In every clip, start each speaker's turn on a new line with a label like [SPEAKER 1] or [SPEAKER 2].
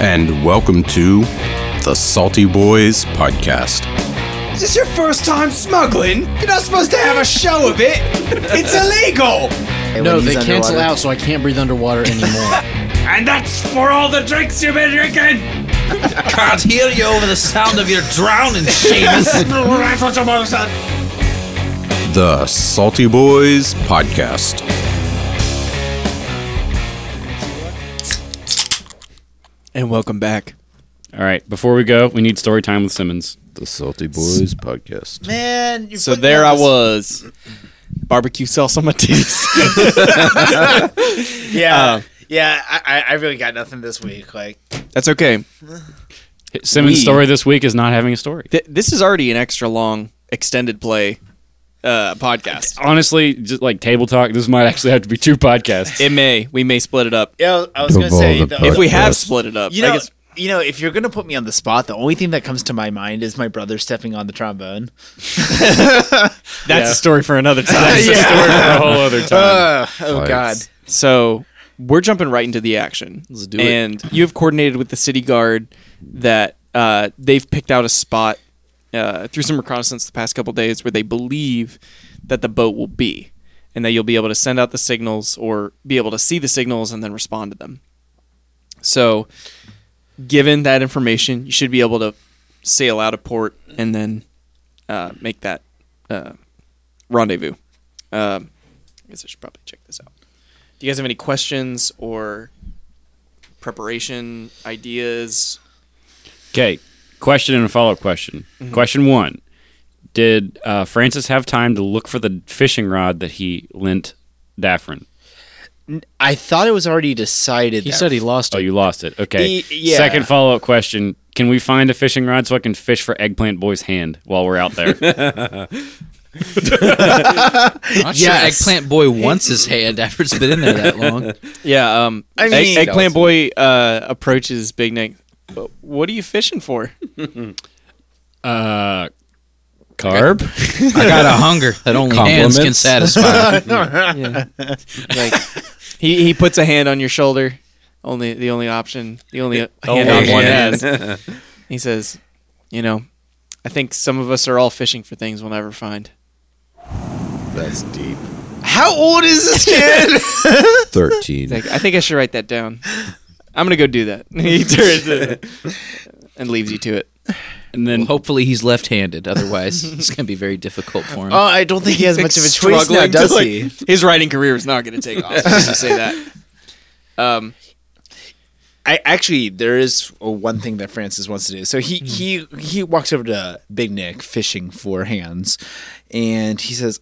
[SPEAKER 1] and welcome to the Salty Boys Podcast.
[SPEAKER 2] Is this your first time smuggling? You're not supposed to have a show of it. It's illegal.
[SPEAKER 3] No, they cancel out, so I can't breathe underwater anymore.
[SPEAKER 2] And that's for all the drinks you've been drinking.
[SPEAKER 4] can't hear you over the sound of your drowning, Seamus.
[SPEAKER 2] that's what's about, son.
[SPEAKER 1] The Salty Boys Podcast.
[SPEAKER 2] And welcome back.
[SPEAKER 5] All right, before we go, we need story time with Simmons.
[SPEAKER 1] The Salty Boys Podcast.
[SPEAKER 4] Man, you're
[SPEAKER 2] So
[SPEAKER 4] putting
[SPEAKER 2] there I
[SPEAKER 4] all this-
[SPEAKER 2] was. Barbecue sauce on my teeth.
[SPEAKER 4] Yeah,
[SPEAKER 2] Uh,
[SPEAKER 4] yeah. I, I- I really got nothing this week. Like,
[SPEAKER 2] That's okay.
[SPEAKER 5] Simmons'
[SPEAKER 2] We-
[SPEAKER 5] story this week is not having a story.
[SPEAKER 2] Th- this is already an extra long extended play uh, podcast.
[SPEAKER 5] Honestly, just like table talk, this might actually have to be two podcasts.
[SPEAKER 2] It may. We may split it up.
[SPEAKER 4] you know, I was gonna
[SPEAKER 1] Of all
[SPEAKER 4] say,
[SPEAKER 1] the
[SPEAKER 4] the,
[SPEAKER 2] If we have
[SPEAKER 1] Podcast.
[SPEAKER 2] split it up.
[SPEAKER 4] you
[SPEAKER 2] I
[SPEAKER 4] know,
[SPEAKER 2] guess-
[SPEAKER 4] you know, if you're gonna put me on the spot, the only thing that comes to my mind is my brother stepping on the trombone.
[SPEAKER 2] that's a story for another time.
[SPEAKER 5] It's a story for a whole other time.
[SPEAKER 4] Uh, oh
[SPEAKER 1] Fights.
[SPEAKER 4] God.
[SPEAKER 2] So we're jumping right into the action. Let's
[SPEAKER 3] do it.
[SPEAKER 2] And you have coordinated with the city guard that uh, they've picked out a spot uh, through some reconnaissance the past couple days where they believe that the boat will be, and that you'll be able to send out the signals or be able to see the signals and then respond to them. So, given that information, you should be able to sail out of port and then uh, make that uh, rendezvous. Um, I guess I should probably check this out. Do you guys have any questions or preparation ideas?
[SPEAKER 5] Okay, question and a follow up question.
[SPEAKER 3] Mm-hmm.
[SPEAKER 5] Question one Did uh, Francis have time to look for the fishing rod that he lent Daffrin?
[SPEAKER 4] I thought it was already decided.
[SPEAKER 3] He
[SPEAKER 4] that-
[SPEAKER 3] said he lost
[SPEAKER 5] Oh,
[SPEAKER 3] it.
[SPEAKER 5] you lost it. Okay.
[SPEAKER 4] E- yeah.
[SPEAKER 5] Second follow up question Can we find a fishing rod so I can fish for Eggplant Boy's hand while we're out there?
[SPEAKER 3] I'm
[SPEAKER 4] Yes.
[SPEAKER 3] not sure Eggplant Boy wants his hand after it's been in there that long.
[SPEAKER 2] Yeah, um,
[SPEAKER 4] I
[SPEAKER 2] Egg-
[SPEAKER 4] mean-
[SPEAKER 2] Eggplant Boy uh, approaches Big Nick. "But What are you fishing for?
[SPEAKER 5] uh, Carb?
[SPEAKER 3] I got a hunger that only hands can
[SPEAKER 1] Compliments.
[SPEAKER 3] satisfy.
[SPEAKER 2] Like, he, he puts a hand on your shoulder. Only the only option, the only hand on
[SPEAKER 3] Only
[SPEAKER 2] one
[SPEAKER 3] hand.
[SPEAKER 2] has. He says, "You know, I think some of us are all fishing for things we'll never find."
[SPEAKER 1] That's deep.
[SPEAKER 4] "How old is this kid?"
[SPEAKER 1] 13.
[SPEAKER 2] Like, I think I should write that down. I'm gonna go do that. he turns it and leaves you to it.
[SPEAKER 5] And then
[SPEAKER 3] Well, hopefully he's left-handed. Otherwise, it's going to be very difficult for him.
[SPEAKER 1] Uh,
[SPEAKER 4] oh, I don't think he has much of a choice now,
[SPEAKER 2] struggling to,
[SPEAKER 4] does
[SPEAKER 2] like-
[SPEAKER 4] he?
[SPEAKER 2] His writing career is not going to take off. Let's just say that. Um,
[SPEAKER 4] I actually there is uh, one thing that Francis wants to do. So he he he walks over to Big Nick fishing for hands, and he says,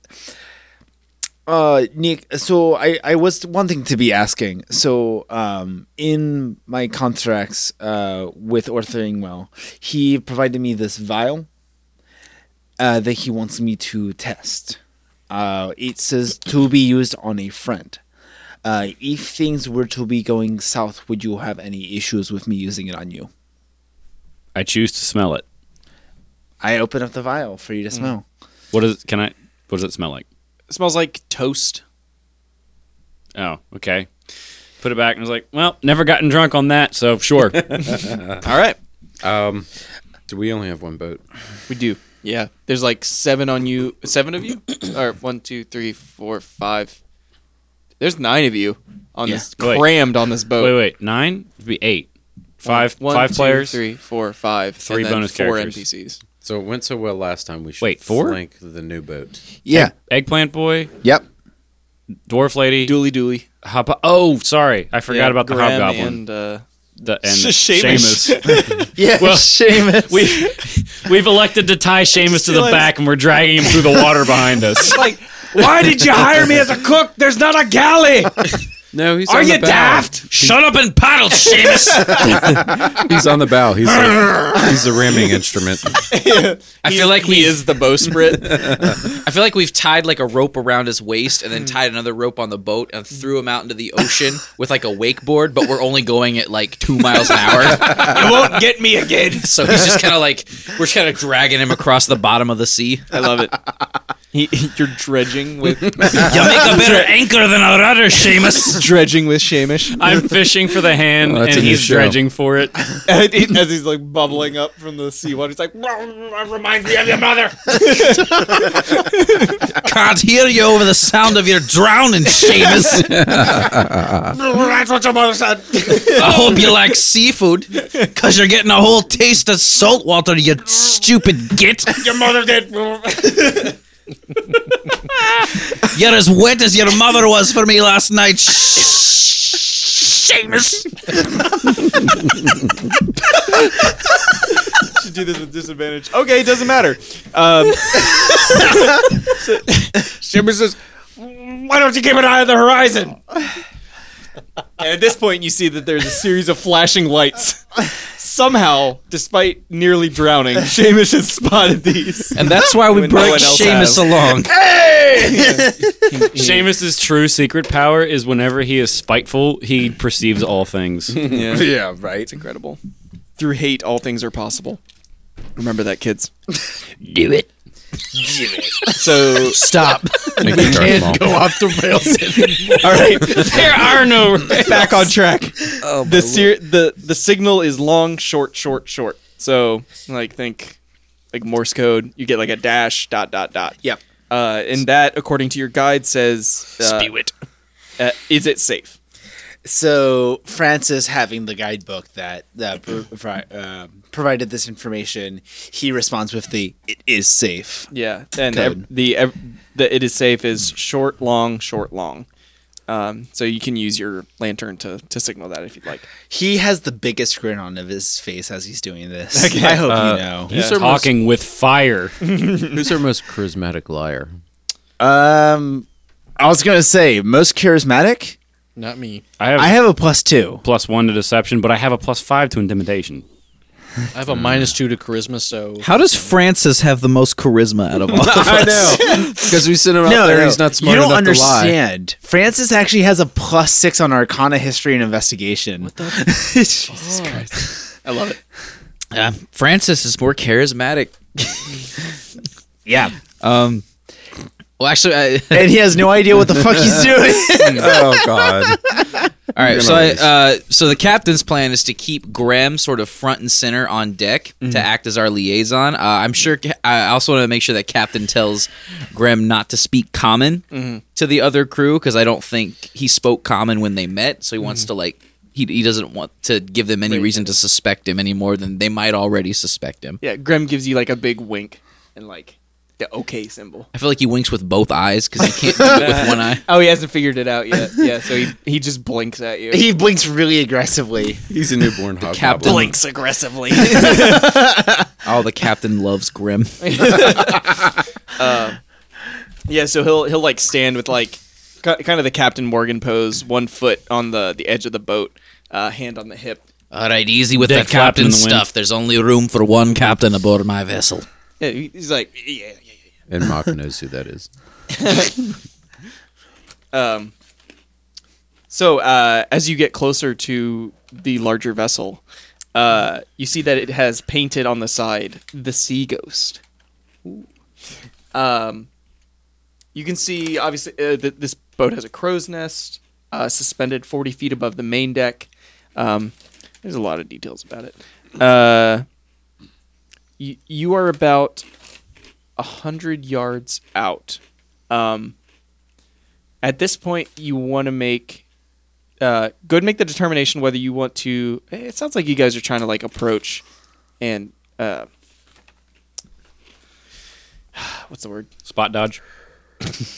[SPEAKER 4] "Uh, Nick, so I I was wanting to be asking. So um, in my contracts uh with Arthur Ingwell, he provided me this vial, uh that he wants me to test. Uh, it says to be used on a friend." Uh, if things were to be going south, would you have any issues with me using it on you?
[SPEAKER 5] I choose to smell it.
[SPEAKER 4] I open up the vial for you to smell.
[SPEAKER 5] What does can I? What does it smell like?
[SPEAKER 2] it smells like toast.
[SPEAKER 5] Oh, okay. Put it back and I was like, well, never gotten drunk on that, so sure.
[SPEAKER 2] All right,
[SPEAKER 1] Um, do we only have one boat?
[SPEAKER 2] we do. Yeah, there's like seven on you, seven of you, or one, two, three, four, five. There's nine of you on
[SPEAKER 4] Yeah.
[SPEAKER 2] this
[SPEAKER 5] Wait.
[SPEAKER 2] crammed on this boat.
[SPEAKER 5] wait, wait, nine? It'd be eight. Five,
[SPEAKER 2] One,
[SPEAKER 5] five
[SPEAKER 2] two,
[SPEAKER 5] players.
[SPEAKER 2] three, four, five, and
[SPEAKER 5] Three
[SPEAKER 2] then
[SPEAKER 5] bonus
[SPEAKER 2] four
[SPEAKER 5] characters.
[SPEAKER 2] NPCs.
[SPEAKER 1] So it went so well last time. We should
[SPEAKER 5] Wait, four?
[SPEAKER 1] flank the new boat.
[SPEAKER 4] Yeah.
[SPEAKER 5] Eggplant boy,
[SPEAKER 4] Yep.
[SPEAKER 5] dwarf lady,
[SPEAKER 2] Dooley, Dooley.
[SPEAKER 5] hop. Oh, sorry, I forgot
[SPEAKER 2] Yeah,
[SPEAKER 5] about the
[SPEAKER 2] Graham
[SPEAKER 5] hobgoblin
[SPEAKER 2] And, uh,
[SPEAKER 5] the, and
[SPEAKER 2] Seamus.
[SPEAKER 5] Seamus.
[SPEAKER 4] Yeah.
[SPEAKER 5] Well,
[SPEAKER 4] Seamus.
[SPEAKER 5] we we've elected to tie Seamus to the
[SPEAKER 2] realized-
[SPEAKER 5] back, and we're dragging him through the water behind us.
[SPEAKER 2] like, why did you hire me as a cook? There's not a galley.
[SPEAKER 1] No, he's on the bow.
[SPEAKER 5] Shut up and paddle, Seamus.
[SPEAKER 1] He's on the bow. He's the, he's the ramming instrument.
[SPEAKER 3] I feel like
[SPEAKER 2] he
[SPEAKER 3] we
[SPEAKER 2] is the bowsprit.
[SPEAKER 3] I feel like we've tied like a rope around his waist and then
[SPEAKER 2] Mm.
[SPEAKER 3] tied another rope on the boat and threw him out into the ocean with like a wakeboard, but we're only going at like two miles an hour.
[SPEAKER 2] you won't get me again.
[SPEAKER 3] So he's just kind of like, we're just kind of dragging him across the bottom of the sea.
[SPEAKER 2] I love it. He, you're dredging with
[SPEAKER 5] You make a better anchor than a rudder, Seamus.
[SPEAKER 2] dredging with Shamish
[SPEAKER 5] I'm fishing for the hand,
[SPEAKER 3] Oh,
[SPEAKER 5] and
[SPEAKER 3] that's a new
[SPEAKER 5] he's
[SPEAKER 3] show.
[SPEAKER 5] dredging for it.
[SPEAKER 2] as he's like bubbling up from the seawater. He's like, reminds me of your mother.
[SPEAKER 3] Can't hear you over the sound of your drowning, Seamus.
[SPEAKER 4] That's what your mother said.
[SPEAKER 3] I hope you like seafood, because you're getting a whole taste of salt water, you stupid git.
[SPEAKER 4] Your mother did.
[SPEAKER 3] You're as wet as your mother was for me last night, Seamus.
[SPEAKER 2] Should do this with disadvantage. Okay, it doesn't matter. Um,
[SPEAKER 4] Shimmer says, "Why don't you keep an eye on the horizon?"
[SPEAKER 2] and at this point, you see that there's a series of flashing lights. Somehow, despite nearly drowning, Shamish has spotted these.
[SPEAKER 3] And that's why we
[SPEAKER 2] When no one else has.
[SPEAKER 3] along.
[SPEAKER 5] Seamus's true secret power is whenever he is spiteful, he perceives all things.
[SPEAKER 2] Yeah,
[SPEAKER 4] Yeah, right.
[SPEAKER 2] incredible. Through hate, all things are possible. Remember that, kids.
[SPEAKER 5] Do it.
[SPEAKER 2] So
[SPEAKER 3] Stop.
[SPEAKER 4] Go off the rails.
[SPEAKER 2] All right,
[SPEAKER 5] There are no.
[SPEAKER 2] back on track. the ser- the the signal is long, short, short, short. So like think like Morse code. You get like a dash, dot, dot, dot.
[SPEAKER 4] Yep.
[SPEAKER 2] Uh, and that, according to your guide, says uh, spew it. Uh, is it safe?
[SPEAKER 4] So Francis, having the guidebook that that provi- uh, provided this information, he responds with the "It is safe."
[SPEAKER 2] Yeah. And
[SPEAKER 4] Code.
[SPEAKER 2] ev- the ev- the it is safe is short, long, short, long. Um, so you can use your lantern to to signal that if you'd like.
[SPEAKER 4] He has the biggest grin on of his face as he's doing this. I hope you know.
[SPEAKER 6] Who's, our most,
[SPEAKER 5] Talking with fire.
[SPEAKER 6] who's our most charismatic liar?
[SPEAKER 4] Um, I was gonna say most charismatic.
[SPEAKER 6] Not me.
[SPEAKER 5] I have,
[SPEAKER 4] I have a plus two.
[SPEAKER 5] plus one to deception, but I have a plus five to intimidation.
[SPEAKER 6] I have a minus two to charisma, so
[SPEAKER 3] How does Francis have the most charisma out of all of
[SPEAKER 4] I know.
[SPEAKER 6] because we sent him out there, he's not smart
[SPEAKER 4] you don't
[SPEAKER 6] enough to lie.
[SPEAKER 4] understand. Francis actually has a plus six on Arcana, History, and Investigation. Jesus Christ! I love it.
[SPEAKER 3] Uh, Francis is more charismatic.
[SPEAKER 4] Yeah,
[SPEAKER 3] Um, well, actually, I,
[SPEAKER 4] and he has no idea what the fuck he's doing.
[SPEAKER 6] oh God!
[SPEAKER 3] all right. So, I, uh, so the captain's plan is to keep Graham sort of front and center on deck to act as our liaison. Uh, I'm sure. ca- I also want to make sure that Captain tells Graham not to speak Common to the other crew because I don't think he spoke Common when they met. So he wants to like. He, he doesn't want to give them any reason to suspect him any more than they might already suspect him.
[SPEAKER 2] Yeah. Grim gives you like a big wink and like the okay symbol.
[SPEAKER 3] I feel like he winks with both eyes because he can't do it with one eye.
[SPEAKER 2] Oh, he hasn't figured it out yet. Yeah, so he, he just blinks at you.
[SPEAKER 4] he blinks really aggressively.
[SPEAKER 6] He's a newborn hobgoblin.
[SPEAKER 3] Captain
[SPEAKER 2] aggressively.
[SPEAKER 3] Oh, the captain loves Grim.
[SPEAKER 2] yeah, so he'll he'll like stand with like ki- kind of the Captain Morgan pose, one foot on the the edge of the boat, uh, hand on the hip.
[SPEAKER 3] All right, easy with
[SPEAKER 5] Dick
[SPEAKER 3] that captain
[SPEAKER 5] flapping in the wind.
[SPEAKER 3] stuff. There's only room for one captain aboard my vessel.
[SPEAKER 2] Yeah, he- he's like yeah, yeah,
[SPEAKER 6] and Maka knows who that is.
[SPEAKER 2] yeah. Um, so uh, as you get closer to the larger vessel, uh, you see that it has painted on the side the sea ghost. Um, you can see obviously uh, that this boat has a crow's nest uh, suspended 40 feet above the main deck. Um, there's a lot of details about it. Uh, you, you are about a hundred yards out. Um, at this point, you want to make uh, go ahead and make the determination whether you want to. eh, It sounds like you guys are trying to like approach and uh, what's the word?
[SPEAKER 5] Spot dodge.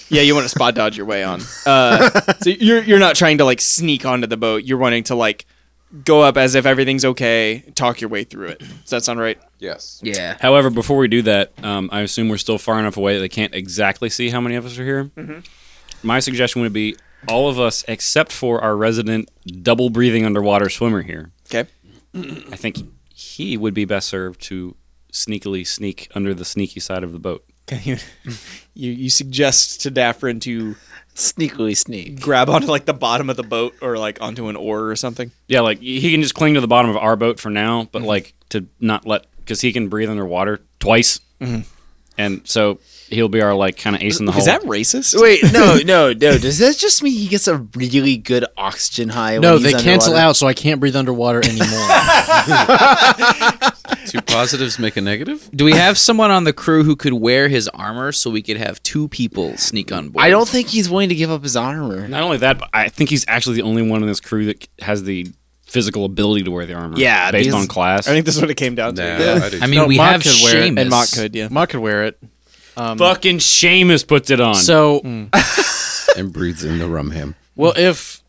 [SPEAKER 2] Yeah, you want to spot dodge your way on. Uh, so you're you're not trying to like sneak onto the boat. You're wanting to like go up as if everything's okay, talk your way through it. Does that sound right?
[SPEAKER 6] Yes.
[SPEAKER 3] Yeah.
[SPEAKER 5] However, before we do that, um, I assume we're still far enough away that they can't exactly see how many of us are here.
[SPEAKER 2] Mm-hmm.
[SPEAKER 5] My suggestion would be all of us except for our resident double breathing underwater swimmer here.
[SPEAKER 2] Okay.
[SPEAKER 5] I think he would be best served to sneakily sneak under the sneaky side of the boat.
[SPEAKER 2] Can you, you you suggest to Daffrin to
[SPEAKER 4] Sneakily sneak.
[SPEAKER 2] grab onto like the bottom of the boat or like onto an oar or something?
[SPEAKER 5] Yeah, like he can just cling to the bottom of
[SPEAKER 2] Mm-hmm.
[SPEAKER 5] our boat for now, but like to not let because he can breathe underwater twice, and so he'll be our like kind of ace in the hole.
[SPEAKER 2] Mm-hmm. Is that racist?
[SPEAKER 4] Wait, no, no, no. Does that just mean he gets a really good oxygen high?
[SPEAKER 7] No,
[SPEAKER 4] when he's
[SPEAKER 7] Oh, they cancel
[SPEAKER 4] underwater?
[SPEAKER 7] out, so I can't breathe underwater anymore.
[SPEAKER 6] Two positives make a negative?
[SPEAKER 3] Do we have someone on the crew who could wear his armor so we could have two people sneak on board?
[SPEAKER 4] I don't think he's willing to give up his armor.
[SPEAKER 5] Not only that, but I think he's actually the only one in this crew that has the physical ability to wear the armor.
[SPEAKER 4] Yeah,
[SPEAKER 5] based
[SPEAKER 4] because-
[SPEAKER 5] on class.
[SPEAKER 2] I think this is what it came down to.
[SPEAKER 6] Nah,
[SPEAKER 2] Yeah.
[SPEAKER 6] I do.
[SPEAKER 3] I mean,
[SPEAKER 7] No,
[SPEAKER 3] we
[SPEAKER 7] Mach
[SPEAKER 3] have
[SPEAKER 7] could wear it,
[SPEAKER 3] Seamus.
[SPEAKER 2] And Mott Oh, could, yeah.
[SPEAKER 7] Ma could wear it.
[SPEAKER 4] Um,
[SPEAKER 5] fucking Seamus puts it on.
[SPEAKER 7] So,
[SPEAKER 6] and breathes in the rum ham.
[SPEAKER 7] Hmm. well, if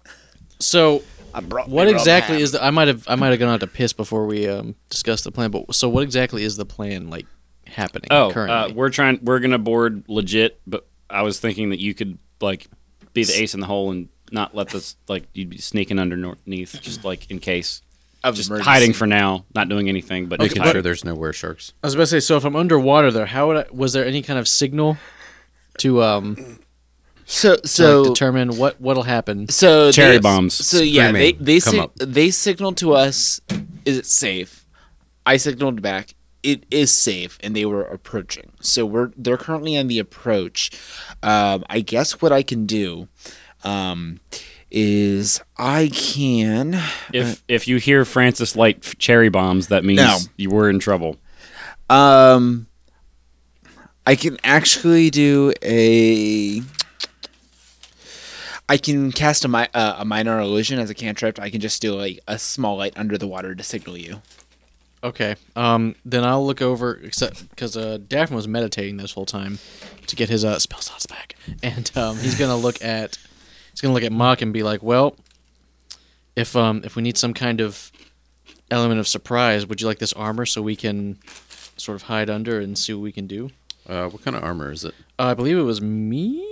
[SPEAKER 7] so,
[SPEAKER 4] brought
[SPEAKER 7] what
[SPEAKER 4] me rum
[SPEAKER 7] exactly is the? I might have I might have gone out to piss before we um, discussed the plan. But so, what exactly is the plan like happening
[SPEAKER 5] oh, uh,
[SPEAKER 7] currently?
[SPEAKER 5] we're trying. We're gonna board legit, but I was thinking that you could like be the ace in the hole and not let this like you'd be sneaking underneath just like in case.
[SPEAKER 4] Of
[SPEAKER 5] Just
[SPEAKER 4] emergency.
[SPEAKER 5] hiding for now, not doing anything, but just
[SPEAKER 6] Making
[SPEAKER 5] hiding.
[SPEAKER 6] sure there's no were sharks.
[SPEAKER 7] I was about to say. So, if I'm underwater there, how would I? Was there any kind of signal to um
[SPEAKER 4] So,
[SPEAKER 7] to,
[SPEAKER 4] so,
[SPEAKER 7] like, determine what what'll happen?
[SPEAKER 4] so
[SPEAKER 5] Cherry
[SPEAKER 4] they-
[SPEAKER 5] bombs.
[SPEAKER 4] So yeah, they
[SPEAKER 6] Screaming.
[SPEAKER 4] they
[SPEAKER 6] Come
[SPEAKER 4] sig-
[SPEAKER 6] up.
[SPEAKER 4] they signaled to us. Is it safe? I signaled back. It is safe, and they were approaching. So we're they're currently on the approach. Um, I guess what I can do um, is I can.
[SPEAKER 5] If if you hear Francis light f- cherry bombs, that means
[SPEAKER 4] No.
[SPEAKER 5] you were in trouble.
[SPEAKER 4] Um, I can actually do a. I can cast a, mi- uh, a minor illusion as a cantrip. I can just do like a small light under the water to signal you.
[SPEAKER 7] Okay. Um. Then I'll look over, except because uh, Daphne was meditating this whole time to get his uh, spell slots back, and um, he's gonna look at he's gonna look at Mock and be like, "Well, if um if we need some kind of element of surprise, would you like this armor so we can sort of hide under and see what we can do?"
[SPEAKER 6] Uh, what kind of armor is it? Mm-hmm.
[SPEAKER 7] Uh, I believe it was medium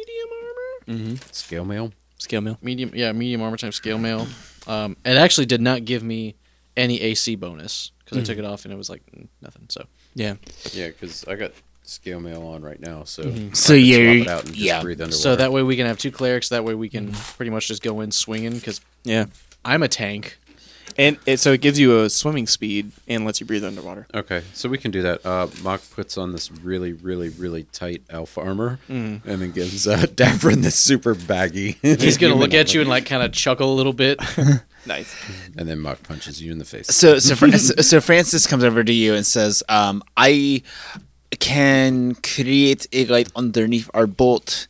[SPEAKER 7] armor.
[SPEAKER 6] Scale mail?
[SPEAKER 2] Scale mill.
[SPEAKER 7] Medium, yeah, medium armor type scale mail. Um, it actually did not give me any AC bonus because I took it off and it was like mm, nothing. So.
[SPEAKER 2] Yeah.
[SPEAKER 6] Yeah, because I got scale mail on right now, so
[SPEAKER 4] So
[SPEAKER 6] I can
[SPEAKER 4] you're-
[SPEAKER 6] swap it out and just
[SPEAKER 4] yeah.
[SPEAKER 6] breathe underwater.
[SPEAKER 7] So that way we can have two clerics. That way we can pretty much just go in swinging because
[SPEAKER 2] Yeah.
[SPEAKER 7] I'm a tank.
[SPEAKER 2] And it, so it gives you a swimming speed and lets you breathe underwater.
[SPEAKER 6] Okay, so we can do that. Uh, Mach puts on this really, really, really tight elf armor,
[SPEAKER 5] Mm.
[SPEAKER 6] and then gives uh, Davrin this super baggy.
[SPEAKER 7] He's gonna look at you and like kind of chuckle a little bit.
[SPEAKER 2] Nice.
[SPEAKER 6] and then Mach punches you in the face.
[SPEAKER 4] So so Fran- so so Francis comes over to you and says, um, "I can create a light underneath our boat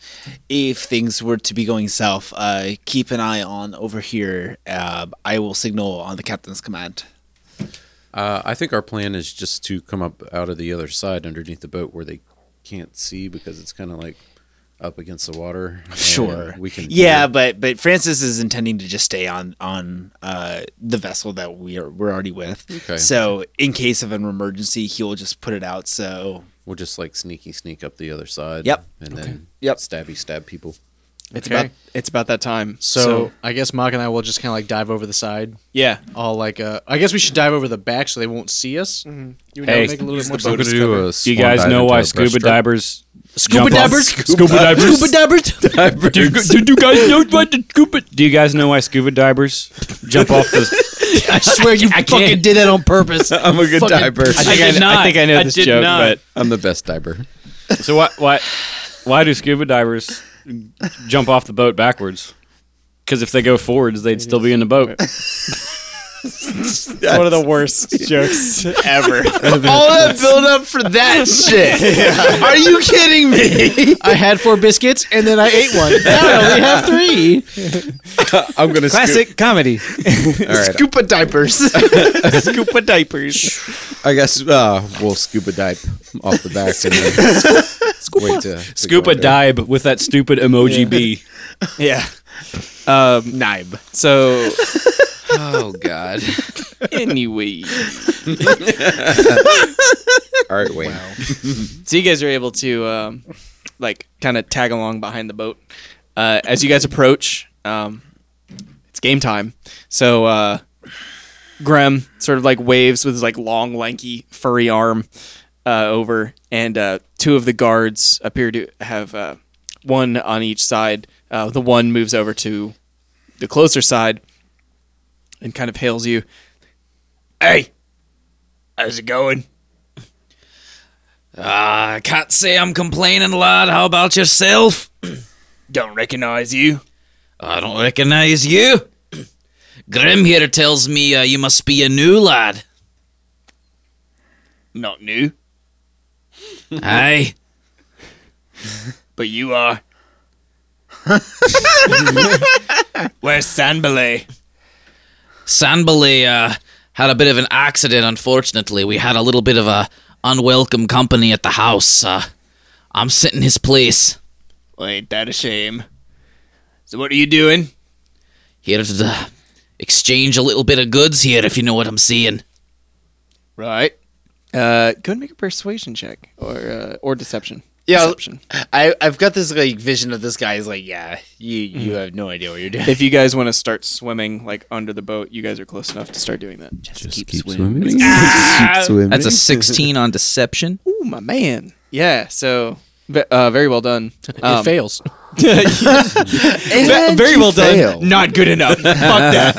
[SPEAKER 4] if things were to be going south. Uh, keep an eye on over here. Uh, I will signal on the captain's command."
[SPEAKER 6] uh, I think our plan is just to come up out of the other side underneath the boat where they can't see because it's kind of like up against the water. and
[SPEAKER 4] Sure.
[SPEAKER 6] we can.
[SPEAKER 4] Yeah, but but Francis is intending to just stay on on uh, the vessel that we are we're already with.
[SPEAKER 6] Okay.
[SPEAKER 4] So in case of an emergency, he will just put it out. So
[SPEAKER 6] We'll just like sneaky sneak up the other side.
[SPEAKER 4] Yep.
[SPEAKER 6] And then
[SPEAKER 4] Yep.
[SPEAKER 6] stabby stab people.
[SPEAKER 2] It's
[SPEAKER 7] Okay.
[SPEAKER 2] about it's about that time.
[SPEAKER 7] So, I guess Mach and I will just kind of like dive over the side.
[SPEAKER 2] yeah.
[SPEAKER 7] All like uh, I guess we should dive over the back so they won't see us. Mm-hmm. You know,
[SPEAKER 5] Hey,
[SPEAKER 7] make a little bit more
[SPEAKER 5] boat
[SPEAKER 7] sense.
[SPEAKER 5] as cover. Do you guys know why scuba divers?
[SPEAKER 7] Scuba
[SPEAKER 5] jump off-
[SPEAKER 7] divers?
[SPEAKER 5] Scuba divers.
[SPEAKER 7] Scuba divers.
[SPEAKER 5] divers. Do, you- do you guys know why the scuba? Do you guys know why scuba divers jump off the?
[SPEAKER 7] I swear you fucking did that on purpose.
[SPEAKER 6] I'm a good
[SPEAKER 7] Fucking-
[SPEAKER 6] diver.
[SPEAKER 2] I think I,
[SPEAKER 5] did
[SPEAKER 2] I
[SPEAKER 5] not.
[SPEAKER 2] think I know
[SPEAKER 5] I
[SPEAKER 2] this
[SPEAKER 5] did
[SPEAKER 2] joke,
[SPEAKER 5] not.
[SPEAKER 2] but
[SPEAKER 6] I'm the best diver.
[SPEAKER 5] So why why why do scuba divers jump off the boat backwards? Because if they go forwards, they'd still be in the boat.
[SPEAKER 2] one of the worst jokes ever.
[SPEAKER 4] all that build up for that shit. Are you kidding me?
[SPEAKER 7] I had four biscuits and then I ate one. Now I only have three.
[SPEAKER 6] I'm gonna
[SPEAKER 2] Classic comedy.
[SPEAKER 6] Scoop, all right,
[SPEAKER 4] Scuba diapers.
[SPEAKER 2] Scuba diapers.
[SPEAKER 6] I guess uh, we'll scuba dive off the back and then wait to to go
[SPEAKER 5] Scuba
[SPEAKER 6] under.
[SPEAKER 5] dive with that stupid emoji B.
[SPEAKER 2] Yeah. Um,
[SPEAKER 4] Nibe.
[SPEAKER 2] so
[SPEAKER 3] Oh God.
[SPEAKER 2] anyway,
[SPEAKER 6] All right, wait.
[SPEAKER 2] so you guys are able to um, like kind of tag along behind the boat uh, as you guys approach. Um, it's game time. So uh, Graham sort of like waves with his like long, lanky, furry arm uh, over, and uh, two of the guards appear to have uh, one on each side. Uh, the one moves over to the closer side and kind of hails you. Hey, how's it going?
[SPEAKER 3] Ah, I can't say I'm complaining, lad. How about yourself?
[SPEAKER 2] Don't recognize you.
[SPEAKER 3] I don't recognize you. Grim here tells me uh, you must be a new lad.
[SPEAKER 2] Not new,
[SPEAKER 3] Aye.
[SPEAKER 2] but you are. Where's Sanbalay?
[SPEAKER 3] Sanbalay uh, had a bit of an accident, unfortunately. We had a little bit of a unwelcome company at the house. Uh, I'm sitting his place.
[SPEAKER 2] Well, ain't that a shame? So what are you doing?
[SPEAKER 3] Here to uh, exchange a little bit of goods here, if you know what I'm saying.
[SPEAKER 2] Right. Uh, go and make a persuasion check or uh, or deception.
[SPEAKER 4] Yeah.
[SPEAKER 2] Deception.
[SPEAKER 4] I I've got this like vision of this guy is like, yeah, you you have no idea what you're doing.
[SPEAKER 2] If you guys want to start swimming like under the boat, you guys are close enough to start doing that. Just,
[SPEAKER 3] That's a 16 on deception.
[SPEAKER 2] Ooh, my man. Yeah. So, ve- uh, very well done.
[SPEAKER 7] it
[SPEAKER 2] Um,
[SPEAKER 7] fails.
[SPEAKER 2] ve- very well done.
[SPEAKER 4] fail.
[SPEAKER 2] Not good enough. Fuck that.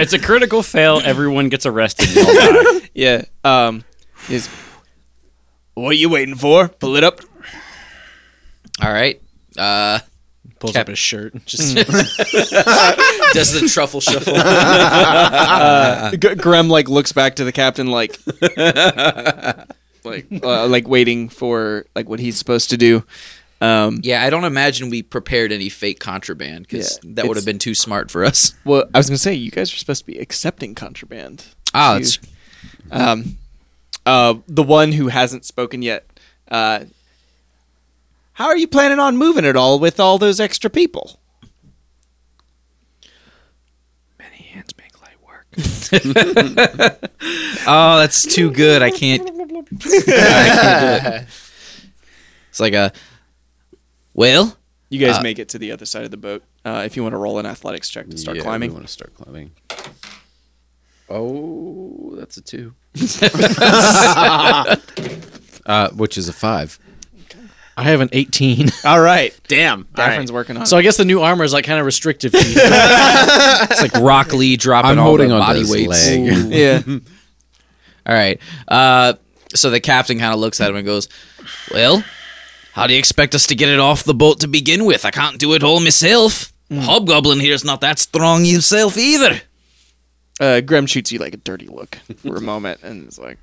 [SPEAKER 5] it's a critical fail. Everyone gets arrested. and all die.
[SPEAKER 2] Yeah. Um. Is what are you waiting for? Pull it up.
[SPEAKER 3] All right. Uh,
[SPEAKER 7] Pulls up his shirt. Just
[SPEAKER 3] does the truffle shuffle.
[SPEAKER 2] G- Uh, Grem like looks back to the captain like, like uh, like waiting for like what he's supposed to do. Um.
[SPEAKER 3] yeah, I don't imagine we prepared any fake contraband because
[SPEAKER 2] Yeah,
[SPEAKER 3] that would
[SPEAKER 2] it's-
[SPEAKER 3] have been too smart for us.
[SPEAKER 2] Well, I was gonna say you guys are supposed to be accepting contraband.
[SPEAKER 3] Ah,
[SPEAKER 2] You-
[SPEAKER 3] it's,
[SPEAKER 2] um, uh, the one who hasn't spoken yet. Uh, how are you planning on moving it all with all those extra people?
[SPEAKER 3] oh, that's too good. I can't. I can't do it. It's like a. Well,
[SPEAKER 2] You guys make it to the other side of the boat. Uh, if you want to roll an athletics check to start climbing,
[SPEAKER 6] We want to start climbing. Oh, that's a two. uh, which is a five.
[SPEAKER 7] I have an 18.
[SPEAKER 4] All right. Damn. All right.
[SPEAKER 2] Daphne's working on.
[SPEAKER 7] So
[SPEAKER 2] So
[SPEAKER 7] I guess the new armor is like kind of restrictive. to you.
[SPEAKER 3] it's like Rock Lee dropping
[SPEAKER 6] I'm
[SPEAKER 3] all
[SPEAKER 6] holding
[SPEAKER 3] the
[SPEAKER 6] on to
[SPEAKER 3] body
[SPEAKER 6] his
[SPEAKER 3] weights.
[SPEAKER 6] leg.
[SPEAKER 2] yeah,
[SPEAKER 3] All right. Uh, so the captain kind of looks at him and goes, "Well, how do you expect us to get it off the boat to begin with? I can't do it all myself.
[SPEAKER 6] Hmm.
[SPEAKER 3] Hobgoblin here's not that strong himself either."
[SPEAKER 2] uh, Grim shoots you like a dirty look for a moment, and it's like,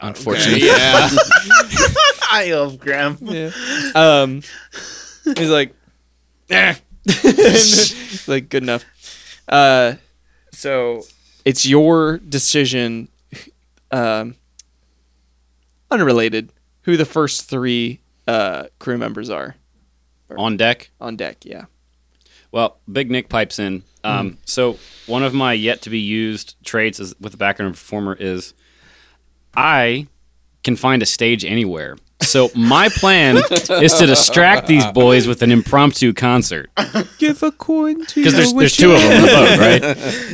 [SPEAKER 3] Unfortunately,
[SPEAKER 4] I love Graham.
[SPEAKER 2] um, he's like, "Eh." It's like good enough. Uh, so it's your decision. Um, unrelated, who the first three uh, crew members are
[SPEAKER 5] On deck.
[SPEAKER 2] on deck? Yeah.
[SPEAKER 5] Well, Big Nick pipes in. Um, So one of my yet to be used traits is, with the background of a performer is I can find a stage anywhere. So my plan is to distract these boys with an impromptu concert
[SPEAKER 2] Give a coin to
[SPEAKER 5] because there's there's two of them on the boat,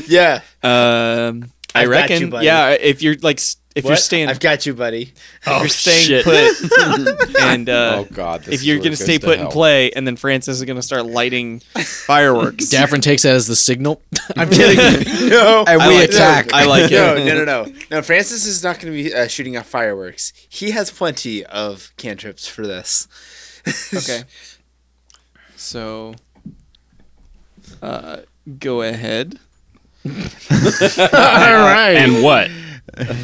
[SPEAKER 5] right?
[SPEAKER 4] Yeah.
[SPEAKER 2] Um, I
[SPEAKER 4] I've got
[SPEAKER 2] reckon.
[SPEAKER 4] you, buddy.
[SPEAKER 2] yeah, if you're like, s- if you're staying,
[SPEAKER 4] I've got Oh, you, buddy.
[SPEAKER 2] if you're staying
[SPEAKER 5] shit.
[SPEAKER 2] put, and uh,
[SPEAKER 6] oh God! This
[SPEAKER 2] if you're gonna stay put and play, and then Francis is gonna start lighting fireworks.
[SPEAKER 7] Daffron takes that as the signal.
[SPEAKER 4] I'm kidding. no.
[SPEAKER 6] and we
[SPEAKER 4] like-
[SPEAKER 6] attack.
[SPEAKER 2] I like
[SPEAKER 4] No,
[SPEAKER 2] it.
[SPEAKER 4] no, no, no. No, Francis is not going to be uh, shooting off fireworks. He has plenty of cantrips for this.
[SPEAKER 2] Okay. So, uh, go ahead.
[SPEAKER 4] All right.
[SPEAKER 5] And what?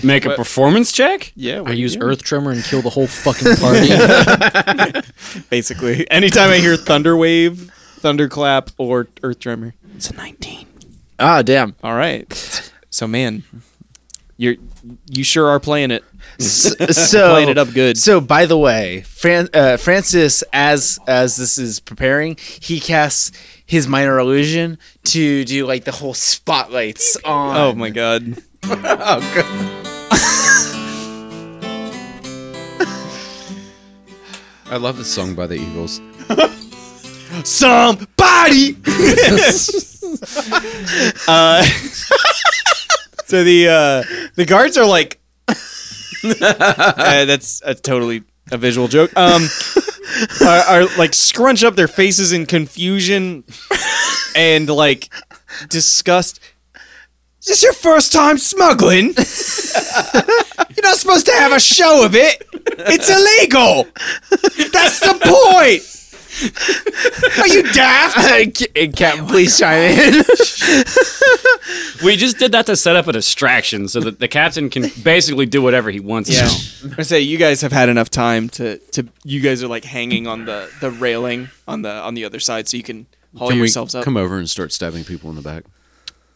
[SPEAKER 5] Make a performance check?
[SPEAKER 2] Yeah,
[SPEAKER 7] I use Earth Tremor and kill the whole fucking party.
[SPEAKER 2] basically. Anytime I hear thunder wave, thunderclap, or earth tremor, it's a nineteen.
[SPEAKER 4] Ah, damn.
[SPEAKER 2] All right. So, man, you're you sure are playing it.
[SPEAKER 4] so
[SPEAKER 2] Playing it up good.
[SPEAKER 4] So, by the way, Fran- uh, Francis, as as this is preparing, he casts his minor illusion to do like the whole spotlights on.
[SPEAKER 2] Oh my god.
[SPEAKER 6] I love this song by the Eagles.
[SPEAKER 2] somebody. uh, so the uh, the guards are like, Uh, that's that's totally a visual joke. Um, are, are like scrunch up their faces in confusion and like disgust.
[SPEAKER 8] Is this your first time smuggling? You're not supposed to have a show of it. It's illegal. That's the point. Are you daft?
[SPEAKER 5] uh,
[SPEAKER 4] Captain, please chime in.
[SPEAKER 5] We just did that to set up a distraction so that the captain can basically do whatever he wants
[SPEAKER 2] Yeah.
[SPEAKER 5] now.
[SPEAKER 2] I say you guys have had enough time to to you guys are like hanging on the the railing on the on the other side so you can haul
[SPEAKER 6] Can we
[SPEAKER 2] yourselves up.
[SPEAKER 6] come over and start stabbing people in the back?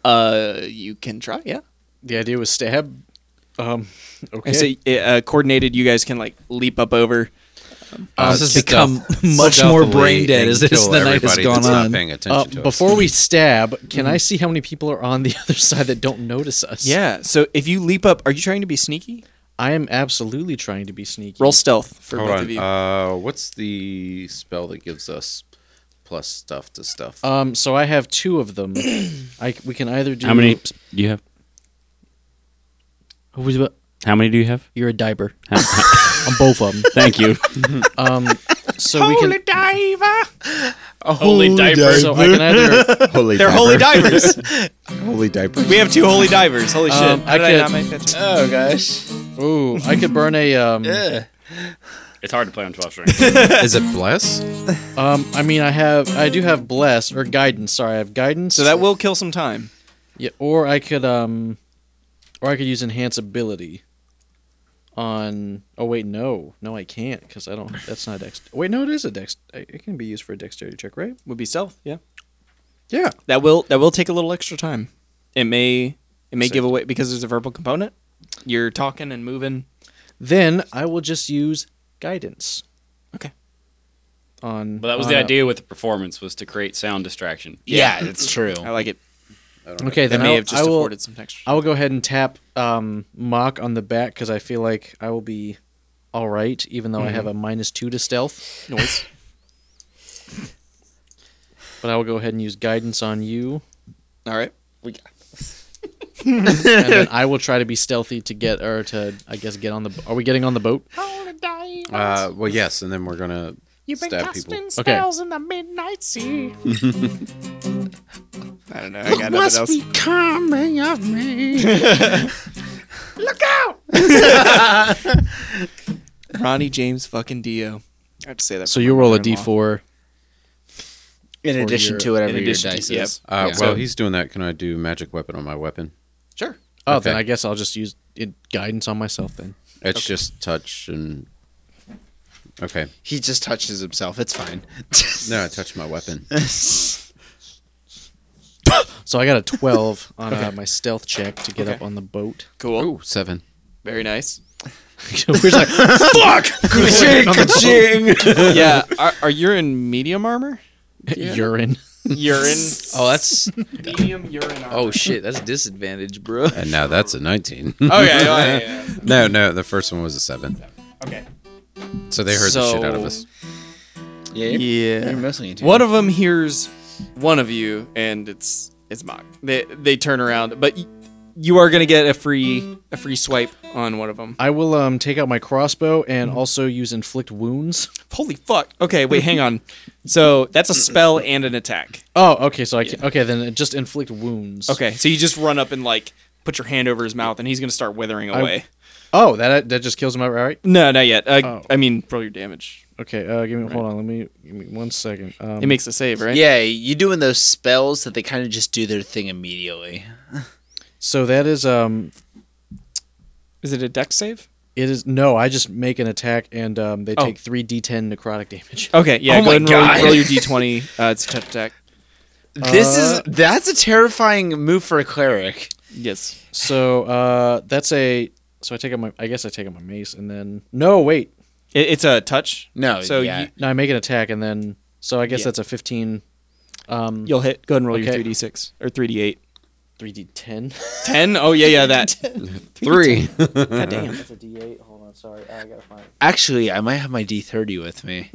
[SPEAKER 2] Uh you can try, yeah.
[SPEAKER 7] The idea was stab. Um, okay.
[SPEAKER 2] I say uh, coordinated you guys can like leap up over.
[SPEAKER 3] Uh, this has become much more brain dead as this the night has gone on.
[SPEAKER 6] Paying attention
[SPEAKER 7] Uh,
[SPEAKER 6] to us.
[SPEAKER 7] before we stab, can I see how many people are on the other side that don't notice us?
[SPEAKER 2] Yeah. So if you leap up, are you trying to be sneaky?
[SPEAKER 7] I am absolutely trying to be sneaky.
[SPEAKER 2] Roll stealth for
[SPEAKER 6] Hold
[SPEAKER 2] both
[SPEAKER 6] on.
[SPEAKER 2] of you.
[SPEAKER 6] Uh, what's the spell that gives us plus stuff to stuff?
[SPEAKER 7] Um, so I have two of them. I we can either do
[SPEAKER 5] How many do you have?
[SPEAKER 7] Who was about-
[SPEAKER 5] How many do you have?
[SPEAKER 7] You're a diaper
[SPEAKER 5] How- how-
[SPEAKER 7] on both of them.
[SPEAKER 5] Thank you.
[SPEAKER 7] Um, so we can.
[SPEAKER 5] Holy diaper.
[SPEAKER 7] So I can either.
[SPEAKER 8] holy
[SPEAKER 2] They're holy divers.
[SPEAKER 8] holy diaper.
[SPEAKER 2] we have two holy divers. Holy shit.
[SPEAKER 7] Um,
[SPEAKER 2] How
[SPEAKER 7] I
[SPEAKER 2] did I
[SPEAKER 7] could-
[SPEAKER 2] not make that? joke?
[SPEAKER 4] Oh gosh.
[SPEAKER 7] Ooh, I could burn a. Um,
[SPEAKER 5] It's hard to play on 12 strings.
[SPEAKER 6] Is it bless?
[SPEAKER 7] um, I mean, I have. I do have bless or guidance. Sorry, I have guidance.
[SPEAKER 2] So that will kill some time.
[SPEAKER 7] Yeah, or I could um, or I could use enhance ability. On oh wait no no I can't because I don't that's not dex wait no it is a dex it can be used for a dexterity check right
[SPEAKER 2] Would be stealth, yeah.
[SPEAKER 7] yeah
[SPEAKER 2] That will that will take a little extra time. It may it may give away because there's a verbal component. You're talking and moving.
[SPEAKER 7] then I will just use guidance
[SPEAKER 2] Okay.
[SPEAKER 7] on
[SPEAKER 5] But that was
[SPEAKER 7] on
[SPEAKER 5] the
[SPEAKER 7] a-
[SPEAKER 5] idea with the performance was to create sound distraction.
[SPEAKER 4] Yeah, it's true.
[SPEAKER 2] I like it.
[SPEAKER 7] okay
[SPEAKER 2] That
[SPEAKER 7] then
[SPEAKER 2] may
[SPEAKER 7] I'll-
[SPEAKER 2] have just
[SPEAKER 7] I will
[SPEAKER 2] afforded some extra.
[SPEAKER 7] I will go ahead and tap um mock on the back because I feel like I will be all right even though I have a minus two to stealth
[SPEAKER 2] Noise.
[SPEAKER 7] but I will go ahead and use guidance on you
[SPEAKER 2] All right.
[SPEAKER 7] and then I will try to be stealthy to get or to I guess get on the. Are we getting on the boat?
[SPEAKER 6] Uh, well, yes, and then we're gonna stab people.
[SPEAKER 7] Okay.
[SPEAKER 2] I don't know. I got nothing else. Look out! Ronnie James fucking Dio. I have to say that.
[SPEAKER 7] So
[SPEAKER 2] for
[SPEAKER 7] you
[SPEAKER 2] my
[SPEAKER 7] roll a
[SPEAKER 2] mother-in-law.
[SPEAKER 7] d4.
[SPEAKER 4] In addition
[SPEAKER 7] your-
[SPEAKER 4] to whatever
[SPEAKER 2] in
[SPEAKER 4] your
[SPEAKER 2] addition to-
[SPEAKER 4] dice
[SPEAKER 2] yep.
[SPEAKER 4] is.
[SPEAKER 6] Uh,
[SPEAKER 4] Yeah.
[SPEAKER 6] Well, he's doing that. Can I do magic weapon on my weapon?
[SPEAKER 2] Sure.
[SPEAKER 7] Oh, then
[SPEAKER 6] Okay.
[SPEAKER 7] I guess I'll just use it, guidance on myself then.
[SPEAKER 6] It's just touch and. Okay.
[SPEAKER 4] He just touches himself. It's fine.
[SPEAKER 6] No, I touched my weapon.
[SPEAKER 7] So I got a 12 on uh, my stealth check to get up on the boat.
[SPEAKER 2] Cool.
[SPEAKER 6] Ooh, seven.
[SPEAKER 2] Very nice.
[SPEAKER 7] We're just like,
[SPEAKER 2] yeah. Are, are you in medium armor?
[SPEAKER 7] urine.
[SPEAKER 2] Urine.
[SPEAKER 3] Oh, that's
[SPEAKER 2] medium urine armor.
[SPEAKER 3] oh shit, that's disadvantage, bro.
[SPEAKER 6] And now that's a nineteen.
[SPEAKER 2] Okay. Oh, yeah, yeah, yeah.
[SPEAKER 6] no, no, the first one was a seven.
[SPEAKER 2] Okay.
[SPEAKER 6] So they heard the shit out of
[SPEAKER 2] So-
[SPEAKER 6] us.
[SPEAKER 4] Yeah.
[SPEAKER 2] Yeah.
[SPEAKER 4] You're mostly into
[SPEAKER 2] One of them hears one of you, and it's it's mock. They they turn around, but y- you are gonna get a free a free swipe on one of them.
[SPEAKER 7] I will um take out my crossbow and also use inflict wounds.
[SPEAKER 2] Holy fuck! Okay, wait, hang on. So that's a spell and an attack.
[SPEAKER 7] Oh, okay. So I can, okay then it just inflict wounds.
[SPEAKER 2] Okay, so you just run up and like put your hand over his mouth, and he's gonna start withering away.
[SPEAKER 7] Oh, that that just kills him outright.
[SPEAKER 2] No, not yet. Uh,
[SPEAKER 7] Oh.
[SPEAKER 2] I mean, roll your damage.
[SPEAKER 7] Okay. Uh, give me hold on. Let me give me one second. Um,
[SPEAKER 2] It makes a save, right?
[SPEAKER 4] Yeah, you doing those spells that they kind of just do their thing immediately.
[SPEAKER 7] so that is um
[SPEAKER 2] Is it a deck save?
[SPEAKER 7] It is no. I just make an attack, and um, they
[SPEAKER 2] Oh.
[SPEAKER 7] take three d10 necrotic damage.
[SPEAKER 2] Okay, yeah.
[SPEAKER 4] Oh
[SPEAKER 2] go
[SPEAKER 4] my
[SPEAKER 2] ahead and roll,
[SPEAKER 4] God.
[SPEAKER 2] roll your d20. Uh, it's a touch attack.
[SPEAKER 4] this is that's a terrifying move for a cleric.
[SPEAKER 2] Yes.
[SPEAKER 7] So uh, that's a. So I take out my. I guess I take out my mace, and then no, wait.
[SPEAKER 2] It, it's a touch.
[SPEAKER 4] No,
[SPEAKER 2] So
[SPEAKER 4] yeah.
[SPEAKER 2] you,
[SPEAKER 7] No, I make an attack, and then so I guess
[SPEAKER 2] Yeah.
[SPEAKER 7] that's a 15. Um,
[SPEAKER 2] you'll hit. Go ahead and roll
[SPEAKER 7] Okay.
[SPEAKER 2] your 3d6 or 3d8.
[SPEAKER 7] three d10.
[SPEAKER 2] 10? Oh, yeah, yeah, that.
[SPEAKER 6] Three.
[SPEAKER 2] God damn.
[SPEAKER 7] That's a d8. Hold on, sorry. I gotta find.
[SPEAKER 4] Actually, I might have my D thirty with me.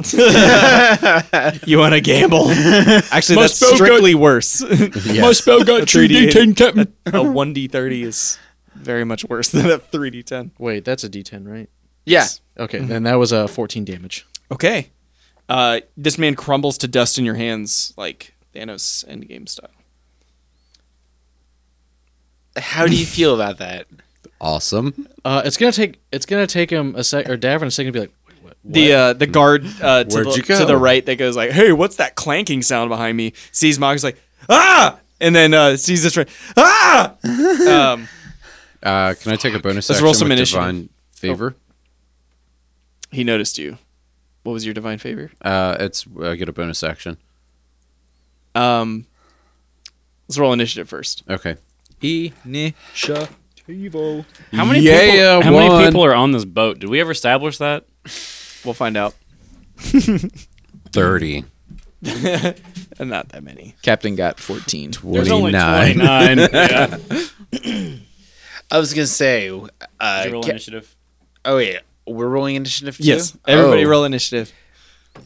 [SPEAKER 2] You want to gamble? Actually, that's
[SPEAKER 5] spell got-
[SPEAKER 2] strictly worse.
[SPEAKER 5] My spell got
[SPEAKER 2] 3D8.
[SPEAKER 5] Captain.
[SPEAKER 2] a 1d30 is very much worse than a 3d10.
[SPEAKER 7] Wait, that's a d10, right?
[SPEAKER 4] yeah,
[SPEAKER 7] Okay, then that was a uh, 14 damage.
[SPEAKER 2] Okay. Uh, this man crumbles to dust in your hands like Thanos endgame style.
[SPEAKER 4] How do you feel about that?
[SPEAKER 6] Awesome.
[SPEAKER 7] Uh, it's gonna take it's gonna take him a sec or Davin a second to be like, Wait, what?
[SPEAKER 2] The uh, the guard uh, to,
[SPEAKER 6] Where'd
[SPEAKER 2] the,
[SPEAKER 6] you go?
[SPEAKER 2] to the right that goes like, "Hey, what's that clanking sound behind me?" Sees Mog's like, "Ah!" and then uh, sees this friend, "Ah!" Um,
[SPEAKER 6] Uh, can I take a bonus
[SPEAKER 2] Let's
[SPEAKER 6] action
[SPEAKER 2] roll some
[SPEAKER 6] with
[SPEAKER 2] initiative.
[SPEAKER 6] divine favor?
[SPEAKER 2] he noticed you. What was your divine favor?
[SPEAKER 6] Uh, it's I get a bonus action.
[SPEAKER 2] Um, let's roll initiative first.
[SPEAKER 6] Okay.
[SPEAKER 5] How many
[SPEAKER 6] Yeah,
[SPEAKER 5] people?
[SPEAKER 6] yeah,
[SPEAKER 5] how
[SPEAKER 6] one.
[SPEAKER 5] many people are on this boat? Did we ever establish that?
[SPEAKER 2] We'll find out.
[SPEAKER 6] Thirty.
[SPEAKER 2] Uh, Not that many.
[SPEAKER 3] Captain got 14.
[SPEAKER 5] There's only Uh,
[SPEAKER 6] 29.
[SPEAKER 5] 29. yeah.
[SPEAKER 4] I was gonna say. Uh,
[SPEAKER 5] Did you roll
[SPEAKER 4] ca-
[SPEAKER 5] initiative.
[SPEAKER 4] oh yeah, we're rolling initiative. Too?
[SPEAKER 2] Yes, everybody
[SPEAKER 6] Oh.
[SPEAKER 2] roll initiative.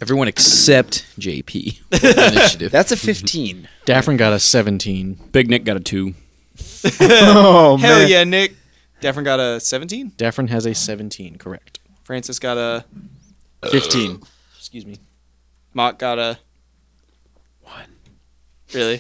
[SPEAKER 3] Everyone except JP. Initiative.
[SPEAKER 4] that's a fifteen.
[SPEAKER 7] Daffrin got a seventeen.
[SPEAKER 5] Big Nick got a two.
[SPEAKER 4] oh
[SPEAKER 2] Hell yeah, Nick. Daffrin got a 17.
[SPEAKER 7] Daffrin has a seventeen, correct?
[SPEAKER 2] Francis got a.
[SPEAKER 4] fifteen.
[SPEAKER 2] Excuse me. Mock got a. One. Really?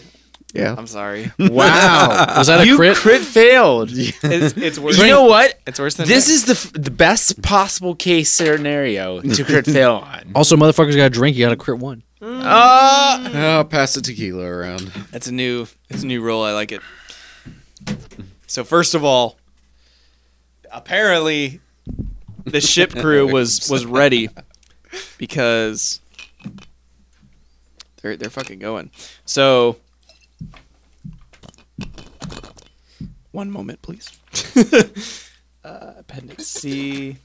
[SPEAKER 6] Yeah.
[SPEAKER 2] I'm sorry.
[SPEAKER 4] Wow,
[SPEAKER 7] Was that a
[SPEAKER 4] you
[SPEAKER 7] Uh, crit?
[SPEAKER 4] crit failed.
[SPEAKER 2] it's, it's worse.
[SPEAKER 4] You know what?
[SPEAKER 2] It's worse than
[SPEAKER 4] This
[SPEAKER 2] that.
[SPEAKER 4] is the f- the best possible case scenario to crit fail on.
[SPEAKER 7] Also, motherfuckers got a drink. You got a crit one.
[SPEAKER 6] I'll pass the tequila around.
[SPEAKER 2] That's a new. It's a new rule. I like it. So first of all, apparently, the ship crew was was ready because they're they're fucking going. So one moment, please. uh, appendix C.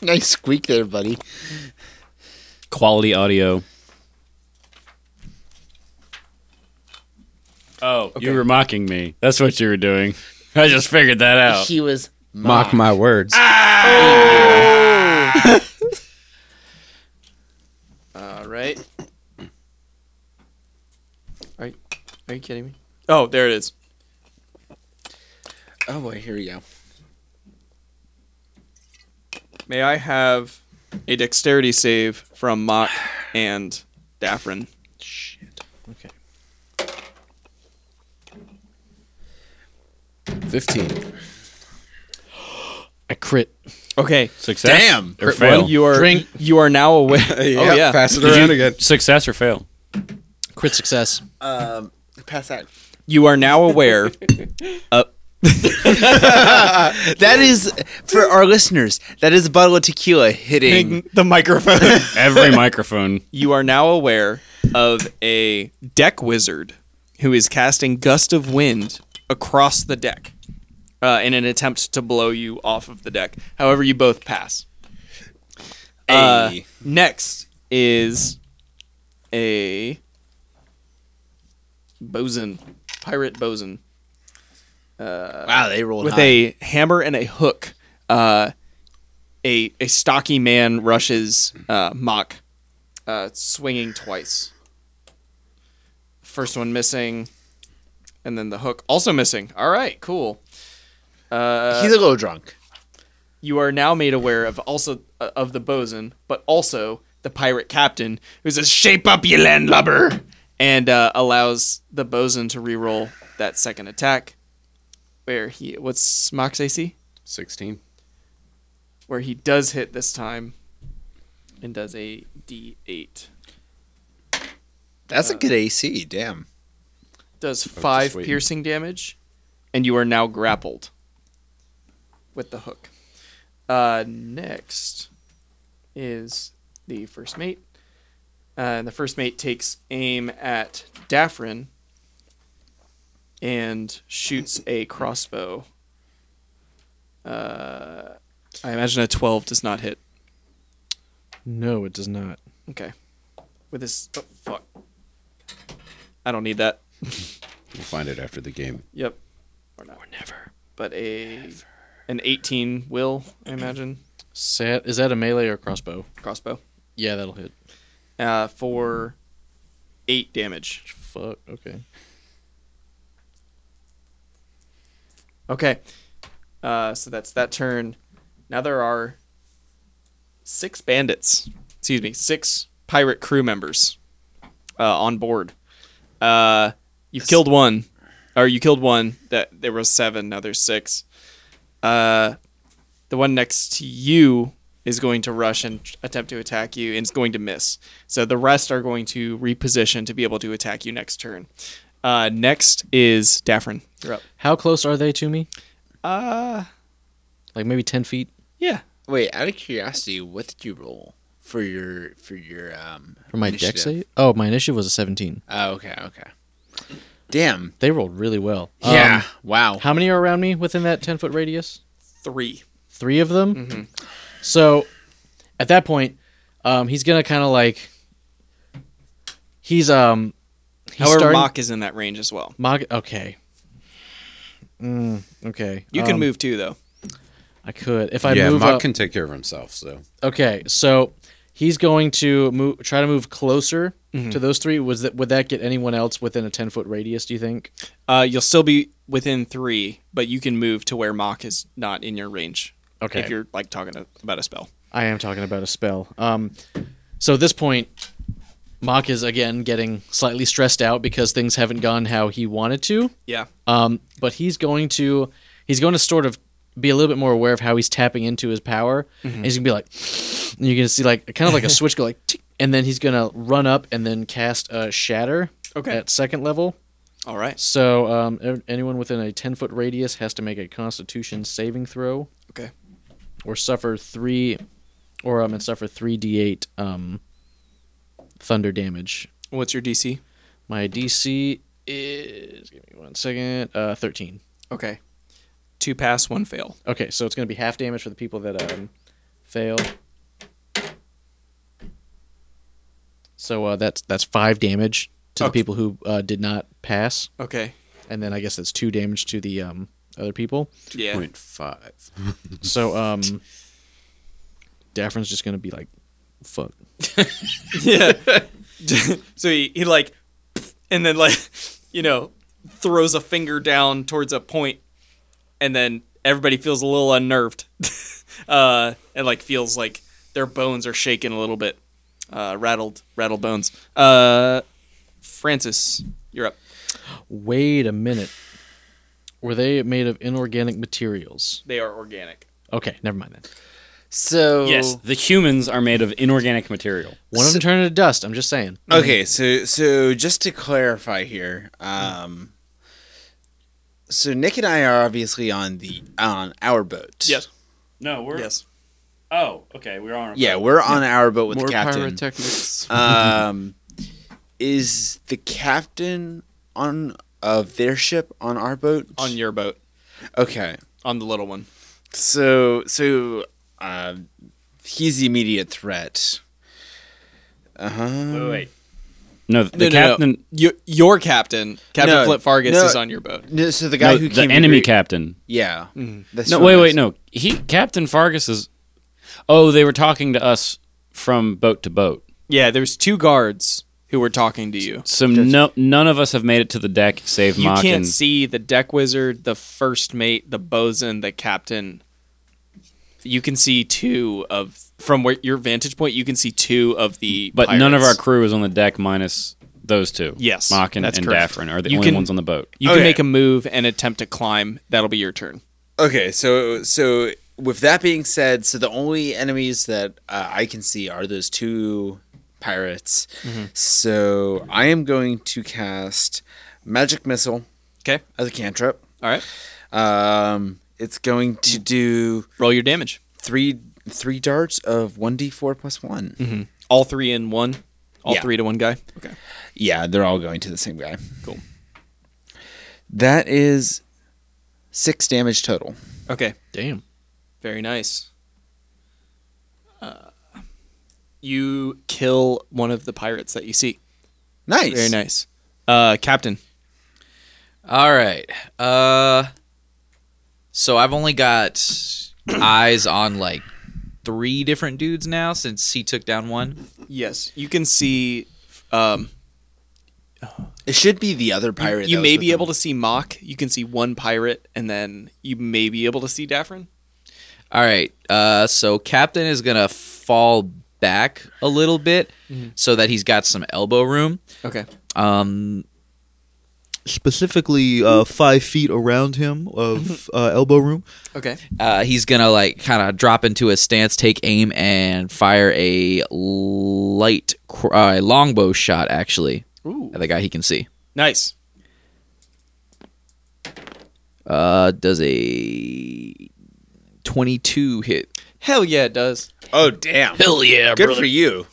[SPEAKER 4] nice squeak there, buddy.
[SPEAKER 5] Quality audio. Oh, you were mocking me. That's what you were doing. I just figured that out.
[SPEAKER 4] He was
[SPEAKER 6] Mock my words.
[SPEAKER 2] All right. Are you, are you kidding me? Oh, there it is.
[SPEAKER 4] Oh boy, here we go.
[SPEAKER 2] May I have a dexterity save from Mach and Daffrin?
[SPEAKER 6] Fifteen.
[SPEAKER 7] A crit.
[SPEAKER 2] Okay.
[SPEAKER 5] Success.
[SPEAKER 4] Damn.
[SPEAKER 5] Or fail.
[SPEAKER 2] You are
[SPEAKER 7] Drink.
[SPEAKER 2] you are now aware. oh yeah.
[SPEAKER 6] Pass it
[SPEAKER 5] Did
[SPEAKER 6] around
[SPEAKER 5] you-
[SPEAKER 6] again.
[SPEAKER 5] Success or fail.
[SPEAKER 7] Crit success.
[SPEAKER 4] Pass that.
[SPEAKER 2] You are now aware.
[SPEAKER 4] That is for our listeners. That is a bottle of tequila hitting.
[SPEAKER 2] the microphone.
[SPEAKER 5] Every microphone.
[SPEAKER 2] you are now aware of a deck wizard who is casting gust of wind across the deck uh, in an attempt to blow you off of the deck. However, you both pass. Uh, next is a bosun, pirate bosun
[SPEAKER 4] Wow, they rolled
[SPEAKER 2] with
[SPEAKER 4] high.
[SPEAKER 2] a hammer and a hook. Uh, a a stocky man rushes uh, Mock, uh, swinging twice. First one missing, and then the hook also missing. All right, cool.
[SPEAKER 4] He's a little drunk.
[SPEAKER 2] You are now made aware of also uh, of the bosun, but also the pirate captain who says, "Shape up, you landlubber," and uh, allows the bosun to reroll that second attack. Where he what's Mock's AC?
[SPEAKER 6] Sixteen.
[SPEAKER 2] where he does hit this time and does a d8.
[SPEAKER 4] That's a good AC. Damn.
[SPEAKER 2] Does five
[SPEAKER 6] waiting.
[SPEAKER 2] piercing damage, and you are now grappled with the hook. Uh, next is the first mate. Uh, and the first mate takes aim at Daffrin and shoots a crossbow. Uh, I imagine a 12 does not hit.
[SPEAKER 7] No, it does not.
[SPEAKER 2] Okay. With this. Oh, fuck. I don't need that.
[SPEAKER 6] We'll find it after the game.
[SPEAKER 2] Yep. Or not. Or never. But a an 18 will, I imagine.
[SPEAKER 7] Sat, is that a melee or a crossbow?
[SPEAKER 2] Crossbow.
[SPEAKER 7] Yeah, that'll hit.
[SPEAKER 2] Uh, for eight damage.
[SPEAKER 7] Fuck. Okay.
[SPEAKER 2] Okay. Uh, so that's that turn. Now there are six bandits. Excuse me, six pirate crew members uh, on board. Uh, you've killed one. or you killed one. That there were seven. Now there's six. Uh, the one next to you is going to rush and tr- attempt to attack you, and it's going to miss. So the rest are going to reposition to be able to attack you next turn. Uh, next is Daffrin. You're up.
[SPEAKER 7] How close are they to me?
[SPEAKER 2] Uh,
[SPEAKER 7] Like maybe ten feet.
[SPEAKER 2] yeah.
[SPEAKER 4] Wait, out of curiosity, what did you roll for your for your um
[SPEAKER 7] For my deck
[SPEAKER 4] initiative?
[SPEAKER 7] save? Oh, my initiative was a 17.
[SPEAKER 4] Oh, okay, okay. Damn.
[SPEAKER 7] They rolled really well. Um,
[SPEAKER 4] Yeah. wow.
[SPEAKER 7] how many are around me within that 10 foot radius?
[SPEAKER 2] Three.
[SPEAKER 7] Three of them? So at that point, um, he's going to kind of like. He's. um. He's
[SPEAKER 2] However,
[SPEAKER 7] starting-
[SPEAKER 2] Mach is in that range as well.
[SPEAKER 7] Mog- okay. Mm, okay.
[SPEAKER 2] You can
[SPEAKER 7] Um,
[SPEAKER 2] move too, though.
[SPEAKER 7] I could. If I
[SPEAKER 6] yeah,
[SPEAKER 7] move
[SPEAKER 6] Mach
[SPEAKER 7] up.
[SPEAKER 6] can take care of himself. So
[SPEAKER 7] Okay, so he's going to move, try to move closer to those three. Was that would that get anyone else within a ten foot radius? Do you think?
[SPEAKER 2] Uh, you'll still be within three, but you can move to where Mach is not in your range.
[SPEAKER 7] Okay.
[SPEAKER 2] If you're like talking a- about a spell.
[SPEAKER 7] I am talking about a spell. Um, so at this point, Mach is again getting slightly stressed out because things haven't gone how he wanted to.
[SPEAKER 2] Yeah.
[SPEAKER 7] Um, but he's going to he's going to sort of be a little bit more aware of how he's tapping into his power. And he's gonna be like, and you're gonna see like kind of like a switch go like, tick, and then he's gonna run up and then cast a shatter
[SPEAKER 2] Okay.
[SPEAKER 7] at second level.
[SPEAKER 2] All right.
[SPEAKER 7] So um, ev- anyone within a ten foot radius has to make a Constitution saving throw
[SPEAKER 2] Okay.
[SPEAKER 7] or suffer three, or um, and suffer three d eight um, thunder damage.
[SPEAKER 2] What's your DC?
[SPEAKER 7] My DC is give me one second, uh, thirteen.
[SPEAKER 2] Okay. Two pass, one fail.
[SPEAKER 7] Okay, so it's going to be half damage for the people that um, fail. So uh, that's that's five damage to the
[SPEAKER 2] Okay.
[SPEAKER 7] people who uh, did not pass,
[SPEAKER 2] Okay.
[SPEAKER 7] and then I guess that's two damage to the um, other people.
[SPEAKER 2] Yeah.
[SPEAKER 6] point five.
[SPEAKER 7] So um, Daffrin's just going to be like, "Fuck."
[SPEAKER 2] Yeah. so he, he like, and then like, you know, throws a finger down towards a point, and then everybody feels a little unnerved, uh, and like feels like their bones are shaking a little bit, uh, rattled, rattled bones. Uh, Francis, you're up.
[SPEAKER 7] Wait a minute. Were they made of inorganic materials?
[SPEAKER 2] They are organic.
[SPEAKER 7] Okay, never mind then.
[SPEAKER 4] So
[SPEAKER 5] Yes,
[SPEAKER 2] Oh.
[SPEAKER 5] the humans are made of inorganic material.
[SPEAKER 7] One of them turned into dust. I'm just saying.
[SPEAKER 4] Okay, so so just to clarify here, um so Nick and I are obviously on the on our boat.
[SPEAKER 2] Yes.
[SPEAKER 5] No, we're
[SPEAKER 2] Yes.
[SPEAKER 5] Oh, okay, we're on.
[SPEAKER 4] Yeah, we're on our boat with the captain.
[SPEAKER 3] pyrotechnics.
[SPEAKER 4] Um is the captain on of their ship on our boat?
[SPEAKER 2] On your boat,
[SPEAKER 4] Okay.
[SPEAKER 2] on the little one.
[SPEAKER 4] So so uh, he's the immediate threat.
[SPEAKER 5] Wait, wait. No, the
[SPEAKER 2] No, no, no.
[SPEAKER 5] captain.
[SPEAKER 2] Your, your captain, Captain
[SPEAKER 4] No,
[SPEAKER 2] Flip Fargus,
[SPEAKER 4] no.
[SPEAKER 2] is on your boat.
[SPEAKER 4] No, so the guy
[SPEAKER 5] no,
[SPEAKER 4] who
[SPEAKER 5] the
[SPEAKER 4] came
[SPEAKER 5] enemy
[SPEAKER 4] captain.
[SPEAKER 5] captain.
[SPEAKER 4] Yeah.
[SPEAKER 2] Mm-hmm.
[SPEAKER 4] That's
[SPEAKER 5] No,
[SPEAKER 4] what
[SPEAKER 5] wait,
[SPEAKER 4] I
[SPEAKER 5] wait,
[SPEAKER 4] was-
[SPEAKER 5] no. He Captain Fargus is. Oh, they were talking to us from boat to boat.
[SPEAKER 2] Yeah, there's two guards who were talking to you.
[SPEAKER 5] So no, none of us have made it to the deck save
[SPEAKER 2] You
[SPEAKER 5] Mach
[SPEAKER 2] can't
[SPEAKER 5] and-
[SPEAKER 2] see the deck wizard, the first mate, the bosun, the captain. You can see two of from where your vantage point. You can see two of the,
[SPEAKER 5] but none of our
[SPEAKER 2] pirates.
[SPEAKER 5] crew is on the deck minus those two.
[SPEAKER 2] Yes,
[SPEAKER 5] Mach and,
[SPEAKER 2] that's
[SPEAKER 5] and
[SPEAKER 2] correct.
[SPEAKER 5] Daffrin are the
[SPEAKER 2] You
[SPEAKER 5] only
[SPEAKER 2] can-
[SPEAKER 5] ones on the boat.
[SPEAKER 2] You can
[SPEAKER 4] Okay.
[SPEAKER 2] make a move and attempt to climb. That'll be your turn.
[SPEAKER 4] Okay, so so with that being said, so the only enemies that uh, I can see are those two pirates.
[SPEAKER 2] Mm-hmm.
[SPEAKER 4] So I am going to cast magic missile
[SPEAKER 2] Okay,
[SPEAKER 4] as a cantrip.
[SPEAKER 2] all right.
[SPEAKER 4] Um, it's going to do
[SPEAKER 2] Roll your damage.
[SPEAKER 4] three three darts of one d four plus one.
[SPEAKER 2] Mm-hmm. All three in one. All
[SPEAKER 4] Yeah.
[SPEAKER 2] three to one guy. Okay.
[SPEAKER 4] Yeah, they're all going to the same guy.
[SPEAKER 2] Cool.
[SPEAKER 4] That is six damage total.
[SPEAKER 2] Okay.
[SPEAKER 7] Damn.
[SPEAKER 2] Very nice. Uh, you kill one of the pirates that you see.
[SPEAKER 4] Nice.
[SPEAKER 2] Very nice. Uh, captain.
[SPEAKER 3] All right. Uh so I've only got eyes on like three different dudes now since he took down one.
[SPEAKER 2] Yes, you can see. Um,
[SPEAKER 4] It should be the other pirate.
[SPEAKER 2] you may be able to see Mock. You can see one pirate, and then you may be able to see Daffrin.
[SPEAKER 3] All right. Uh so Captain is going to fall back a little bit so that he's got some elbow room.
[SPEAKER 2] Okay.
[SPEAKER 3] Um
[SPEAKER 9] specifically uh, five feet around him
[SPEAKER 2] Mm-hmm.
[SPEAKER 9] of uh, elbow room.
[SPEAKER 2] Okay.
[SPEAKER 3] Uh, he's gonna like kind of drop into a stance, take aim, and fire a light cr- uh, longbow shot actually
[SPEAKER 2] Ooh.
[SPEAKER 3] at the guy he can see.
[SPEAKER 2] Nice.
[SPEAKER 3] Uh, does a twenty-two hit?
[SPEAKER 2] Hell yeah, it does.
[SPEAKER 4] Oh damn!
[SPEAKER 3] Hell yeah,
[SPEAKER 4] Good for you.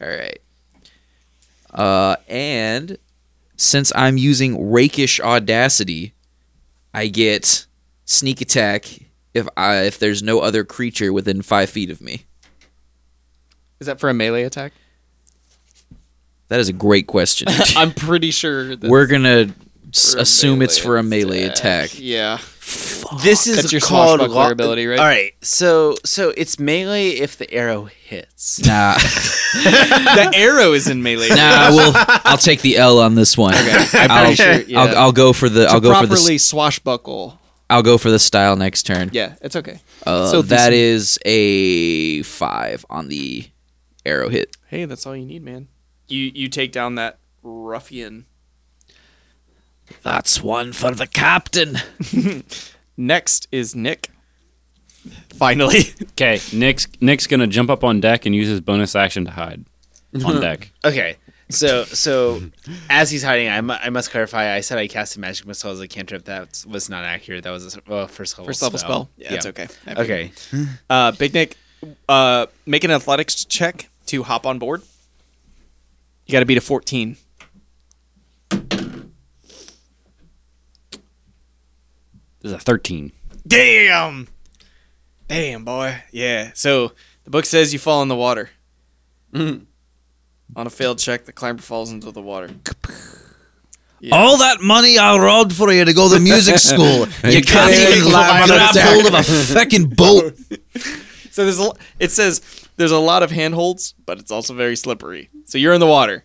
[SPEAKER 3] All right. Uh, and since I'm using rakish audacity, I get sneak attack if I if there's no other creature within five feet of me.
[SPEAKER 2] Is that for a melee attack?
[SPEAKER 3] That is a great question.
[SPEAKER 2] I'm pretty sure that
[SPEAKER 3] We're gonna s-
[SPEAKER 2] For a
[SPEAKER 3] assume it's
[SPEAKER 2] melee
[SPEAKER 3] for a melee attack.
[SPEAKER 2] Yeah.
[SPEAKER 4] This is
[SPEAKER 2] That's your
[SPEAKER 4] called
[SPEAKER 2] swashbuckler
[SPEAKER 4] lo-
[SPEAKER 2] ability, right?
[SPEAKER 4] All right, so so it's melee if the arrow hits.
[SPEAKER 3] Nah,
[SPEAKER 2] the arrow is in melee.
[SPEAKER 3] nah. I will. I'll take the L on this one. I'll,
[SPEAKER 2] sure, yeah.
[SPEAKER 3] I'll, I'll go for the. I'll
[SPEAKER 2] to
[SPEAKER 3] go for the.
[SPEAKER 2] properly
[SPEAKER 3] s-
[SPEAKER 2] swashbuckle.
[SPEAKER 3] I'll go for the style next turn.
[SPEAKER 2] Yeah, it's okay.
[SPEAKER 3] Uh,
[SPEAKER 2] so
[SPEAKER 3] that
[SPEAKER 2] decent.
[SPEAKER 3] is a five on the arrow hit.
[SPEAKER 2] Hey, that's all you need, man. You you take down that ruffian.
[SPEAKER 3] That's one for the captain.
[SPEAKER 2] Next is Nick. Finally.
[SPEAKER 5] Okay, Nick's Nick's gonna jump up on deck and use his bonus action to hide on deck.
[SPEAKER 4] Okay. So so as he's hiding, I mu- I must clarify. I said I cast a magic missile as a cantrip. That was not accurate. That was a s- well, first level
[SPEAKER 2] First level spell. Yeah, that's okay.
[SPEAKER 4] Okay.
[SPEAKER 2] Uh, Big Nick, uh, make an athletics check to hop on board. You got to beat a 14.
[SPEAKER 5] This is a thirteen.
[SPEAKER 2] Damn. Damn, boy. Yeah. So the book says you fall in the water.
[SPEAKER 5] Mm.
[SPEAKER 2] On a failed check, the climber falls into the water.
[SPEAKER 9] All that money I robbed for you to go to music school. you can't even grab hold of a fucking boat.
[SPEAKER 2] So there's a, l- it says there's a lot of handholds, but it's also very slippery. So you're in the water.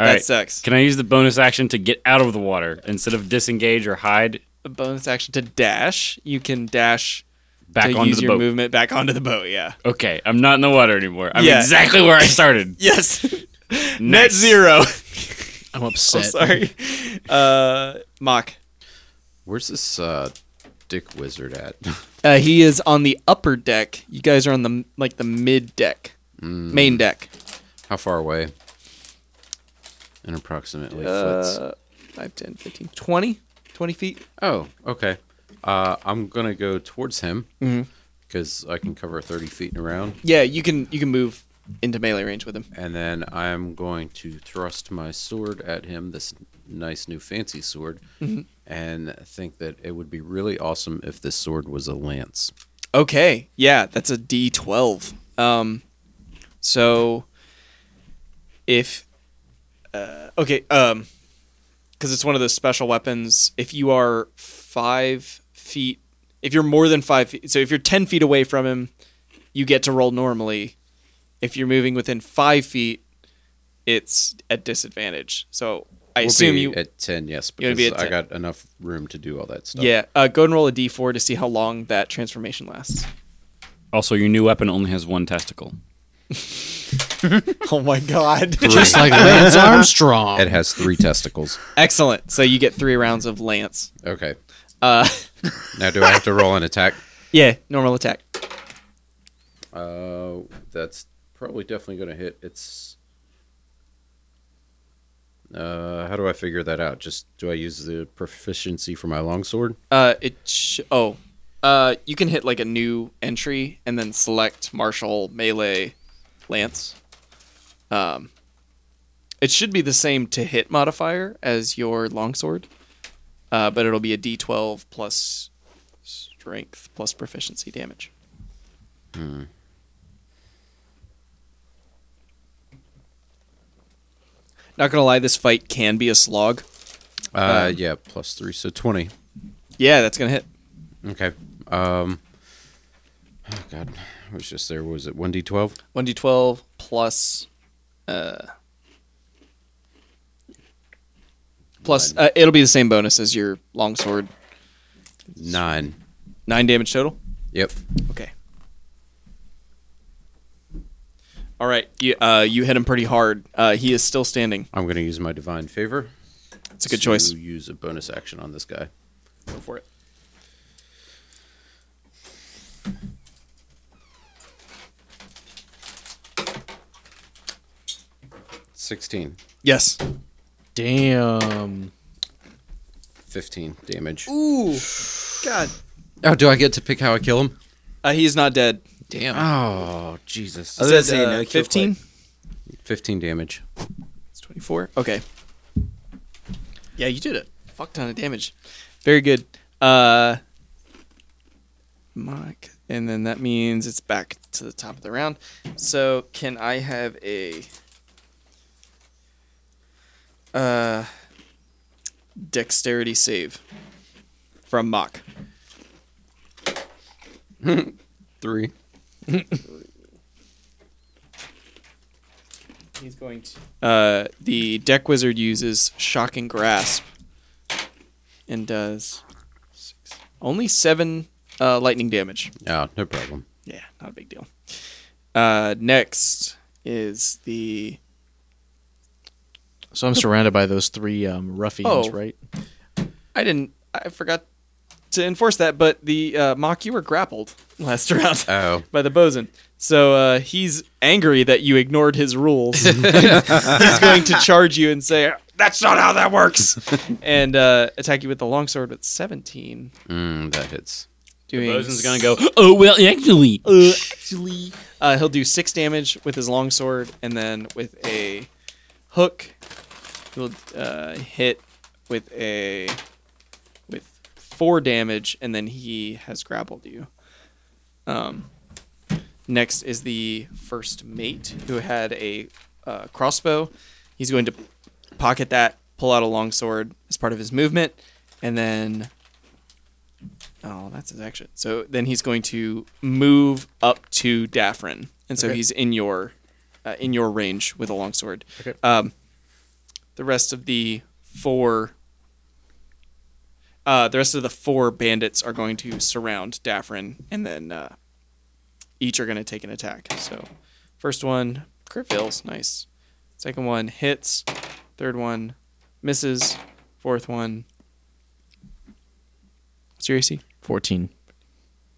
[SPEAKER 5] All
[SPEAKER 2] that
[SPEAKER 5] right.
[SPEAKER 2] sucks.
[SPEAKER 5] Can I use the bonus action to get out of the water instead of disengage or hide
[SPEAKER 2] A bonus action to dash. You can dash
[SPEAKER 5] back
[SPEAKER 2] to
[SPEAKER 5] onto
[SPEAKER 2] use
[SPEAKER 5] the
[SPEAKER 2] your
[SPEAKER 5] boat?
[SPEAKER 2] movement back onto the boat. Yeah.
[SPEAKER 5] Okay, I'm not in the water anymore. I'm
[SPEAKER 2] Yeah.
[SPEAKER 5] exactly where I started.
[SPEAKER 2] Yes. Net zero. I'm
[SPEAKER 7] I'm upset.
[SPEAKER 2] sorry. Uh, Mock.
[SPEAKER 6] Where's this uh, dick wizard at?
[SPEAKER 2] Uh, he is on the upper deck. You guys are on the like the mid deck, main deck.
[SPEAKER 6] How far away? And approximately foots.
[SPEAKER 2] Uh, 5, 10, 15, 20, 20 feet.
[SPEAKER 6] Oh, okay. Uh, I'm gonna go towards him because I can cover 30 feet around,
[SPEAKER 2] Yeah, you can you can move into melee range with him.
[SPEAKER 6] and then I'm going to thrust my sword at him. This nice new fancy sword, and think that it would be really awesome if this sword was a lance.
[SPEAKER 2] Okay. Yeah, that's a D twelve. Um, so if uh, okay, um, because it's one of those special weapons. If you are five feet, if you're more than five feet, so if you're ten feet away from him, you get to roll normally. If you're moving within five feet, it's at disadvantage. So I
[SPEAKER 6] We'll
[SPEAKER 2] assume
[SPEAKER 6] be
[SPEAKER 2] you.
[SPEAKER 6] at 10, yes,
[SPEAKER 2] You'll
[SPEAKER 6] because
[SPEAKER 2] be
[SPEAKER 6] I
[SPEAKER 2] at 10.
[SPEAKER 6] got enough room to do all that stuff.
[SPEAKER 2] yeah, uh, go and roll a d4 to see how long that transformation lasts.
[SPEAKER 5] Also, your new weapon only has one testicle.
[SPEAKER 2] Oh my god.
[SPEAKER 7] Just like Lance Armstrong.
[SPEAKER 6] It has three testicles.
[SPEAKER 2] Excellent. So you get three rounds of lance.
[SPEAKER 6] Okay.
[SPEAKER 2] Uh,
[SPEAKER 6] Now, do I have to roll an attack?
[SPEAKER 2] yeah, normal attack.
[SPEAKER 6] Uh, that's probably definitely going to hit. It's. Uh, how do I figure that out? Just do I use the proficiency for my longsword?
[SPEAKER 2] Uh, it sh- oh, uh, you can hit like a new entry and then select martial melee lance. Um, it should be the same to hit modifier as your longsword, uh, but it'll be a D12 plus strength plus proficiency damage. Not gonna lie, this fight can be a slog.
[SPEAKER 6] Uh, yeah, plus three, so twenty.
[SPEAKER 2] Yeah, that's gonna hit.
[SPEAKER 6] Okay. Um. Oh God, I was just there. what Was it one d twelve?
[SPEAKER 2] one d twelve plus, uh, plus uh, it'll be the same bonus as your longsword.
[SPEAKER 6] Nine.
[SPEAKER 2] Nine damage total.
[SPEAKER 6] Yep.
[SPEAKER 2] Okay. All right, you uh, you hit him pretty hard. Uh, he is still standing.
[SPEAKER 6] I'm gonna use my divine favor.
[SPEAKER 2] It's a good choice.
[SPEAKER 6] To use a bonus action on this guy.
[SPEAKER 2] Go for it.
[SPEAKER 6] Sixteen.
[SPEAKER 2] Yes.
[SPEAKER 7] Damn.
[SPEAKER 6] 15 damage.
[SPEAKER 2] Ooh. God.
[SPEAKER 6] Oh, do I get to pick how I kill him?
[SPEAKER 2] Uh, he's not dead. uh,
[SPEAKER 3] Damn.
[SPEAKER 6] Oh, Jesus.
[SPEAKER 4] I was gonna say, no, kill
[SPEAKER 2] 15?
[SPEAKER 6] 15 damage.
[SPEAKER 2] It's 24. Okay. Yeah, you did a fuck ton of damage. Very good. Uh Mike. And then that means it's back to the top of the round. So can I have a uh dexterity save from Mach.
[SPEAKER 6] Three.
[SPEAKER 2] He's going to. Uh, the deck wizard uses shocking grasp and does six- only seven uh, lightning damage.
[SPEAKER 6] Oh, no problem.
[SPEAKER 2] Yeah, not a big deal. Uh, next is the
[SPEAKER 7] So I'm surrounded by those three um, ruffians,
[SPEAKER 2] Oh.
[SPEAKER 7] right?
[SPEAKER 2] I didn't. I forgot to enforce that, but the uh, mock you were grappled last round
[SPEAKER 6] Oh.
[SPEAKER 2] by the bosun. So uh, he's angry that you ignored his rules. he's going to charge you and say, "That's not how that works," and uh, attack you with the longsword at seventeen.
[SPEAKER 6] Mm, that hits.
[SPEAKER 2] Doing
[SPEAKER 5] Bosun's gonna go. Oh well, actually,
[SPEAKER 2] Uh, actually, uh, he'll do six damage with his longsword, and then with a hook, he'll uh, hit with a with four damage, and then he has grappled you. Um, next is the first mate who had a uh, crossbow. He's going to pocket that, pull out a longsword as part of his movement, and then Oh, that's his action. So then he's going to move up to Daffrin, and so he's in your uh, in your range with a longsword. Okay. Um, the rest of the four. Uh, the rest of the four bandits are going to surround Daffrin, and then uh, each are going to take an attack. So, first one crit fails, nice. Second one hits. Third one misses. Fourth one. What's your AC?
[SPEAKER 7] Fourteen.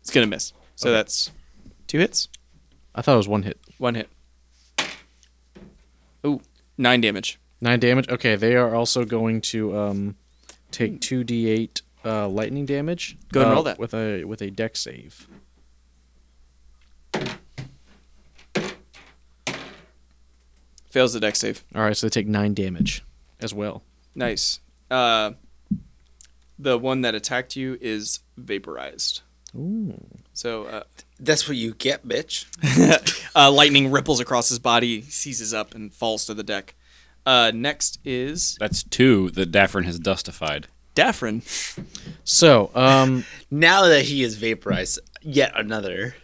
[SPEAKER 2] It's gonna miss. So that's two hits,
[SPEAKER 7] I thought it was one hit.
[SPEAKER 2] one hit. Ooh, nine damage.
[SPEAKER 7] Nine damage. Okay, they are also going to um, take two d8 uh, lightning damage.
[SPEAKER 2] Hmm. Go ahead and
[SPEAKER 7] uh,
[SPEAKER 2] roll that.
[SPEAKER 7] with a with a deck save.
[SPEAKER 2] Fails the deck save.
[SPEAKER 7] All right, so they take nine damage as well.
[SPEAKER 2] Nice. Uh, the one that attacked you is vaporized. Ooh. So uh,
[SPEAKER 4] That's what you get, bitch.
[SPEAKER 2] uh, lightning ripples across his body, he seizes up, and falls to the deck. Uh, next is
[SPEAKER 5] that's two that Daffrin has dustified.
[SPEAKER 2] Daffrin.
[SPEAKER 7] So um,
[SPEAKER 4] Now that he is vaporized, yet another.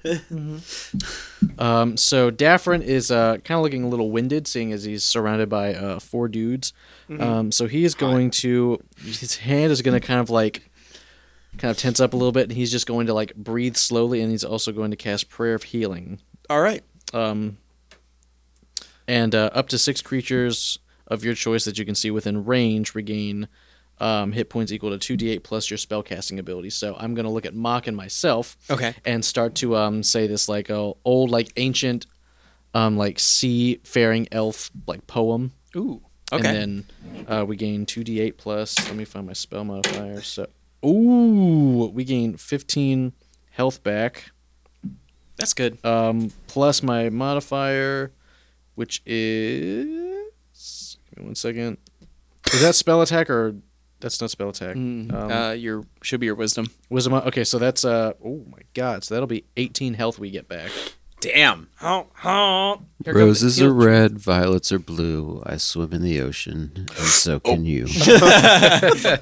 [SPEAKER 7] Um, so Daffrin is uh, kind of looking a little winded, seeing as he's surrounded by uh, four dudes. Um, so he is going to his hand is going to kind of like kind of tense up a little bit, and he's just going to like breathe slowly, and he's also going to cast Prayer of Healing.
[SPEAKER 2] All right.
[SPEAKER 7] Um, and uh, up to six creatures of your choice that you can see within range regain um, hit points equal to 2d8 plus your spellcasting ability. So I'm going to look at Mach and myself.
[SPEAKER 2] Okay.
[SPEAKER 7] And start to um, say this like a old, like ancient, um, like seafaring elf like poem.
[SPEAKER 2] Ooh. Okay.
[SPEAKER 7] And then uh, we gain 2d8 plus. Let me find my spell modifier. So, ooh, we gain 15 health back
[SPEAKER 2] That's good.
[SPEAKER 7] um, plus my modifier, which is. Give me one second. Is that spell attack or that's not spell attack? Um,
[SPEAKER 2] uh, your should be your wisdom.
[SPEAKER 7] wisdom. Okay, so that's uh. Oh my god! So that'll be 18 health we get back.
[SPEAKER 4] Damn.
[SPEAKER 6] Roses are red, violets are blue. I swim in the ocean, and so can you.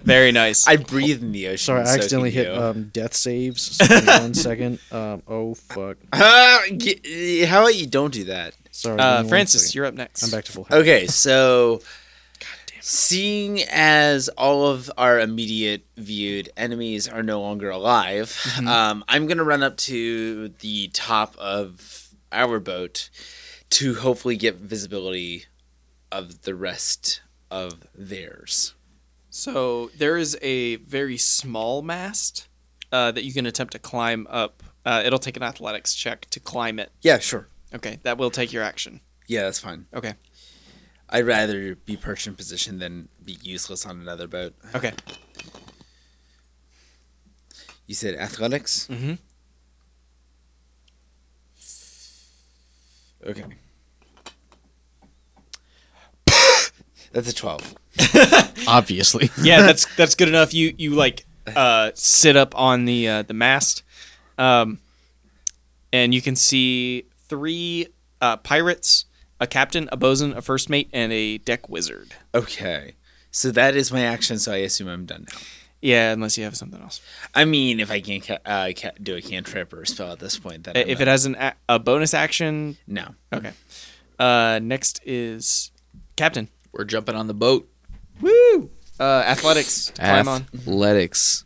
[SPEAKER 2] Very nice.
[SPEAKER 4] I breathe in the ocean.
[SPEAKER 7] Sorry,
[SPEAKER 4] so
[SPEAKER 7] I accidentally
[SPEAKER 4] can
[SPEAKER 7] hit
[SPEAKER 4] you.
[SPEAKER 7] um, death saves. So give me one second. Um, oh fuck!
[SPEAKER 4] Ah, g- how about you don't do that?
[SPEAKER 7] Sorry. give me
[SPEAKER 2] uh,
[SPEAKER 7] one
[SPEAKER 2] Francis,
[SPEAKER 7] second.
[SPEAKER 2] you're up next.
[SPEAKER 7] I'm back to full health.
[SPEAKER 4] Okay, so seeing as all of our immediate viewed enemies are no longer alive, um, I'm going to run up to the top of our boat to hopefully get visibility of the rest of theirs.
[SPEAKER 2] So there is a very small mast uh, that you can attempt to climb up. Uh, it'll take an athletics check to climb it.
[SPEAKER 4] Yeah, sure.
[SPEAKER 2] Okay, that will take your action.
[SPEAKER 4] Yeah, that's fine.
[SPEAKER 2] Okay.
[SPEAKER 4] I'd rather be perched in position than be useless on another boat.
[SPEAKER 2] Okay.
[SPEAKER 4] You said athletics?
[SPEAKER 2] Mhm.
[SPEAKER 4] Okay. That's a 12.
[SPEAKER 7] Obviously.
[SPEAKER 2] yeah, that's that's good enough. You you like uh, sit up on the uh, the mast, um, and you can see three uh, pirates, a captain, a bosun, a first mate, and a deck wizard.
[SPEAKER 4] Okay. So that is my action, so I assume I'm done now.
[SPEAKER 2] Yeah, unless you have something else.
[SPEAKER 4] I mean, if I can't ca- uh, ca- do a cantrip or a spell at this point, then.
[SPEAKER 2] Uh,
[SPEAKER 4] I'm
[SPEAKER 2] If
[SPEAKER 4] not-
[SPEAKER 2] it has an a, a bonus action,
[SPEAKER 4] No.
[SPEAKER 2] okay. Uh, next is captain.
[SPEAKER 3] We're jumping on the boat.
[SPEAKER 2] Woo! Uh, athletics to climb on.
[SPEAKER 3] Athletics.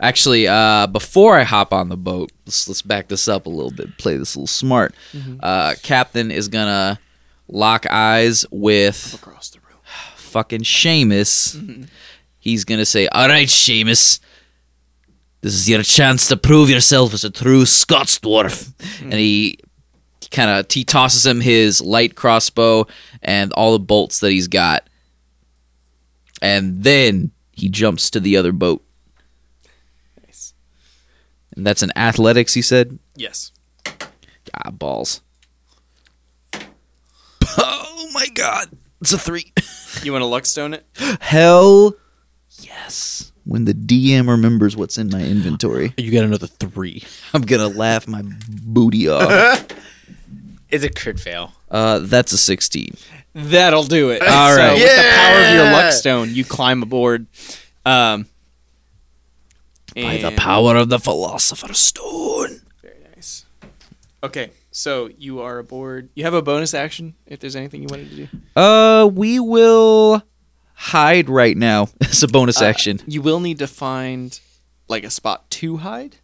[SPEAKER 3] Actually, uh, before I hop on the boat, let's let's back this up a little bit. Play this a little smart.
[SPEAKER 2] Mm-hmm.
[SPEAKER 3] Uh, Captain is gonna lock eyes with across the room. Fucking Seamus.
[SPEAKER 2] Mm-hmm.
[SPEAKER 3] He's gonna say, "All right, Seamus." This is your chance to prove yourself as a true Scots dwarf.
[SPEAKER 2] Mm-hmm.
[SPEAKER 3] And he kind of he tosses him his light crossbow and all the bolts that he's got and then he jumps to the other boat.
[SPEAKER 2] Nice.
[SPEAKER 3] And that's an athletics, he said.
[SPEAKER 2] Yes.
[SPEAKER 3] Ah, balls. Oh my god. It's a three.
[SPEAKER 2] You want to luck stone it?
[SPEAKER 9] Hell yes. When the DM remembers what's in my inventory,
[SPEAKER 7] You got another three.
[SPEAKER 9] I'm gonna laugh my booty off.
[SPEAKER 4] It's a crit fail.
[SPEAKER 3] Uh, that's a 16.
[SPEAKER 2] That'll do it.
[SPEAKER 3] All right.
[SPEAKER 2] So with the power of your luck stone, you climb aboard. Um,
[SPEAKER 3] By the
[SPEAKER 2] and-
[SPEAKER 3] power of the Philosopher's Stone.
[SPEAKER 2] Very nice. Okay, so you are aboard. You have a bonus action if there's anything you wanted to do.
[SPEAKER 3] Uh, we will hide right now. it's a bonus action.
[SPEAKER 2] You will need to find like a spot to hide.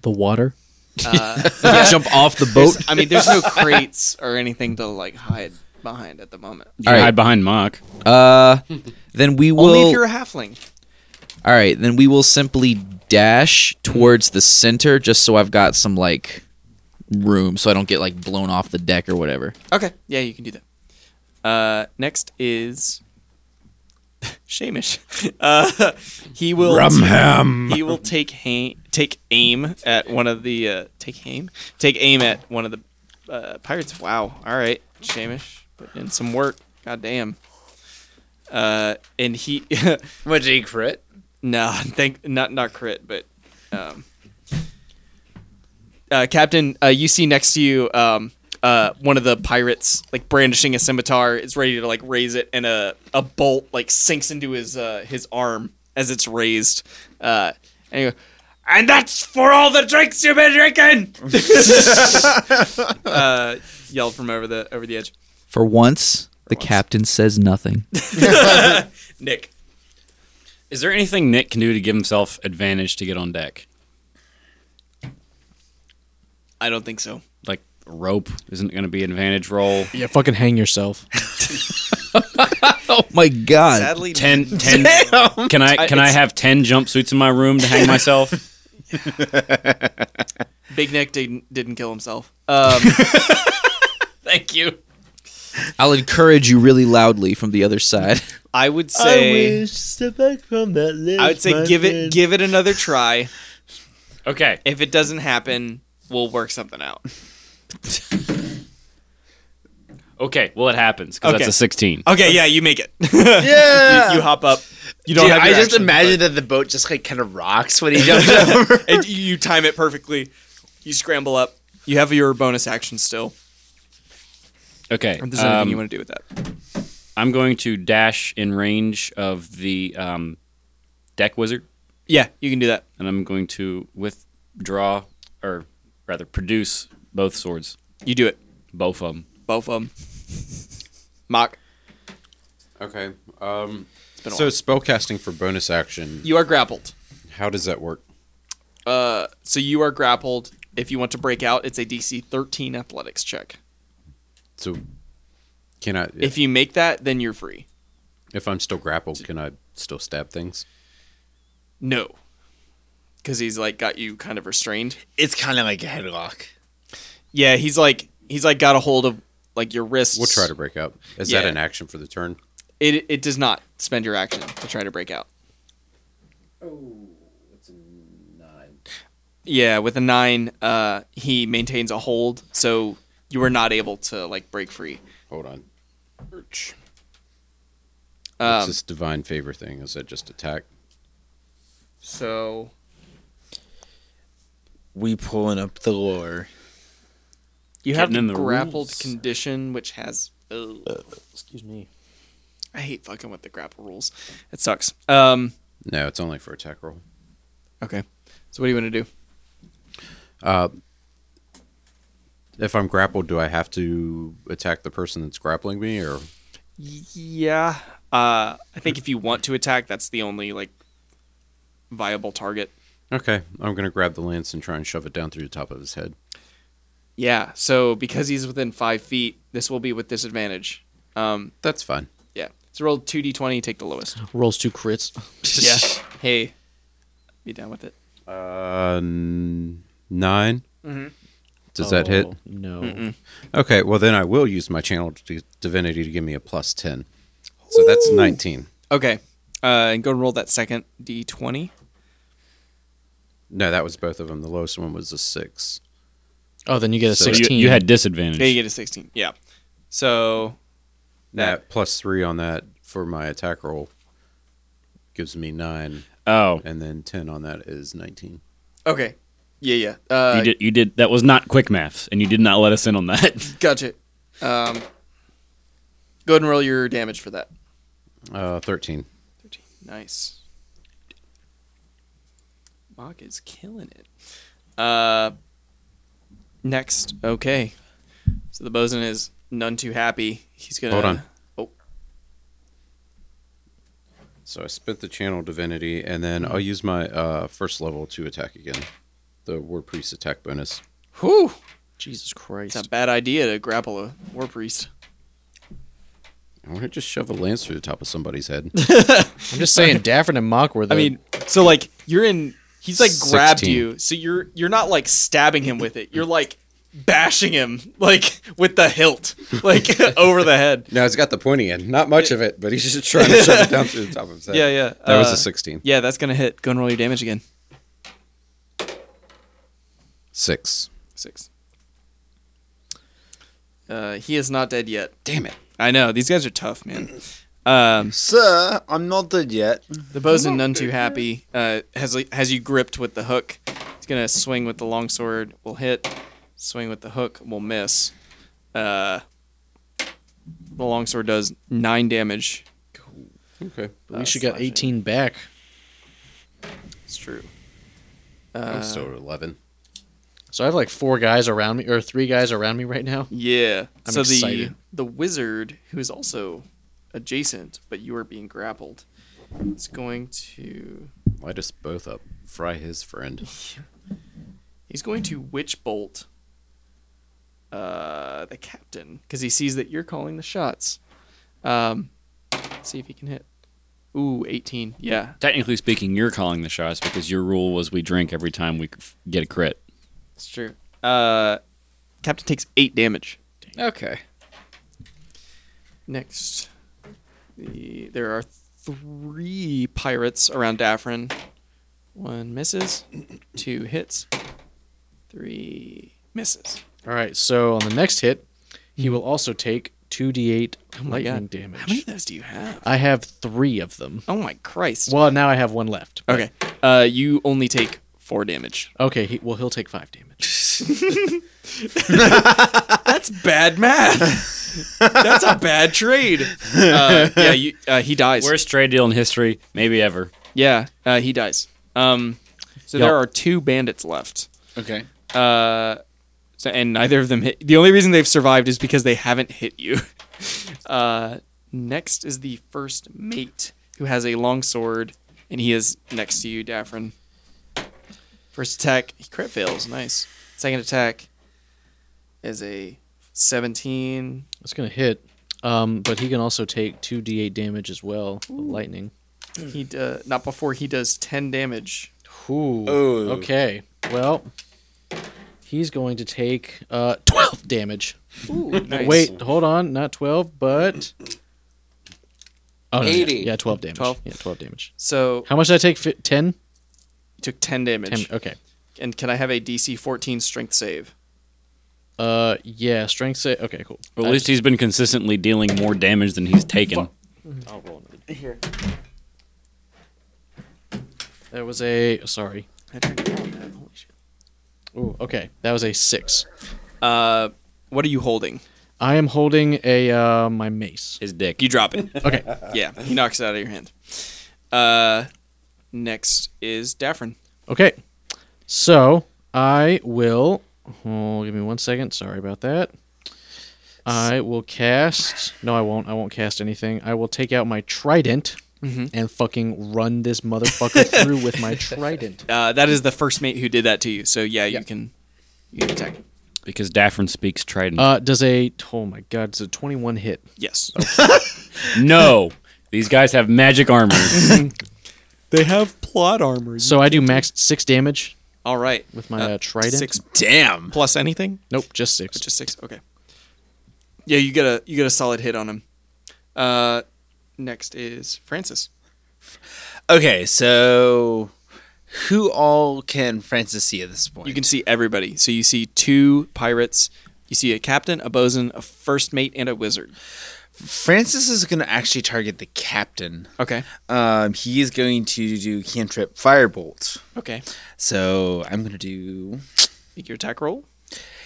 [SPEAKER 7] The water.
[SPEAKER 3] Jump off the boat.
[SPEAKER 2] I mean, there's no crates or anything to like hide behind at the moment.
[SPEAKER 5] All right. Hide behind Mock.
[SPEAKER 3] Uh, then we will.
[SPEAKER 2] Only if you're a halfling.
[SPEAKER 3] All right, then we will simply dash towards the center just so I've got some like room so I don't get like blown off the deck or whatever.
[SPEAKER 2] Okay, yeah, you can do that. Uh, next is Shamish. Uh, he will He will take ha- take aim at one of the uh, take aim take aim at one of the uh, pirates. Wow. All right, Shamish, putting in some work. God damn. Uh, and he
[SPEAKER 4] What, did he crit?
[SPEAKER 2] no, thank not not crit, but um, uh, Captain, uh, you see next to you um, uh, one of the pirates like brandishing a scimitar, is ready to like raise it, and a a bolt like sinks into his uh, his arm as it's raised. Uh, and, he goes, and that's for all the drinks you've been drinking. uh, yelled from over the over the edge.
[SPEAKER 3] For once, the captain says nothing.
[SPEAKER 2] Nick,
[SPEAKER 5] Is there anything Nick can do to give himself advantage to get on deck?
[SPEAKER 2] I don't think so.
[SPEAKER 5] Like rope isn't going to be an advantage roll.
[SPEAKER 7] Yeah, fucking hang yourself.
[SPEAKER 3] Oh my god.
[SPEAKER 2] Sadly,
[SPEAKER 5] Ten, ten. Can I can I
[SPEAKER 2] It's-
[SPEAKER 5] have ten jumpsuits in my room to hang myself?
[SPEAKER 2] Big Nick didn't didn't kill himself. Um,
[SPEAKER 5] Thank you.
[SPEAKER 3] I'll encourage you really loudly from the other side.
[SPEAKER 2] I would say I, would say give it give it another try.
[SPEAKER 5] Okay.
[SPEAKER 2] If it doesn't happen, we'll work something out.
[SPEAKER 5] Okay. Well, it happens because
[SPEAKER 2] Okay.
[SPEAKER 5] that's a sixteen.
[SPEAKER 2] Okay, yeah, you make it.
[SPEAKER 4] Yeah.
[SPEAKER 2] you, you hop up. You don't
[SPEAKER 4] Dude,
[SPEAKER 2] have
[SPEAKER 4] I
[SPEAKER 2] your
[SPEAKER 4] just
[SPEAKER 2] action,
[SPEAKER 4] imagine that the boat just like kind of rocks when he jumps over.
[SPEAKER 2] but- and you you time it perfectly. You scramble up. You have your bonus action still.
[SPEAKER 5] Okay.
[SPEAKER 2] If there's anything
[SPEAKER 5] um,
[SPEAKER 2] you want to do with that.
[SPEAKER 5] I'm going to dash in range of the um, deck wizard,
[SPEAKER 2] Yeah, you can do that.
[SPEAKER 5] and I'm going to withdraw, or rather, produce both swords,
[SPEAKER 2] You do it.
[SPEAKER 5] both of them.
[SPEAKER 2] Both of them. Mock.
[SPEAKER 6] Okay. Um,
[SPEAKER 2] been a
[SPEAKER 6] so spellcasting for bonus action.
[SPEAKER 2] You are grappled.
[SPEAKER 6] How does that work?
[SPEAKER 2] Uh, so you are grappled. If you want to break out, it's a DC 13 athletics check.
[SPEAKER 6] So can I
[SPEAKER 2] If you make that, then you're free.
[SPEAKER 6] if I'm still grappled, can I still stab things?
[SPEAKER 2] No, because he's like got you kind of restrained.
[SPEAKER 4] It's kind of like a headlock.
[SPEAKER 2] Yeah, he's like he's like got a hold of like your wrists.
[SPEAKER 6] We'll try to break up. Is
[SPEAKER 2] Yeah.
[SPEAKER 6] that an action for the turn?
[SPEAKER 2] It it does not spend your action to try to break out. Yeah, with a nine, uh, he maintains a hold, so you were not able to like break free.
[SPEAKER 6] Hold on. Urch. What's
[SPEAKER 2] Um,
[SPEAKER 6] this divine favor thing? Is that just attack?
[SPEAKER 2] so
[SPEAKER 4] We pulling up the lore.
[SPEAKER 2] you have
[SPEAKER 5] Getting in
[SPEAKER 2] the
[SPEAKER 5] the
[SPEAKER 2] grappled
[SPEAKER 5] rules.
[SPEAKER 2] condition, which has. Ugh.
[SPEAKER 7] Excuse me.
[SPEAKER 2] I hate fucking with the grapple rules. It sucks. Um,
[SPEAKER 6] No, it's only for attack roll.
[SPEAKER 2] okay, so what do you want to do?
[SPEAKER 6] If I'm grappled, do I have to attack the person that's grappling me, or
[SPEAKER 2] Yeah, uh, I think if you want to attack, that's the only like viable target.
[SPEAKER 6] okay? I'm gonna grab the lance and try and shove it down through the top of his head.
[SPEAKER 2] Yeah, so because he's within five feet, this will be with disadvantage. Um,
[SPEAKER 6] That's fine.
[SPEAKER 2] yeah, so roll two d twenty, take the lowest.
[SPEAKER 7] Rolls two crits.
[SPEAKER 2] yeah, hey, be down with it.
[SPEAKER 6] Uh, n- 9 Does that hit?
[SPEAKER 7] Oh, No.
[SPEAKER 6] Okay, well then I will use my channel d- divinity to give me a plus ten. So that's nineteen.
[SPEAKER 2] Okay, uh, and go roll that second d twenty.
[SPEAKER 6] No, that was both of them. The lowest one was a six.
[SPEAKER 7] Oh, then you get a
[SPEAKER 6] So you-
[SPEAKER 5] You,
[SPEAKER 7] sixteen.
[SPEAKER 5] you had disadvantage.
[SPEAKER 2] They get a sixteen. Yeah, so
[SPEAKER 6] That plus three on that for my attack roll gives me nine,
[SPEAKER 5] oh,
[SPEAKER 6] and then ten on that is nineteen.
[SPEAKER 2] okay, yeah, yeah. Uh,
[SPEAKER 5] you did. You did. That was not quick maths, and you did not let us in on that.
[SPEAKER 2] Gotcha. Um, go ahead and roll your damage for that.
[SPEAKER 6] Uh, thirteen.
[SPEAKER 2] 13. Nice. Mach is killing it. Uh, next. Okay. So the bosun is none too happy. He's going to.
[SPEAKER 6] Hold on.
[SPEAKER 2] Oh,
[SPEAKER 6] So I spent the channel divinity, and then I'll use my uh, first level to attack again, the ward priest attack bonus.
[SPEAKER 2] whew.
[SPEAKER 7] Jesus
[SPEAKER 2] It's a
[SPEAKER 7] Christ.
[SPEAKER 2] bad idea to grapple a war priest.
[SPEAKER 6] I want to just shove a lance through the top of somebody's head.
[SPEAKER 7] I'm just saying, Daffin and Mock were the.
[SPEAKER 2] I mean, so like you're in. He's like grabbed
[SPEAKER 6] 16.
[SPEAKER 2] you, so you're you're not like stabbing him with it. You're like bashing him like with the hilt, like over the head.
[SPEAKER 6] no, it's got the pointy end. Not much of it, but he's just trying to shove it down through the top of his head.
[SPEAKER 2] Yeah, yeah.
[SPEAKER 6] That was
[SPEAKER 2] Uh,
[SPEAKER 6] a sixteen.
[SPEAKER 2] Yeah, that's gonna hit. Go and roll your damage again.
[SPEAKER 6] Six.
[SPEAKER 2] Six. Uh, he is not dead yet.
[SPEAKER 6] Damn it.
[SPEAKER 2] I know these guys are tough, man. Um,
[SPEAKER 4] Sir, I'm not dead yet.
[SPEAKER 2] the bosun, none too happy, uh, has has you gripped with the hook. He's gonna swing with the longsword. Will hit. Swing with the hook. Will miss. Uh, the longsword does nine damage.
[SPEAKER 6] Okay.
[SPEAKER 7] but we should get 18 back.
[SPEAKER 2] It's true.
[SPEAKER 9] Uh,
[SPEAKER 6] I'm still at 11.
[SPEAKER 7] So I have like four guys around me, or three guys around me right now.
[SPEAKER 2] Yeah.
[SPEAKER 7] I'm
[SPEAKER 2] so
[SPEAKER 7] excited.
[SPEAKER 2] the the wizard, who is also adjacent, but you are being grappled, is going to
[SPEAKER 6] Light us both up. Fry his friend.
[SPEAKER 2] He's going to witch bolt uh, the captain because he sees that you're calling the shots. Um, let's see if he can hit. Ooh, 18. Yeah.
[SPEAKER 5] Technically speaking, you're calling the shots because your rule was we drink every time we f- get a crit.
[SPEAKER 2] That's true. Uh, captain takes eight damage.
[SPEAKER 3] Okay.
[SPEAKER 2] Next, the, there are three pirates around Daffrin. One misses, two hits, three misses.
[SPEAKER 7] All right. So on the next hit, he will also take 2d8 lightning damage.
[SPEAKER 2] How many of those do you have?
[SPEAKER 7] I have three of them.
[SPEAKER 2] Oh my Christ.
[SPEAKER 7] Well, now I have one left.
[SPEAKER 2] Okay. Uh, you only take four damage.
[SPEAKER 7] Okay. He, well, he'll take five damage.
[SPEAKER 2] That's bad math. That's a bad trade. Uh, yeah, you, uh, he dies.
[SPEAKER 5] Worst trade deal in history, maybe ever.
[SPEAKER 2] yeah, uh, he dies. Um, so there are two bandits left.
[SPEAKER 4] Okay.
[SPEAKER 2] Uh, so, and neither of them hit. The only reason they've survived is because they haven't hit you. Uh, next is the first mate who has a long sword, and he is next to you, Daffrin. First attack, he crit fails. Nice. Second attack is a 17.
[SPEAKER 7] It's gonna hit. Um, but he can also take 2d8 damage as well. with Lightning.
[SPEAKER 2] He uh, not before he does ten damage.
[SPEAKER 7] Ooh.
[SPEAKER 4] Ooh.
[SPEAKER 7] Okay. Well, he's going to take uh, 12 damage.
[SPEAKER 2] Ooh, nice.
[SPEAKER 7] Wait, hold on. Not 12, but. Oh, no, yeah.
[SPEAKER 3] 80.
[SPEAKER 7] Yeah, 12 damage.
[SPEAKER 2] 12.
[SPEAKER 7] Yeah, 12 damage.
[SPEAKER 2] So
[SPEAKER 7] How much did I take? Fi- 10?
[SPEAKER 2] he took ten damage.
[SPEAKER 7] 10. Okay.
[SPEAKER 2] And can I have a DC 14 strength save?
[SPEAKER 7] Uh, yeah, strength save. Okay, cool.
[SPEAKER 5] Well, at least he's been consistently dealing more damage than he's taken.
[SPEAKER 7] That was a. Sorry. Ooh, okay. That was a 6.
[SPEAKER 2] Uh, what are you holding?
[SPEAKER 7] I am holding a uh, my mace.
[SPEAKER 5] His dick.
[SPEAKER 2] You drop it.
[SPEAKER 7] Okay.
[SPEAKER 2] yeah, he knocks it out of your hand. Uh, next is Daffrin.
[SPEAKER 7] Okay. So I will. Oh, give me one second. Sorry about that. I will cast. No, I won't. I won't cast anything. I will take out my trident and fucking run this motherfucker through with my trident.
[SPEAKER 2] Uh, that is the first mate who did that to you. So yeah, you can you can attack.
[SPEAKER 5] Because Daffrin speaks Trident.
[SPEAKER 7] Uh, does a oh my god, does a twenty-one hit?
[SPEAKER 2] Yes.
[SPEAKER 5] no. These guys have magic armor.
[SPEAKER 2] They have plot armor.
[SPEAKER 7] So I do max six damage
[SPEAKER 2] All right.
[SPEAKER 7] with my uh, trident.
[SPEAKER 2] Six
[SPEAKER 4] Damn.
[SPEAKER 2] plus anything?
[SPEAKER 7] Nope, just six.
[SPEAKER 2] Just six. Okay. Yeah, you get a you get a solid hit on him. Uh, next is Francis.
[SPEAKER 4] Okay, so who all can Francis see at this point?
[SPEAKER 2] You can see everybody. So you see two pirates. You see a captain, a bosun, a first mate, and a wizard.
[SPEAKER 4] Francis is going to actually target the captain.
[SPEAKER 2] Okay.
[SPEAKER 4] Um, he is going to do cantrip firebolt.
[SPEAKER 2] Okay.
[SPEAKER 4] So I'm going to do
[SPEAKER 2] Make your attack roll.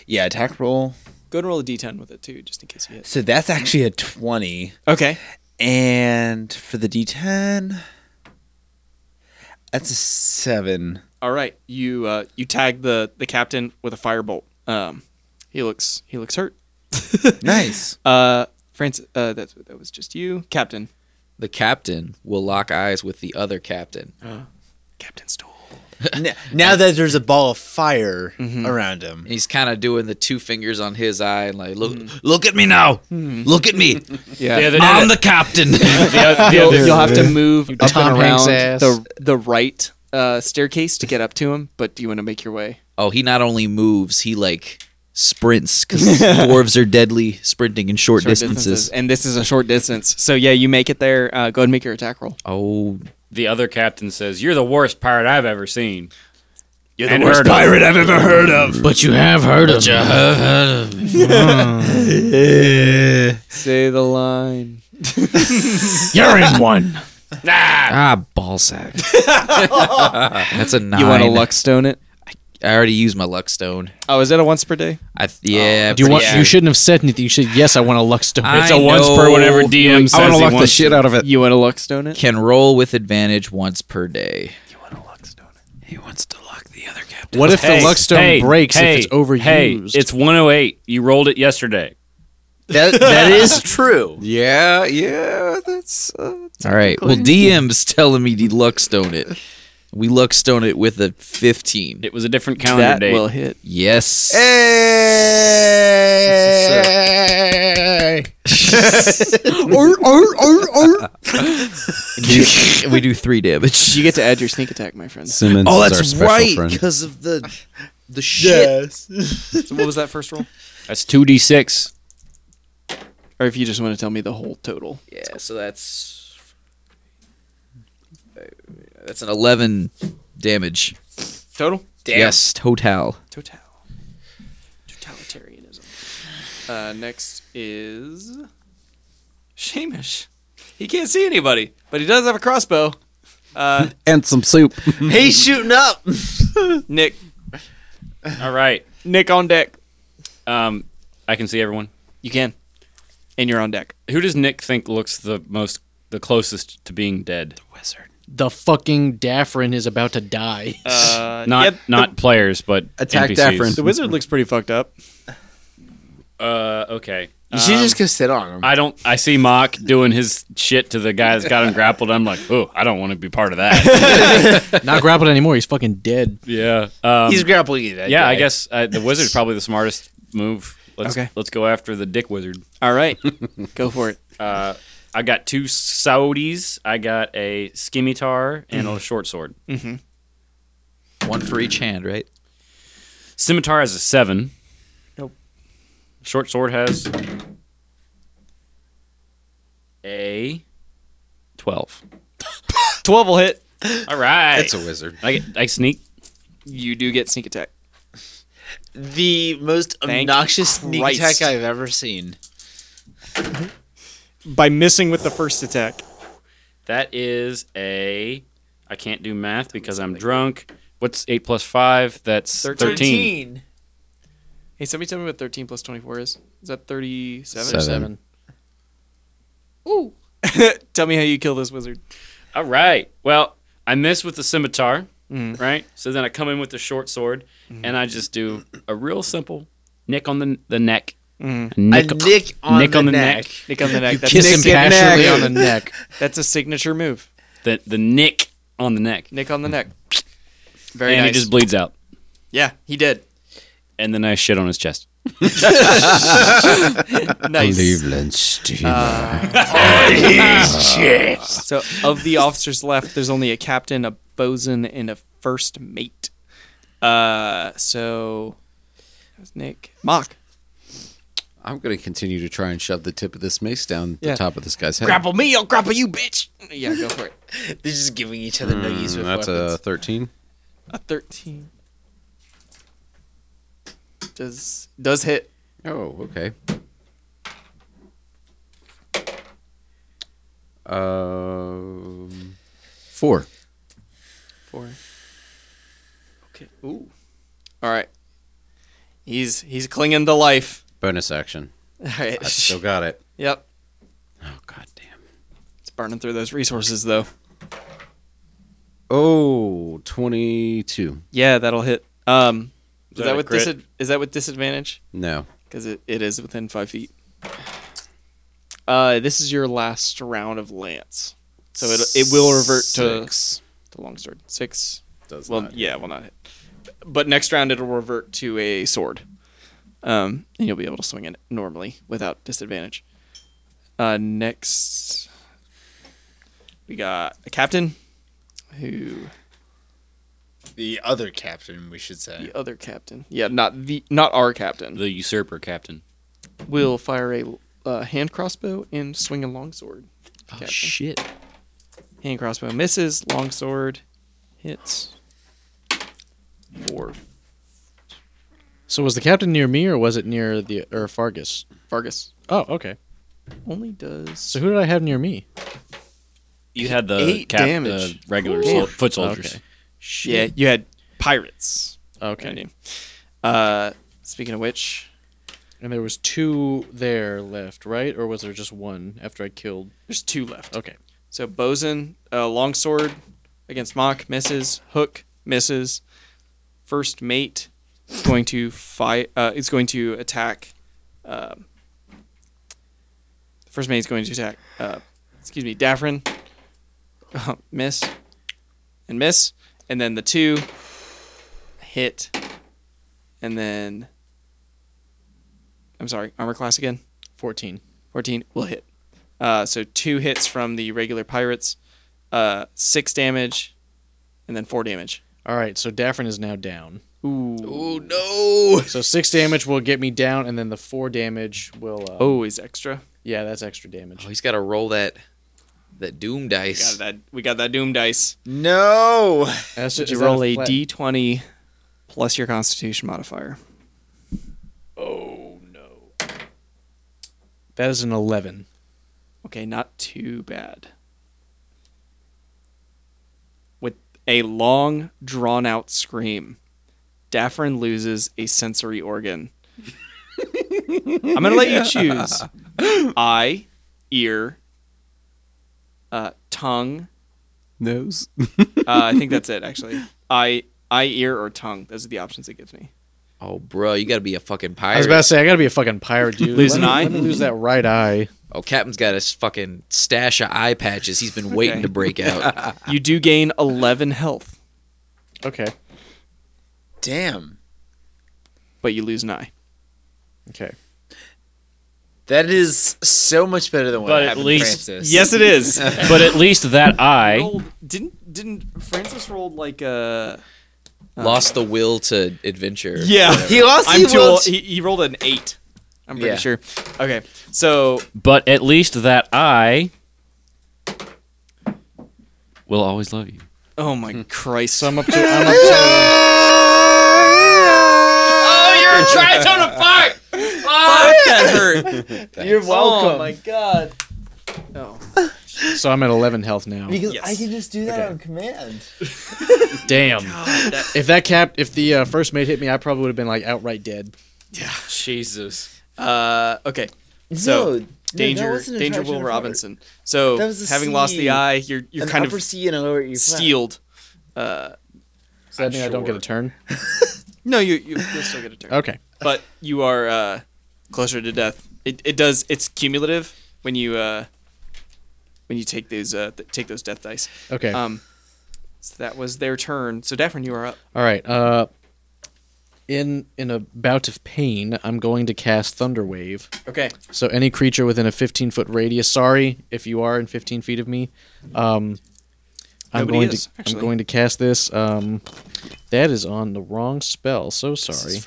[SPEAKER 4] yeah attack roll.
[SPEAKER 2] Go and roll a d10 with it too, just in case you hit.
[SPEAKER 4] So that's actually a twenty.
[SPEAKER 2] Okay.
[SPEAKER 4] And for the D10, that's a seven.
[SPEAKER 2] All right. You uh, you tag the the captain with a firebolt. Um, he looks he looks hurt.
[SPEAKER 4] Nice.
[SPEAKER 2] Uh, Francis. Uh, that that was just you, captain.
[SPEAKER 3] The captain will lock eyes with the other captain.
[SPEAKER 2] Captain Stool.
[SPEAKER 4] N- now that there's a ball of fire around him,
[SPEAKER 3] And he's kind of doing the two fingers on his eye and like, look, look at me now. Look at me.
[SPEAKER 2] Yeah.
[SPEAKER 5] the,
[SPEAKER 3] I'm the captain.
[SPEAKER 2] you'll, you'll have to move up
[SPEAKER 7] Tom
[SPEAKER 2] and
[SPEAKER 7] Hanks
[SPEAKER 2] around
[SPEAKER 7] ass.
[SPEAKER 2] the the right uh, staircase to get up to him. But do you want to make your way?
[SPEAKER 3] oh, he not only moves, he like sprints because dwarves are deadly sprinting in short,
[SPEAKER 2] Short
[SPEAKER 3] distances.
[SPEAKER 2] and this is a short distance. So yeah, you make it there. Uh, go ahead and make your attack roll.
[SPEAKER 3] Oh,
[SPEAKER 5] the other captain says, You're the worst pirate I've ever seen.
[SPEAKER 2] You're
[SPEAKER 5] And heard of.
[SPEAKER 8] I've ever heard of.
[SPEAKER 9] But you have heard of
[SPEAKER 2] Say the line.
[SPEAKER 9] You're in one.
[SPEAKER 3] ah, ballsack. That's a nine.
[SPEAKER 2] You want to luck stone it?
[SPEAKER 3] I already used my luck stone.
[SPEAKER 2] Oh, is that a once per day?
[SPEAKER 3] I th- yeah.
[SPEAKER 7] Do you want?
[SPEAKER 3] pretty
[SPEAKER 7] You
[SPEAKER 3] sure.
[SPEAKER 7] shouldn't have said anything. You should. Yes, I want a luck stone.
[SPEAKER 3] I
[SPEAKER 5] It's a once per
[SPEAKER 3] know.
[SPEAKER 5] whatever DM says.
[SPEAKER 9] I want to
[SPEAKER 5] he
[SPEAKER 9] lock the
[SPEAKER 5] wants
[SPEAKER 9] shit
[SPEAKER 5] to.
[SPEAKER 9] out of it.
[SPEAKER 2] You want to luck stone it?
[SPEAKER 3] Can roll with advantage once per day.
[SPEAKER 9] He wants to lock the other captain.
[SPEAKER 7] what if
[SPEAKER 5] Hey,
[SPEAKER 7] the luck stone
[SPEAKER 5] hey,
[SPEAKER 7] breaks
[SPEAKER 5] hey,
[SPEAKER 7] if it's overused?
[SPEAKER 5] Hey, it's 108. You rolled it yesterday.
[SPEAKER 3] That, that is
[SPEAKER 4] true.
[SPEAKER 9] Yeah, yeah, that's. Uh,
[SPEAKER 3] All right. Well, DM's telling me to luck stone it. We luck stone it with a 15.
[SPEAKER 5] It was a different calendar
[SPEAKER 2] That
[SPEAKER 5] date.
[SPEAKER 2] will hit.
[SPEAKER 3] Yes.
[SPEAKER 7] Oh,
[SPEAKER 3] You- we do three damage.
[SPEAKER 2] You get to add your sneak attack, my friend.
[SPEAKER 6] Simmons
[SPEAKER 9] oh,
[SPEAKER 6] is our
[SPEAKER 9] that's
[SPEAKER 6] special
[SPEAKER 9] right,
[SPEAKER 6] friend.
[SPEAKER 9] because of the the shit.
[SPEAKER 2] So what was that first roll?
[SPEAKER 5] That's 2d6.
[SPEAKER 2] Or if you just want to tell me the whole total.
[SPEAKER 3] Yeah, so that's that's an 11 damage.
[SPEAKER 2] Total?
[SPEAKER 3] Yes, total.
[SPEAKER 2] Total. Totalitarianism. Uh, next is Shamish. He can't see anybody, but he does have a crossbow. Uh,
[SPEAKER 6] and some soup.
[SPEAKER 4] He's shooting up.
[SPEAKER 2] Nick,
[SPEAKER 5] All right.
[SPEAKER 2] Nick on deck.
[SPEAKER 5] Um, I can see everyone.
[SPEAKER 2] You can, and you're on deck.
[SPEAKER 5] Who does Nick think looks the most, the closest to being dead?
[SPEAKER 7] the fucking Daffrin is about to die.
[SPEAKER 2] Uh,
[SPEAKER 5] Not
[SPEAKER 2] yeah, the-
[SPEAKER 5] not players, but
[SPEAKER 6] Attack
[SPEAKER 5] NPCs.
[SPEAKER 6] Daffrin.
[SPEAKER 2] The wizard looks pretty fucked up.
[SPEAKER 5] Uh, okay.
[SPEAKER 4] You should just go sit on him.
[SPEAKER 5] I don't. I see Mock doing his shit to the guy that's got him grappled. I'm like, oh, I don't want to be part of that.
[SPEAKER 7] Not grappled anymore. He's fucking dead.
[SPEAKER 5] yeah. Um,
[SPEAKER 4] He's grappling you. that
[SPEAKER 5] yeah. I
[SPEAKER 4] guy.
[SPEAKER 5] guess uh, the wizard's probably the smartest move. Let's,
[SPEAKER 2] Okay.
[SPEAKER 5] Let's go after the dick wizard.
[SPEAKER 2] All right, go for it.
[SPEAKER 5] Uh, I got two Saudis. I got a scimitar and a short sword.
[SPEAKER 3] Mm-hmm. One for each hand, right?
[SPEAKER 5] Scimitar has a seven.
[SPEAKER 2] Nope.
[SPEAKER 5] Short sword has a twelve.
[SPEAKER 2] 12 will hit.
[SPEAKER 5] All right.
[SPEAKER 6] It's a wizard.
[SPEAKER 5] I get, I sneak.
[SPEAKER 2] You do get sneak attack.
[SPEAKER 4] The most
[SPEAKER 2] Thank
[SPEAKER 4] obnoxious sneak
[SPEAKER 2] Christ.
[SPEAKER 4] attack I've ever seen.
[SPEAKER 2] By missing with the first attack.
[SPEAKER 5] That is a. I can't do math because I'm drunk. What's eight plus five? That's thirteen.
[SPEAKER 2] Hey, somebody tell me what 13 plus 24 is. Is that 37?
[SPEAKER 6] Seven.
[SPEAKER 2] tell me how you kill this wizard.
[SPEAKER 5] All right. Well, I miss with the scimitar, right? So then I come in with the short sword, and I just do a real simple nick on the the neck. Nick,
[SPEAKER 4] A nick on the neck.
[SPEAKER 2] Nick on the neck. That's,
[SPEAKER 7] Kiss him
[SPEAKER 2] a,
[SPEAKER 7] passionately on the neck.
[SPEAKER 2] that's a signature move.
[SPEAKER 5] The the nick on the neck,
[SPEAKER 2] Nick on the neck. Very
[SPEAKER 5] and
[SPEAKER 2] nice.
[SPEAKER 5] he just bleeds out.
[SPEAKER 2] yeah, he did.
[SPEAKER 5] And then I shit on his chest.
[SPEAKER 2] Nice.
[SPEAKER 3] Uh,
[SPEAKER 2] So of the officers left, there's only a captain, a bosun, and a first mate. Uh, so that was Nick Mock.
[SPEAKER 6] I'm going to continue to try and shove the tip of this mace down
[SPEAKER 2] Yeah.
[SPEAKER 6] the top of this guy's head.
[SPEAKER 2] Grapple me, I'll grapple you, bitch. Yeah, go for it.
[SPEAKER 4] They're just giving each other nuggies
[SPEAKER 6] Mm,
[SPEAKER 4] with
[SPEAKER 6] that's a
[SPEAKER 4] weapons.
[SPEAKER 6] 13.
[SPEAKER 2] A thirteen does does hit.
[SPEAKER 6] Oh, okay. Um, four.
[SPEAKER 2] Four. Okay. Ooh. All right. He's he's clinging to life.
[SPEAKER 6] Bonus action.
[SPEAKER 2] All right.
[SPEAKER 6] I still got it.
[SPEAKER 2] yep.
[SPEAKER 6] Oh, god damn.
[SPEAKER 2] It's burning through those resources though.
[SPEAKER 6] Oh, 22.
[SPEAKER 2] Yeah, that'll hit. Um, is,
[SPEAKER 5] that
[SPEAKER 2] that
[SPEAKER 5] a
[SPEAKER 2] with
[SPEAKER 5] crit?
[SPEAKER 2] disad- is that with disadvantage?
[SPEAKER 6] No.
[SPEAKER 2] Because it, it is within five feet. Uh, this is your last round of lance, so it it will revert to
[SPEAKER 6] Six.
[SPEAKER 2] to longsword six.
[SPEAKER 6] Does
[SPEAKER 2] well,
[SPEAKER 6] not.
[SPEAKER 2] yeah, will not hit. But next round it'll revert to a sword, um, and you'll be able to swing it normally without disadvantage. Uh, next, we got a captain, who
[SPEAKER 4] The other captain, we should say.
[SPEAKER 2] the other captain, yeah, not the not our captain,
[SPEAKER 5] The usurper captain.
[SPEAKER 2] will fire a uh, hand crossbow and swing a longsword. Oh
[SPEAKER 5] Shit.
[SPEAKER 2] Hand crossbow misses. Longsword hits. Four.
[SPEAKER 7] So was the captain near me or was it near the or Fargus?
[SPEAKER 2] Vargas
[SPEAKER 7] Oh, okay.
[SPEAKER 2] only does.
[SPEAKER 7] So who did I have near me?
[SPEAKER 5] You had the
[SPEAKER 2] Eight
[SPEAKER 5] cap,
[SPEAKER 2] damage.
[SPEAKER 5] the regular
[SPEAKER 2] Ooh.
[SPEAKER 5] sol- foot soldiers.
[SPEAKER 7] Okay.
[SPEAKER 2] yeah, you had pirates.
[SPEAKER 7] Okay.
[SPEAKER 2] Uh, speaking of which,
[SPEAKER 7] And there was two there left, right? Or was there just one after I killed?
[SPEAKER 2] there's two left.
[SPEAKER 7] Okay.
[SPEAKER 2] So bosun, uh, longsword against mock misses. Hook misses. First mate is going to fight. Uh, is going to attack. Um, first mate is going to attack. Uh, excuse me, Daffrin. miss and miss, and then the two hit, and then I'm sorry, armor class again.
[SPEAKER 7] 14.
[SPEAKER 2] 14 will hit. Uh, so two hits from the regular pirates, uh, six damage, and then four damage.
[SPEAKER 7] All right, so Daffrin is now down.
[SPEAKER 2] Ooh.
[SPEAKER 7] So six damage will get me down, and then the four damage will. Uh,
[SPEAKER 2] Oh, is extra.
[SPEAKER 7] yeah, that's extra damage.
[SPEAKER 3] Oh, he's got to roll that that doom
[SPEAKER 2] We got
[SPEAKER 3] dice.
[SPEAKER 2] that. We got that doom dice.
[SPEAKER 4] No!
[SPEAKER 7] That's
[SPEAKER 2] Did
[SPEAKER 7] just
[SPEAKER 2] you roll a d20 plus your Constitution modifier?
[SPEAKER 7] That is an 11.
[SPEAKER 2] Okay, not too bad. With a long, drawn out scream, Daffrin loses a sensory organ. I'm going to let you choose eye, ear, uh, tongue.
[SPEAKER 6] Nose.
[SPEAKER 2] Uh, I think that's it, actually. Eye, eye, ear, or tongue. Those are the options it gives me.
[SPEAKER 3] Oh, bro, you got to be a fucking pirate.
[SPEAKER 7] I was about to say, I gotta be a fucking pirate, dude.
[SPEAKER 2] Lose
[SPEAKER 7] Let
[SPEAKER 2] an
[SPEAKER 7] me-
[SPEAKER 2] eye?
[SPEAKER 7] Let me lose that right eye.
[SPEAKER 3] oh, Captain's got his fucking stash of eye patches. He's been waiting
[SPEAKER 2] Okay.
[SPEAKER 3] to break out.
[SPEAKER 2] You do gain 11 health,
[SPEAKER 7] Okay.
[SPEAKER 4] Damn.
[SPEAKER 2] but you lose an eye.
[SPEAKER 7] Okay.
[SPEAKER 4] That is so much better than what
[SPEAKER 5] But at
[SPEAKER 4] happened
[SPEAKER 5] least-
[SPEAKER 4] to Francis.
[SPEAKER 2] Yes, it is.
[SPEAKER 5] but at least that
[SPEAKER 7] Eh?
[SPEAKER 5] eye.
[SPEAKER 2] Rolled- didn't didn't Francis rolled like a
[SPEAKER 3] Lost the will to adventure.
[SPEAKER 2] yeah.
[SPEAKER 4] He lost.
[SPEAKER 2] I'm
[SPEAKER 4] he
[SPEAKER 2] too
[SPEAKER 4] will-
[SPEAKER 2] old. He, he rolled an eight. I'm pretty
[SPEAKER 4] Yeah.
[SPEAKER 2] sure. Okay, so
[SPEAKER 5] But at least that eye will always love you.
[SPEAKER 2] oh
[SPEAKER 4] Hmm.
[SPEAKER 2] my Christ,
[SPEAKER 7] So I'm up to. I'm up to
[SPEAKER 5] Oh, you're a Ah! tritone of fire!
[SPEAKER 2] that hurt.
[SPEAKER 4] You're welcome.
[SPEAKER 2] god.
[SPEAKER 7] so I'm at 11 health now.
[SPEAKER 4] Because
[SPEAKER 2] Yes.
[SPEAKER 4] I can just do that on command.
[SPEAKER 7] Damn. if that cap, if the uh, first mate hit me, I probably would have been like outright dead.
[SPEAKER 5] Jesus.
[SPEAKER 2] Uh, okay, so
[SPEAKER 4] no, that
[SPEAKER 2] danger,
[SPEAKER 4] wasn't a
[SPEAKER 2] danger,
[SPEAKER 4] attraction
[SPEAKER 2] Will
[SPEAKER 4] of
[SPEAKER 2] Robinson. So
[SPEAKER 4] That was a
[SPEAKER 2] having lost
[SPEAKER 4] C.
[SPEAKER 2] the eye, you're you're
[SPEAKER 4] An
[SPEAKER 2] kind
[SPEAKER 4] upper
[SPEAKER 2] of
[SPEAKER 4] C and a lower E flat.
[SPEAKER 2] steeled. Uh,
[SPEAKER 7] So that mean I don't get a turn?
[SPEAKER 2] no, you you you'll still get a turn,
[SPEAKER 7] Okay.
[SPEAKER 2] but you are uh, closer to death. It, it does. It's cumulative when you uh, when you take those uh, th- take those death dice.
[SPEAKER 7] Okay.
[SPEAKER 2] Um, so that was their turn. So Daphne, you are up.
[SPEAKER 7] All right. Uh, in in a bout of pain, I'm going to cast Thunder Wave.
[SPEAKER 2] Okay.
[SPEAKER 7] So any creature within a 15 foot radius. Sorry if you are in 15 feet of me. Um, I'm
[SPEAKER 2] Nobody
[SPEAKER 7] going
[SPEAKER 2] is,
[SPEAKER 7] to
[SPEAKER 2] actually.
[SPEAKER 7] I'm going to cast this. Um, that is on the wrong spell. So sorry.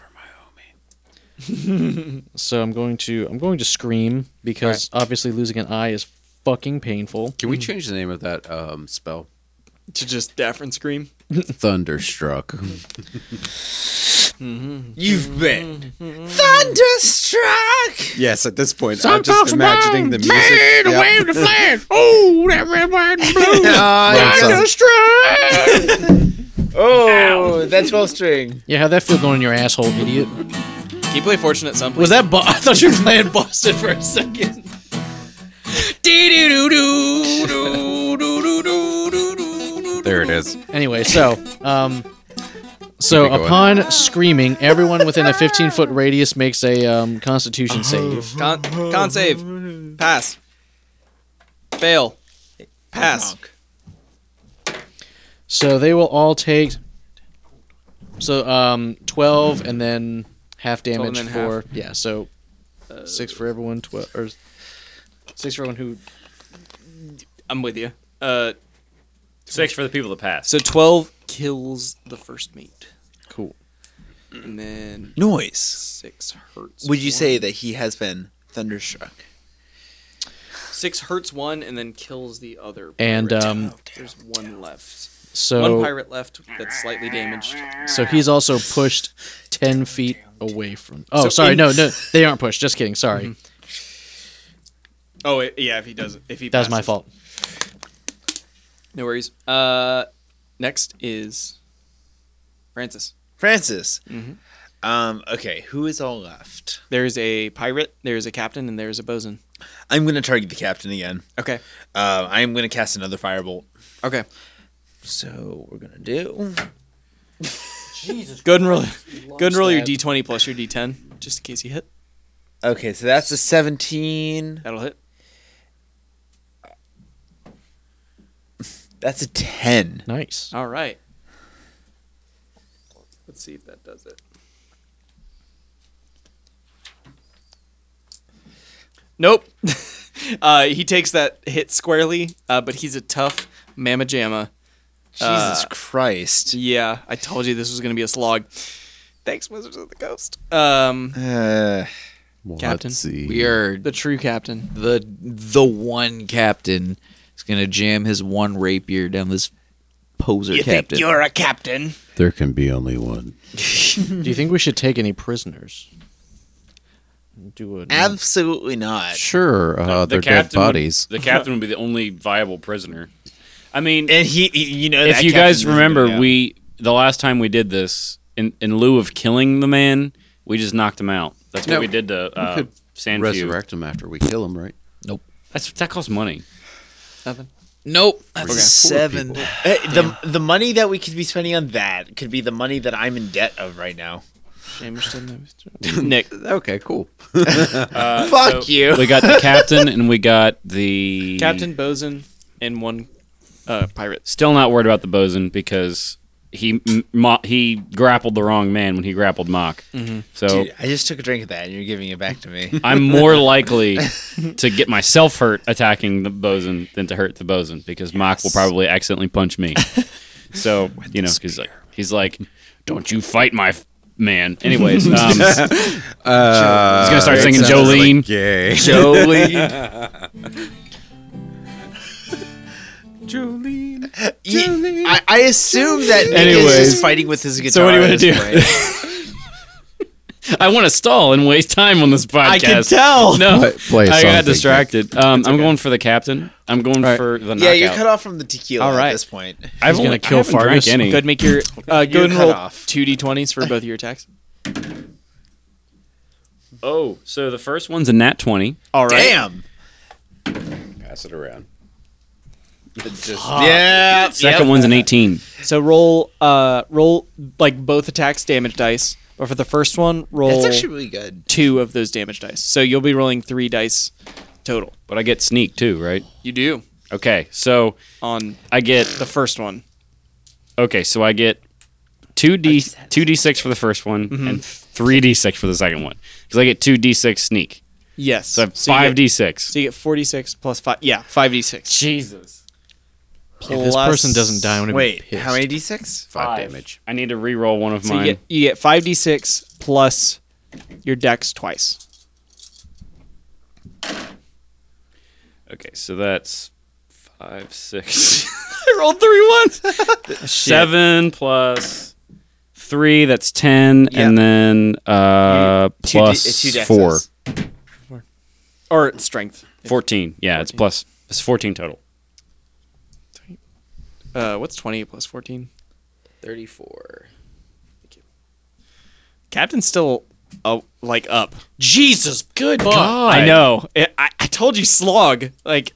[SPEAKER 7] so I'm going to I'm going to scream because obviously losing an eye is fucking painful.
[SPEAKER 6] Can we change the name of that um, spell?
[SPEAKER 2] To just Daphne scream.
[SPEAKER 6] Thunderstruck.
[SPEAKER 5] Mm-hmm.
[SPEAKER 4] You've been thunderstruck.
[SPEAKER 6] yes, at this point, I'm just imagining the music. Yep.
[SPEAKER 4] Oh, that's well string.
[SPEAKER 7] Yeah, how that feel going in your asshole, idiot?
[SPEAKER 2] Can you play Fortune at some point?
[SPEAKER 7] Was that? Bo- I thought you were playing Boston for a second.
[SPEAKER 6] There it is.
[SPEAKER 7] Anyway, so um, so
[SPEAKER 6] Keep it going.
[SPEAKER 7] upon screaming, everyone within a 15 foot radius makes a um, Constitution save.
[SPEAKER 2] Con, con save. Pass. Fail. Pass.
[SPEAKER 7] So they will all take so um 12 and then half
[SPEAKER 2] 12 and
[SPEAKER 7] damage
[SPEAKER 2] then
[SPEAKER 7] for yeah. So six for everyone. Twelve or six for everyone who
[SPEAKER 2] I'm with you. Uh,
[SPEAKER 5] Six for the people that pass.
[SPEAKER 2] so 12 kills the first mate.
[SPEAKER 7] cool.
[SPEAKER 2] And then
[SPEAKER 4] Noise.
[SPEAKER 2] six hurts.
[SPEAKER 4] Would you
[SPEAKER 2] one.
[SPEAKER 4] say that he has been thunderstruck?
[SPEAKER 2] six hurts one and then kills the other?
[SPEAKER 7] And,
[SPEAKER 2] pirate?
[SPEAKER 7] um,
[SPEAKER 2] there's one left.
[SPEAKER 7] So
[SPEAKER 2] one pirate left that's slightly damaged.
[SPEAKER 7] so he's also pushed 10 feet away from. Oh,
[SPEAKER 2] So
[SPEAKER 7] sorry.
[SPEAKER 2] in- Mm-hmm.
[SPEAKER 7] no, no, they aren't pushed. Just kidding. Sorry.
[SPEAKER 2] Oh it- yeah, if he doesn't, if he
[SPEAKER 7] That was
[SPEAKER 2] passes.
[SPEAKER 7] my fault.
[SPEAKER 2] No worries. Uh, next is Francis.
[SPEAKER 4] Francis.
[SPEAKER 5] Mm-hmm.
[SPEAKER 4] Um. Okay. Who is all left?
[SPEAKER 2] There's a pirate, there's a captain, and there's a bosun.
[SPEAKER 4] I'm gonna target the captain again.
[SPEAKER 2] Okay.
[SPEAKER 4] Uh, I am gonna cast another firebolt.
[SPEAKER 2] Okay.
[SPEAKER 4] So we're gonna do.
[SPEAKER 2] Go ahead and roll. Go ahead and roll your d20 plus your d10, just in case you hit.
[SPEAKER 4] Okay. So that's a 17.
[SPEAKER 2] That'll hit.
[SPEAKER 4] That's a 10.
[SPEAKER 7] Nice.
[SPEAKER 2] All right. Let's see if that does it. Nope. uh, he takes that hit squarely, uh, but he's a tough mamma jamma.
[SPEAKER 4] Jesus Christ.
[SPEAKER 2] Yeah, I told you this was going to be a slog. Thanks, Wizards of the Coast. Um,
[SPEAKER 4] Uh,
[SPEAKER 2] Captain.
[SPEAKER 6] Let's see.
[SPEAKER 3] We are
[SPEAKER 2] the true captain.
[SPEAKER 3] the the one captain is gonna jam his one rapier down this poser captain.
[SPEAKER 2] a captain?
[SPEAKER 6] There can be only one.
[SPEAKER 7] Do you think we should take any prisoners? Do it.
[SPEAKER 4] absolutely not.
[SPEAKER 6] Sure, uh, they're dead
[SPEAKER 5] would-
[SPEAKER 6] bodies.
[SPEAKER 5] the captain would be the only viable prisoner. I mean,
[SPEAKER 4] And he, he- you know,
[SPEAKER 5] if
[SPEAKER 4] that
[SPEAKER 5] you guys
[SPEAKER 4] captain-
[SPEAKER 5] remember,
[SPEAKER 4] yeah.
[SPEAKER 5] we the last time we did this, in in lieu of killing the man, we just knocked him out. That's what
[SPEAKER 6] No,
[SPEAKER 5] we did to uh,
[SPEAKER 6] could
[SPEAKER 5] Sandfew.
[SPEAKER 6] Resurrect them after we kill them, right?
[SPEAKER 5] That's that costs money.
[SPEAKER 3] Nope, that's a seven.
[SPEAKER 4] Uh, the the money that we could be spending on that could be the money that I'm in debt of right now.
[SPEAKER 2] Nick.
[SPEAKER 6] Okay, cool.
[SPEAKER 4] Fuck you.
[SPEAKER 5] Uh, we got the captain and we got the
[SPEAKER 2] Captain, bosun, and one uh, pirate.
[SPEAKER 5] Still not worried about the bosun because he m- mo- he grappled the wrong man when he grappled Mock. So
[SPEAKER 4] Dude, I just took a drink of that and you're giving it back to me.
[SPEAKER 5] I'm more likely to get myself hurt attacking the bosun than to hurt the bosun because Mock will probably accidentally punch me. So you know, he's like, he's like, don't you fight my f- man. Anyways, um, he's gonna start singing Jolene.
[SPEAKER 6] Yay.
[SPEAKER 5] Jolene.
[SPEAKER 4] He- I, I assume that Nick is
[SPEAKER 5] Anyways.
[SPEAKER 4] just fighting with his guitar.
[SPEAKER 5] what do you
[SPEAKER 4] at
[SPEAKER 5] wanna
[SPEAKER 4] this
[SPEAKER 5] do?
[SPEAKER 4] point.
[SPEAKER 5] I want to stall and waste time on this podcast.
[SPEAKER 2] I can tell.
[SPEAKER 5] No,
[SPEAKER 6] Play- play a
[SPEAKER 5] I
[SPEAKER 6] song,
[SPEAKER 5] got
[SPEAKER 6] thank you.
[SPEAKER 5] distracted. Um, I'm going for the captain. I'm going for the knockout.
[SPEAKER 4] yeah, you're cut off from the tequila
[SPEAKER 2] All right.
[SPEAKER 4] at this point.
[SPEAKER 5] I've
[SPEAKER 7] He's
[SPEAKER 5] only,
[SPEAKER 7] gonna kill
[SPEAKER 5] I haven't drank
[SPEAKER 7] Fargus.
[SPEAKER 5] any.
[SPEAKER 2] Go ahead, make your uh, go ahead
[SPEAKER 4] You're
[SPEAKER 2] and
[SPEAKER 4] cut
[SPEAKER 2] roll
[SPEAKER 4] off.
[SPEAKER 2] two d20s for both of your attacks.
[SPEAKER 5] Oh, so the first one's a nat twenty.
[SPEAKER 2] All right.
[SPEAKER 4] Damn.
[SPEAKER 6] Pass it around.
[SPEAKER 4] Yeah.
[SPEAKER 5] Second one's an eighteen.
[SPEAKER 2] So roll uh roll like both attacks damage dice, but for the first one roll
[SPEAKER 4] That's actually really good.
[SPEAKER 2] two of those damage dice. So you'll be rolling three dice total.
[SPEAKER 5] But I get sneak too, right?
[SPEAKER 2] You do
[SPEAKER 5] Okay, so
[SPEAKER 2] on
[SPEAKER 5] I get
[SPEAKER 2] the first one.
[SPEAKER 5] okay, so I get two d two d six for the first one and three d six for the second one because I get two d six sneak.
[SPEAKER 2] Yes.
[SPEAKER 5] So I have
[SPEAKER 2] you
[SPEAKER 5] five
[SPEAKER 2] get-
[SPEAKER 5] d six.
[SPEAKER 2] So you get forty six plus five. Yeah, five d six.
[SPEAKER 5] Jesus,
[SPEAKER 7] If this person doesn't die, I'm gonna
[SPEAKER 4] Wait,
[SPEAKER 7] be pissed.
[SPEAKER 4] how many d6?
[SPEAKER 6] Five damage.
[SPEAKER 5] I need to re-roll one of
[SPEAKER 2] So you
[SPEAKER 5] mine.
[SPEAKER 2] get you get five d six plus your dex twice.
[SPEAKER 5] okay, so that's five six
[SPEAKER 2] I rolled three ones.
[SPEAKER 5] seven plus three. That's ten, and then uh,
[SPEAKER 4] Two d-
[SPEAKER 5] plus
[SPEAKER 4] two dexes.
[SPEAKER 5] four.
[SPEAKER 2] or strength.
[SPEAKER 5] 14. Yeah, it's plus it's 14 total.
[SPEAKER 2] Uh, what's twenty plus fourteen?
[SPEAKER 3] 34.
[SPEAKER 2] Captain's still uh, like up. Jesus, good
[SPEAKER 5] God.
[SPEAKER 2] I know. It, I, I told you, slog. Like,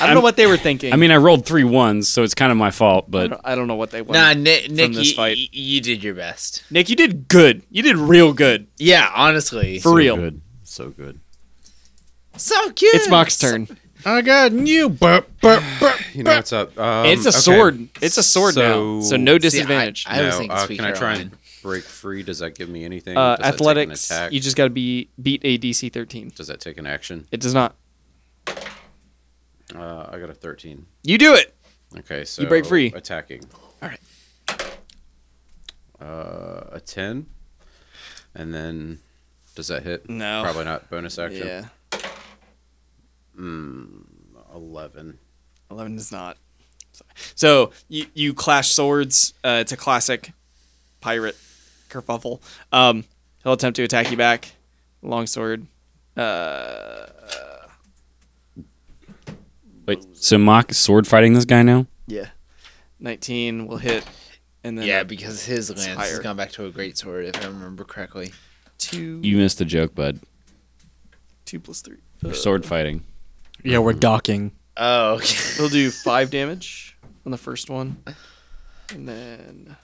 [SPEAKER 2] I don't know what they were thinking.
[SPEAKER 5] I mean, I rolled three ones, so it's kind of my fault,
[SPEAKER 2] I
[SPEAKER 5] but
[SPEAKER 2] don't, I don't know what they were.
[SPEAKER 4] Nah, Nick, Nick
[SPEAKER 2] this
[SPEAKER 4] you,
[SPEAKER 2] fight.
[SPEAKER 4] you- you did your best.
[SPEAKER 2] Nick, you did good. You did real good
[SPEAKER 4] Yeah, honestly.
[SPEAKER 2] for real.
[SPEAKER 6] Good. So good.
[SPEAKER 4] so cute.
[SPEAKER 2] It's Mock's turn.
[SPEAKER 7] I got new. Burp,
[SPEAKER 6] You know what's up? Um,
[SPEAKER 2] it's a
[SPEAKER 6] okay.
[SPEAKER 2] sword. It's a sword now.
[SPEAKER 6] So-
[SPEAKER 2] So no
[SPEAKER 4] See,
[SPEAKER 2] disadvantage.
[SPEAKER 4] I, I was
[SPEAKER 6] No,
[SPEAKER 4] thinking
[SPEAKER 6] uh,
[SPEAKER 4] Sweet
[SPEAKER 6] can I try
[SPEAKER 4] Caroline.
[SPEAKER 6] and break free? Does that give me anything? Does
[SPEAKER 2] uh,
[SPEAKER 6] that take an
[SPEAKER 2] athletics.
[SPEAKER 6] attack?
[SPEAKER 2] You just got to be beat a DC 13.
[SPEAKER 6] Does that take an action?
[SPEAKER 2] It does not.
[SPEAKER 6] Uh, I got a 13.
[SPEAKER 2] You do it.
[SPEAKER 6] Okay, so
[SPEAKER 2] break free.
[SPEAKER 6] Attacking. All
[SPEAKER 2] right.
[SPEAKER 6] Uh, a ten, and then does that hit?
[SPEAKER 2] No.
[SPEAKER 6] probably not. Bonus action.
[SPEAKER 2] Yeah,
[SPEAKER 6] Eleven.
[SPEAKER 2] 11 does not. So you you clash swords. Uh, it's a classic pirate kerfuffle. Um, he'll attempt to attack you back. Long sword.
[SPEAKER 5] wait. So Mock is sword fighting this guy now?
[SPEAKER 2] Yeah. 19 will hit. And then
[SPEAKER 4] Yeah, because his lance has
[SPEAKER 2] higher.
[SPEAKER 4] gone back to a great sword, if I remember correctly.
[SPEAKER 2] two,
[SPEAKER 5] You missed the joke, bud.
[SPEAKER 2] two plus three.
[SPEAKER 6] Uh,
[SPEAKER 5] You're sword fighting.
[SPEAKER 7] Yeah, we're docking.
[SPEAKER 4] Oh, okay.
[SPEAKER 2] He'll do five damage on the first one. And then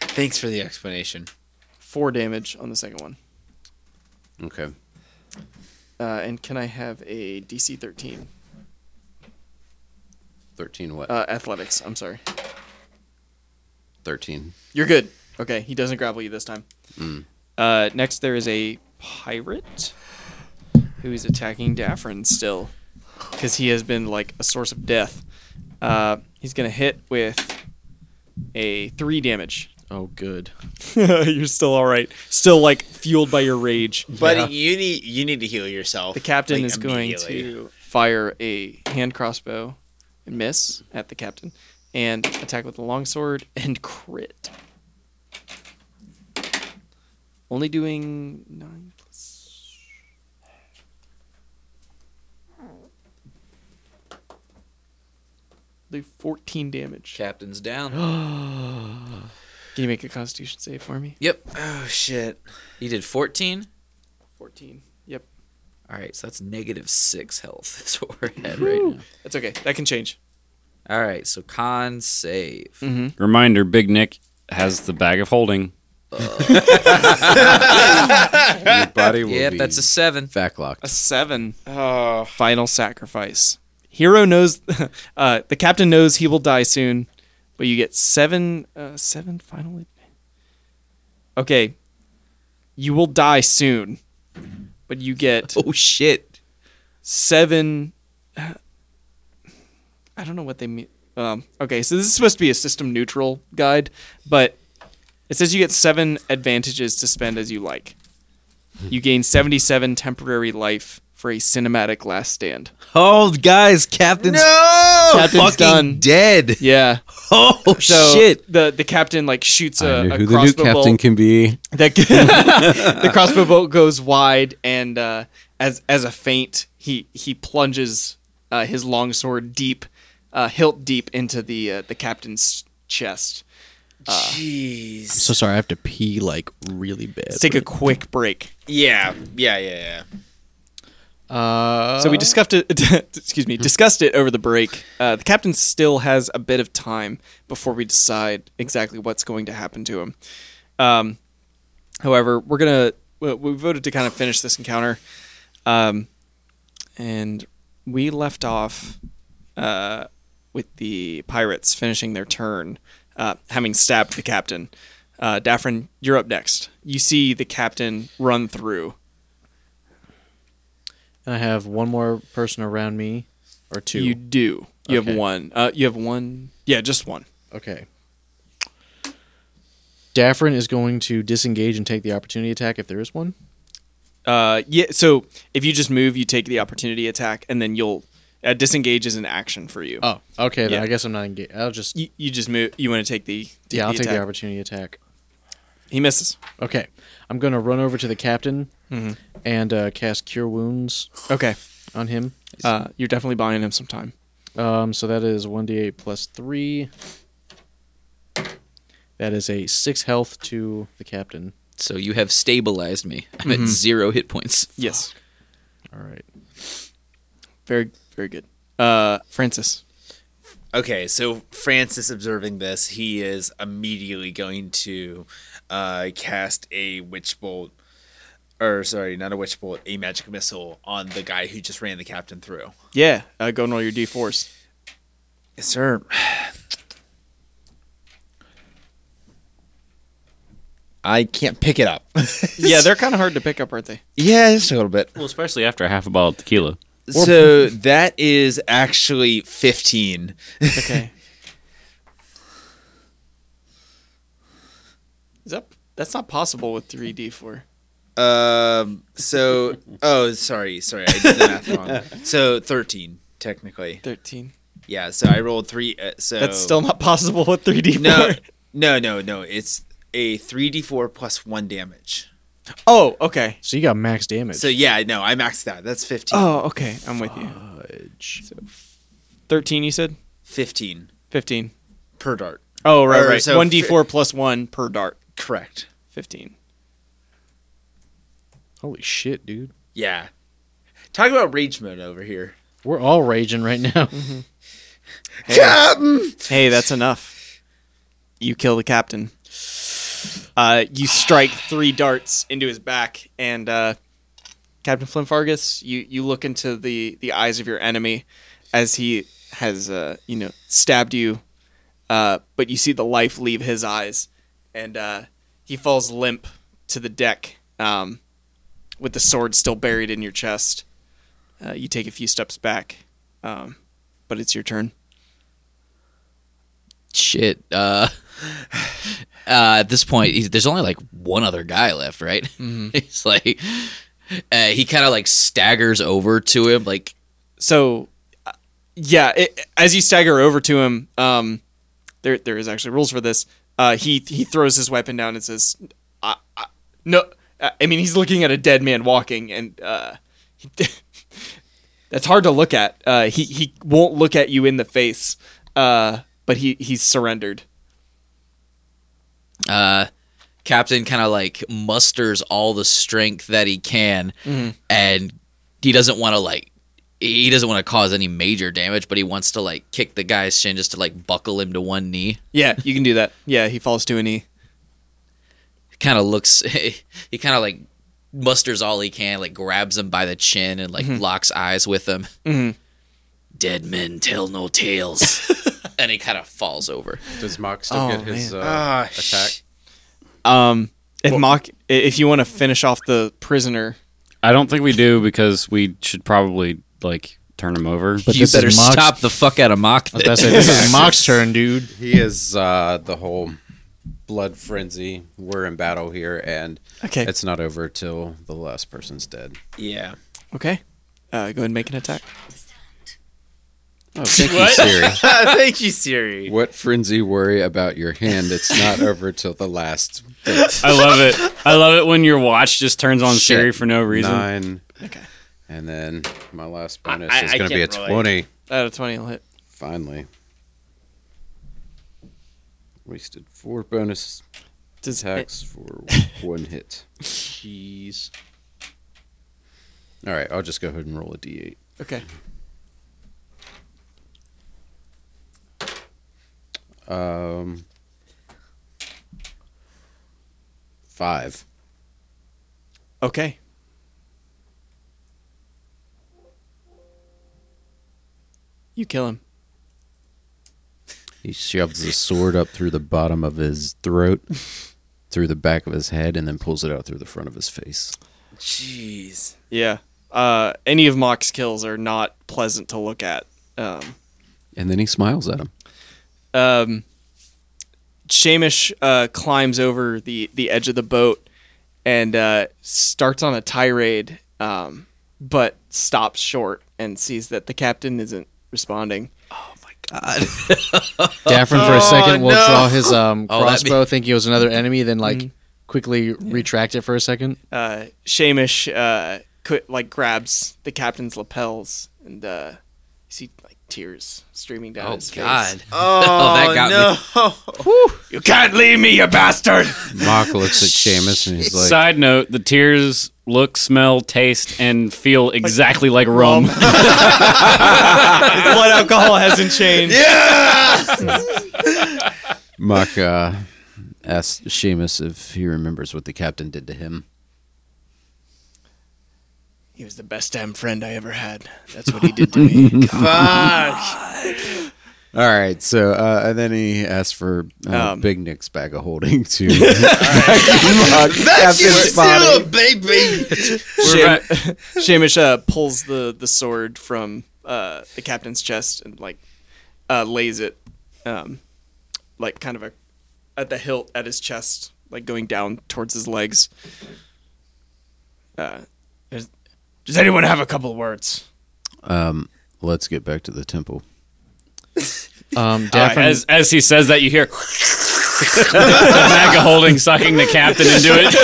[SPEAKER 4] Thanks for the explanation.
[SPEAKER 2] four damage on the second one.
[SPEAKER 6] Okay.
[SPEAKER 2] Uh, and can I have a DC 13?
[SPEAKER 6] Thirteen. What?
[SPEAKER 2] Uh, athletics, I'm sorry.
[SPEAKER 6] Thirteen.
[SPEAKER 2] You're good. Okay, he doesn't grapple you this time.
[SPEAKER 7] Mm.
[SPEAKER 2] Uh, next, there is a pirate who is attacking Daffrin still because he has been like a source of death. Uh, he's going to hit with a three damage.
[SPEAKER 7] Oh, good.
[SPEAKER 2] You're still all right. Still like fueled by your rage.
[SPEAKER 4] Buddy, you need you need to heal yourself.
[SPEAKER 2] The captain
[SPEAKER 4] like,
[SPEAKER 2] is going
[SPEAKER 4] immediately.
[SPEAKER 2] to fire a hand crossbow and miss at the captain and attack with the longsword and crit. Only doing 9 plus. Do 14 damage.
[SPEAKER 3] Captain's down.
[SPEAKER 2] Can you make a constitution save for me?
[SPEAKER 3] yep.
[SPEAKER 4] Oh shit.
[SPEAKER 3] He did 14.
[SPEAKER 2] 14. Yep.
[SPEAKER 3] All right, so that's negative six health. That's what we're at right now.
[SPEAKER 2] That's okay. That can change.
[SPEAKER 3] All right, so con save.
[SPEAKER 5] Reminder: Big Nick has the bag of holding.
[SPEAKER 6] Your body will
[SPEAKER 3] Yep,
[SPEAKER 6] be
[SPEAKER 3] that's a seven.
[SPEAKER 6] back locked.
[SPEAKER 2] A seven. Final sacrifice. Hero knows. Uh, the captain knows he will die soon, but you get seven uh, seven final. ad- Okay, you will die soon, but you get
[SPEAKER 3] Oh shit!
[SPEAKER 2] seven. I don't know what they mean. Um, okay, so this is supposed to be a system neutral guide, but it says you get seven advantages to spend as you like. You gain 77 temporary life for a cinematic last stand.
[SPEAKER 9] Oh, guys, Captain's no!
[SPEAKER 2] Captain's
[SPEAKER 9] fucking
[SPEAKER 2] done.
[SPEAKER 9] dead.
[SPEAKER 2] Yeah.
[SPEAKER 9] Oh
[SPEAKER 2] So
[SPEAKER 9] shit!
[SPEAKER 2] The the captain like shoots
[SPEAKER 6] I
[SPEAKER 2] a,
[SPEAKER 6] knew
[SPEAKER 2] a
[SPEAKER 6] who the new
[SPEAKER 2] crossbow
[SPEAKER 6] captain
[SPEAKER 2] bolt.
[SPEAKER 6] can be.
[SPEAKER 2] That, the crossbow bolt goes wide, and uh, as as a feint, he he plunges uh, his longsword deep, uh, hilt deep into the uh, the captain's chest.
[SPEAKER 7] I'm so sorry. I have to pee like really bad.
[SPEAKER 2] Let's take a quick break.
[SPEAKER 4] Yeah, yeah, yeah, yeah.
[SPEAKER 7] Uh,
[SPEAKER 2] So we discussed it. excuse me, discussed it over the break. Uh, the captain still has a bit of time before we decide exactly what's going to happen to him. Um, however, we're gonna we, we voted to kind of finish this encounter, um, and we left off uh, with the pirates finishing their turn, uh, having stabbed the captain. Uh, Daffrin, you're up next. You see the captain run through.
[SPEAKER 7] and I have one more person around me, or two.
[SPEAKER 2] You do. You
[SPEAKER 7] Okay.
[SPEAKER 2] have one. Uh, you have one. Yeah, just one.
[SPEAKER 7] Okay. Daffrin is going to disengage and take the opportunity attack if there is one.
[SPEAKER 2] Uh, yeah. So if you just move, you take the opportunity attack, and then you'll uh, disengage is an action for you.
[SPEAKER 7] Oh, okay. Then
[SPEAKER 2] Yeah.
[SPEAKER 7] I guess I'm not engaged. I'll just
[SPEAKER 2] You, you just move. You want to take the take
[SPEAKER 7] yeah, I'll take the
[SPEAKER 2] attack.
[SPEAKER 7] opportunity attack.
[SPEAKER 2] He misses.
[SPEAKER 7] Okay, I'm going to run over to the captain
[SPEAKER 2] Mm-hmm.
[SPEAKER 7] and uh, cast Cure Wounds
[SPEAKER 2] Okay.
[SPEAKER 7] on him.
[SPEAKER 2] Uh, you're definitely buying him some time.
[SPEAKER 7] Um, so that is one d8 plus three. That is a six health to the captain.
[SPEAKER 3] So you have stabilized me. I'm at zero hit points.
[SPEAKER 2] Yes.
[SPEAKER 7] All right.
[SPEAKER 2] Very very good. Uh, Francis.
[SPEAKER 4] Okay, so Francis observing this, he is immediately going to uh, cast a witch bolt, or sorry, not a witch bolt, a magic missile on the guy who just ran the captain through.
[SPEAKER 2] Yeah. Uh, go and roll your d4s.
[SPEAKER 4] Yes, sir. I can't pick it up.
[SPEAKER 2] yeah, they're kind of hard to pick up, aren't they?
[SPEAKER 4] yeah, just a little bit.
[SPEAKER 5] Well, especially after a half a bottle of tequila.
[SPEAKER 4] So that is actually fifteen.
[SPEAKER 2] Okay. Is that that's not possible with three d4.
[SPEAKER 4] Um. So, oh, sorry, sorry, I did the math wrong. So thirteen, technically.
[SPEAKER 2] Thirteen.
[SPEAKER 4] Yeah. So I rolled three. Uh, so
[SPEAKER 2] That's still not possible with three d4.
[SPEAKER 4] no, no, no, no. It's a three d four plus one damage.
[SPEAKER 2] Oh, okay.
[SPEAKER 7] So you got max damage.
[SPEAKER 4] So yeah, no, I maxed that. That's fifteen.
[SPEAKER 2] Oh, okay. I'm with you. So, 13, you said?
[SPEAKER 4] Fifteen
[SPEAKER 2] 15.
[SPEAKER 4] per dart.
[SPEAKER 2] Oh, right,
[SPEAKER 4] Or
[SPEAKER 2] right.
[SPEAKER 4] so
[SPEAKER 2] 1d4 plus 1 per dart.
[SPEAKER 4] Correct.
[SPEAKER 2] 15.
[SPEAKER 7] Holy shit, dude.
[SPEAKER 4] Yeah. Talk about rage mode over here.
[SPEAKER 7] We're all raging right now.
[SPEAKER 2] Hey, that's enough. You kill the captain. Uh, you strike three darts into his back, and uh, Captain Flynn Fargus, you, you look into the, the eyes of your enemy as he has, uh, you know, stabbed you, uh, but you see the life leave his eyes, and uh, he falls limp to the deck um, with the sword still buried in your chest. Uh, you take a few steps back, um, but it's your turn.
[SPEAKER 3] Shit. Uh, uh, at this point, he's, there's only like one other guy left, right? He's like, uh, he kind of like staggers over to him, like
[SPEAKER 2] so uh, yeah it, as you stagger over to him um there there is actually rules for this uh he he throws his weapon down and says I, I, no uh, i mean he's looking at a dead man walking and uh he, that's hard to look at uh he he won't look at you in the face uh but he he's surrendered
[SPEAKER 3] uh, Captain kind of like musters all the strength that he can, and he doesn't want to like he doesn't want to cause any major damage, but he wants to like kick the guy's shin just to like buckle him to one knee.
[SPEAKER 2] yeah you can do that yeah he falls to a knee
[SPEAKER 3] Kind of looks, he kind of like musters all he can, like grabs him by the chin and like locks eyes with him. Dead men tell no tales. and he kind of falls over.
[SPEAKER 9] Does Mock still
[SPEAKER 2] Oh,
[SPEAKER 9] get his uh,
[SPEAKER 2] man.
[SPEAKER 4] Ah,
[SPEAKER 9] attack?
[SPEAKER 4] sh-
[SPEAKER 2] Um, if Mock, i- if you want to finish off the prisoner,
[SPEAKER 5] I don't think we do because we should probably like turn him over. But
[SPEAKER 3] you
[SPEAKER 7] this is
[SPEAKER 3] better
[SPEAKER 7] Mox-
[SPEAKER 3] stop the fuck out of Mock.
[SPEAKER 7] I was about to say, this is Mock's turn, dude.
[SPEAKER 9] He is uh, the whole blood frenzy. We're in battle here, and
[SPEAKER 2] Okay.
[SPEAKER 9] it's not over till the last person's dead.
[SPEAKER 4] yeah.
[SPEAKER 2] okay, uh, go ahead and make an attack.
[SPEAKER 9] Oh, thank you, Siri.
[SPEAKER 4] Thank you, Siri.
[SPEAKER 9] What frenzy worry about your hand? It's not over till the last. bit.
[SPEAKER 5] I love it. I love it when your watch just turns on
[SPEAKER 9] Shit.
[SPEAKER 5] Siri for no reason.
[SPEAKER 9] Nine. And then my last bonus
[SPEAKER 4] I-
[SPEAKER 9] is
[SPEAKER 4] I
[SPEAKER 9] going to be a
[SPEAKER 4] can't relate.
[SPEAKER 9] 20.
[SPEAKER 2] Out of twenty, I'll hit.
[SPEAKER 9] Finally. Wasted four bonus
[SPEAKER 2] Does
[SPEAKER 9] attacks for one hit.
[SPEAKER 7] Jeez.
[SPEAKER 9] All right, I'll just go ahead and roll a d8.
[SPEAKER 2] okay.
[SPEAKER 9] Um, five.
[SPEAKER 2] Okay. You kill him.
[SPEAKER 9] He shoves the sword up through the bottom of his throat, through the back of his head, and then pulls it out through the front of his face.
[SPEAKER 4] Jeez.
[SPEAKER 2] Yeah. Uh, any of Mock's kills are not pleasant to look at. Um,
[SPEAKER 9] And then he smiles at him.
[SPEAKER 2] um, Shamish uh, climbs over the, the edge of the boat and uh, starts on a tirade, um, but stops short and sees that the captain isn't responding.
[SPEAKER 7] Daffron for a second will draw his um,
[SPEAKER 3] Uh, Oh, that'd be- Mm-hmm.
[SPEAKER 7] crossbow, thinking it was another enemy, then like quickly retract it for a second.
[SPEAKER 2] Uh, Shamish uh, qu- like grabs the captain's lapels and uh, you see like tears streaming down
[SPEAKER 3] Oh
[SPEAKER 2] his
[SPEAKER 3] God!
[SPEAKER 2] face.
[SPEAKER 3] Oh, that got me.
[SPEAKER 2] You can't leave me, you bastard!
[SPEAKER 9] Mock looks at Seamus and he's like,
[SPEAKER 5] Side note: the tears look, smell, taste, and feel exactly like, rum.
[SPEAKER 2] His blood alcohol hasn't changed.
[SPEAKER 9] Mock uh, asks Seamus if he remembers what the captain did to him.
[SPEAKER 2] He was the best damn friend I ever had. That's what he did to me.
[SPEAKER 9] All right, so uh, and then he asks for uh,
[SPEAKER 2] Um,
[SPEAKER 9] Big Nick's bag of holding to Mock Captain's body.
[SPEAKER 2] Sham- Shamish uh, pulls the, the sword from uh, the captain's chest and like uh, lays it, um, like kind of a at the hilt at his chest, like going down towards his legs. Uh, is- does anyone have a couple words?
[SPEAKER 9] Um, let's get back to the temple.
[SPEAKER 7] Um,
[SPEAKER 5] Uh,
[SPEAKER 7] Daffron,
[SPEAKER 5] as as he says that, you hear the bag of holding sucking the captain into it.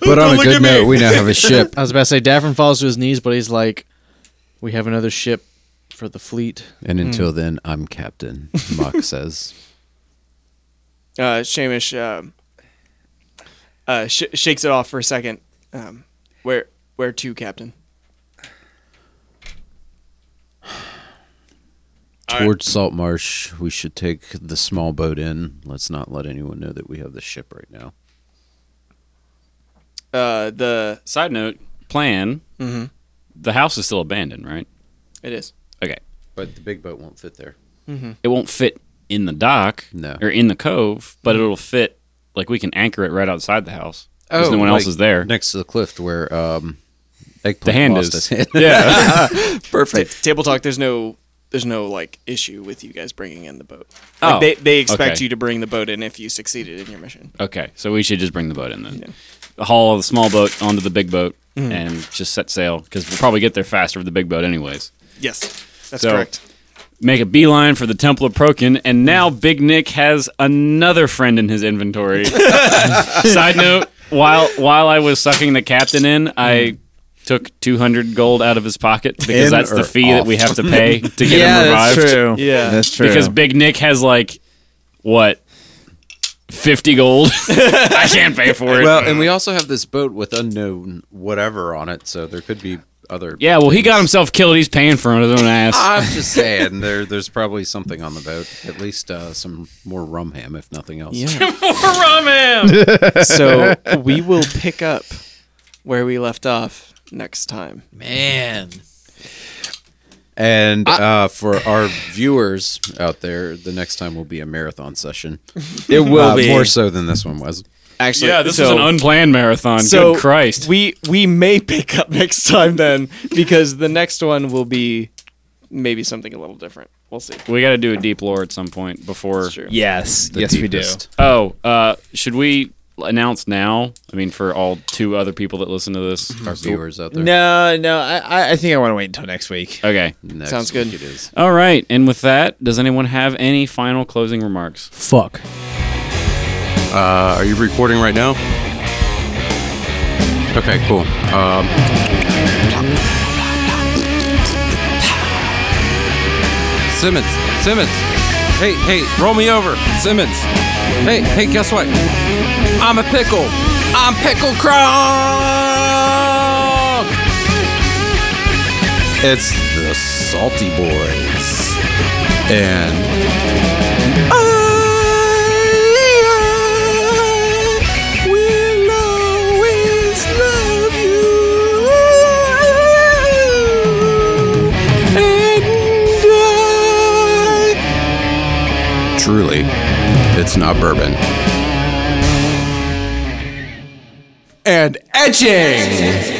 [SPEAKER 9] But on a good note, we now have a ship.
[SPEAKER 7] I was about to say, Daffron falls to his knees, but he's like, "We have another ship for the fleet."
[SPEAKER 9] And
[SPEAKER 5] Hmm.
[SPEAKER 9] until then, I'm captain, Mock says.
[SPEAKER 2] Uh, Shamish um uh, sh- shakes it off for a second. Um, where where to, Captain?
[SPEAKER 9] Towards Salt Marsh, we should take the small boat in. Let's not let anyone know that we have the ship right now.
[SPEAKER 2] Uh, the
[SPEAKER 5] Side note: plan. The house is still abandoned, right?
[SPEAKER 2] it is.
[SPEAKER 5] Okay,
[SPEAKER 9] But the big boat won't fit there.
[SPEAKER 5] it won't fit in the dock
[SPEAKER 9] No.
[SPEAKER 5] or in the cove, but it'll fit. Like we can anchor it right outside the house because no one else
[SPEAKER 9] like
[SPEAKER 5] is there.
[SPEAKER 9] Next to the cliff where um, eggplant
[SPEAKER 5] the hand
[SPEAKER 9] lost
[SPEAKER 5] is
[SPEAKER 9] his hand.
[SPEAKER 5] yeah.
[SPEAKER 2] Perfect. table talk. There's no there's no like issue with you guys bringing in the boat. Like,
[SPEAKER 5] Oh,
[SPEAKER 2] they they expect
[SPEAKER 5] okay.
[SPEAKER 2] you to bring the boat in if you succeeded in your mission.
[SPEAKER 5] okay, so we should just bring the boat in then. Haul the small boat onto the big boat
[SPEAKER 4] Mm-hmm.
[SPEAKER 5] and just set sail because we'll probably get there faster with the big boat anyways.
[SPEAKER 2] Yes, that's
[SPEAKER 5] So-
[SPEAKER 2] correct.
[SPEAKER 5] Make a beeline for the Temple of Prokin, and now
[SPEAKER 4] Mm.
[SPEAKER 5] Big Nick has another friend in his inventory. Side note: while while I was sucking the captain in, I took two hundred gold out of his pocket because
[SPEAKER 4] Mm. In
[SPEAKER 5] that's
[SPEAKER 4] or
[SPEAKER 5] the fee that we
[SPEAKER 9] off?
[SPEAKER 5] have to pay to get
[SPEAKER 4] Yeah,
[SPEAKER 5] him
[SPEAKER 4] that's
[SPEAKER 5] revived.
[SPEAKER 4] true.
[SPEAKER 2] Yeah.
[SPEAKER 4] that's true.
[SPEAKER 5] Because Big Nick has like what fifty gold. I can't pay for it.
[SPEAKER 9] Well, and we also have this boat with unknown whatever on it, so there could be other.
[SPEAKER 5] yeah, well, he got
[SPEAKER 9] things.
[SPEAKER 5] himself killed. He's paying for it. His own ass.
[SPEAKER 9] I'm just saying, there, there's probably something on the boat. At least uh, some more rum ham, if nothing else.
[SPEAKER 2] Yeah. so we will pick up where we left off next time.
[SPEAKER 3] Man,
[SPEAKER 6] And uh, for our viewers out there, the next time will be a marathon session.
[SPEAKER 2] It will
[SPEAKER 6] Uh, more so than this one was.
[SPEAKER 2] actually.
[SPEAKER 5] Yeah, this
[SPEAKER 2] so,
[SPEAKER 5] is an unplanned marathon.
[SPEAKER 2] so
[SPEAKER 5] Good Christ.
[SPEAKER 2] We we may pick up next time then because the next one will be maybe something a little different. We'll see.
[SPEAKER 5] We got to do a deep lore at some point before.
[SPEAKER 2] Sure.
[SPEAKER 4] Yes, yes,
[SPEAKER 6] deepest.
[SPEAKER 5] Oh, uh, should we announce now? I mean, for all two other people that listen to this.
[SPEAKER 6] Our viewers out
[SPEAKER 4] we do.
[SPEAKER 6] there.
[SPEAKER 4] No, no, I- I, I think I want to wait until next week.
[SPEAKER 5] Okay.
[SPEAKER 6] Next
[SPEAKER 2] Sounds good.
[SPEAKER 6] week It is.
[SPEAKER 5] All right. And with that, does anyone have any final closing remarks?
[SPEAKER 7] Fuck.
[SPEAKER 6] Uh, are you recording right now? Okay, cool. Um, Simmons, Simmons. Hey, hey, roll me over, Simmons. Hey, hey, guess what? I'm a pickle. I'm pickle Krong. It's the Salty Boys, and
[SPEAKER 1] Truly, it's not bourbon.
[SPEAKER 6] and etching.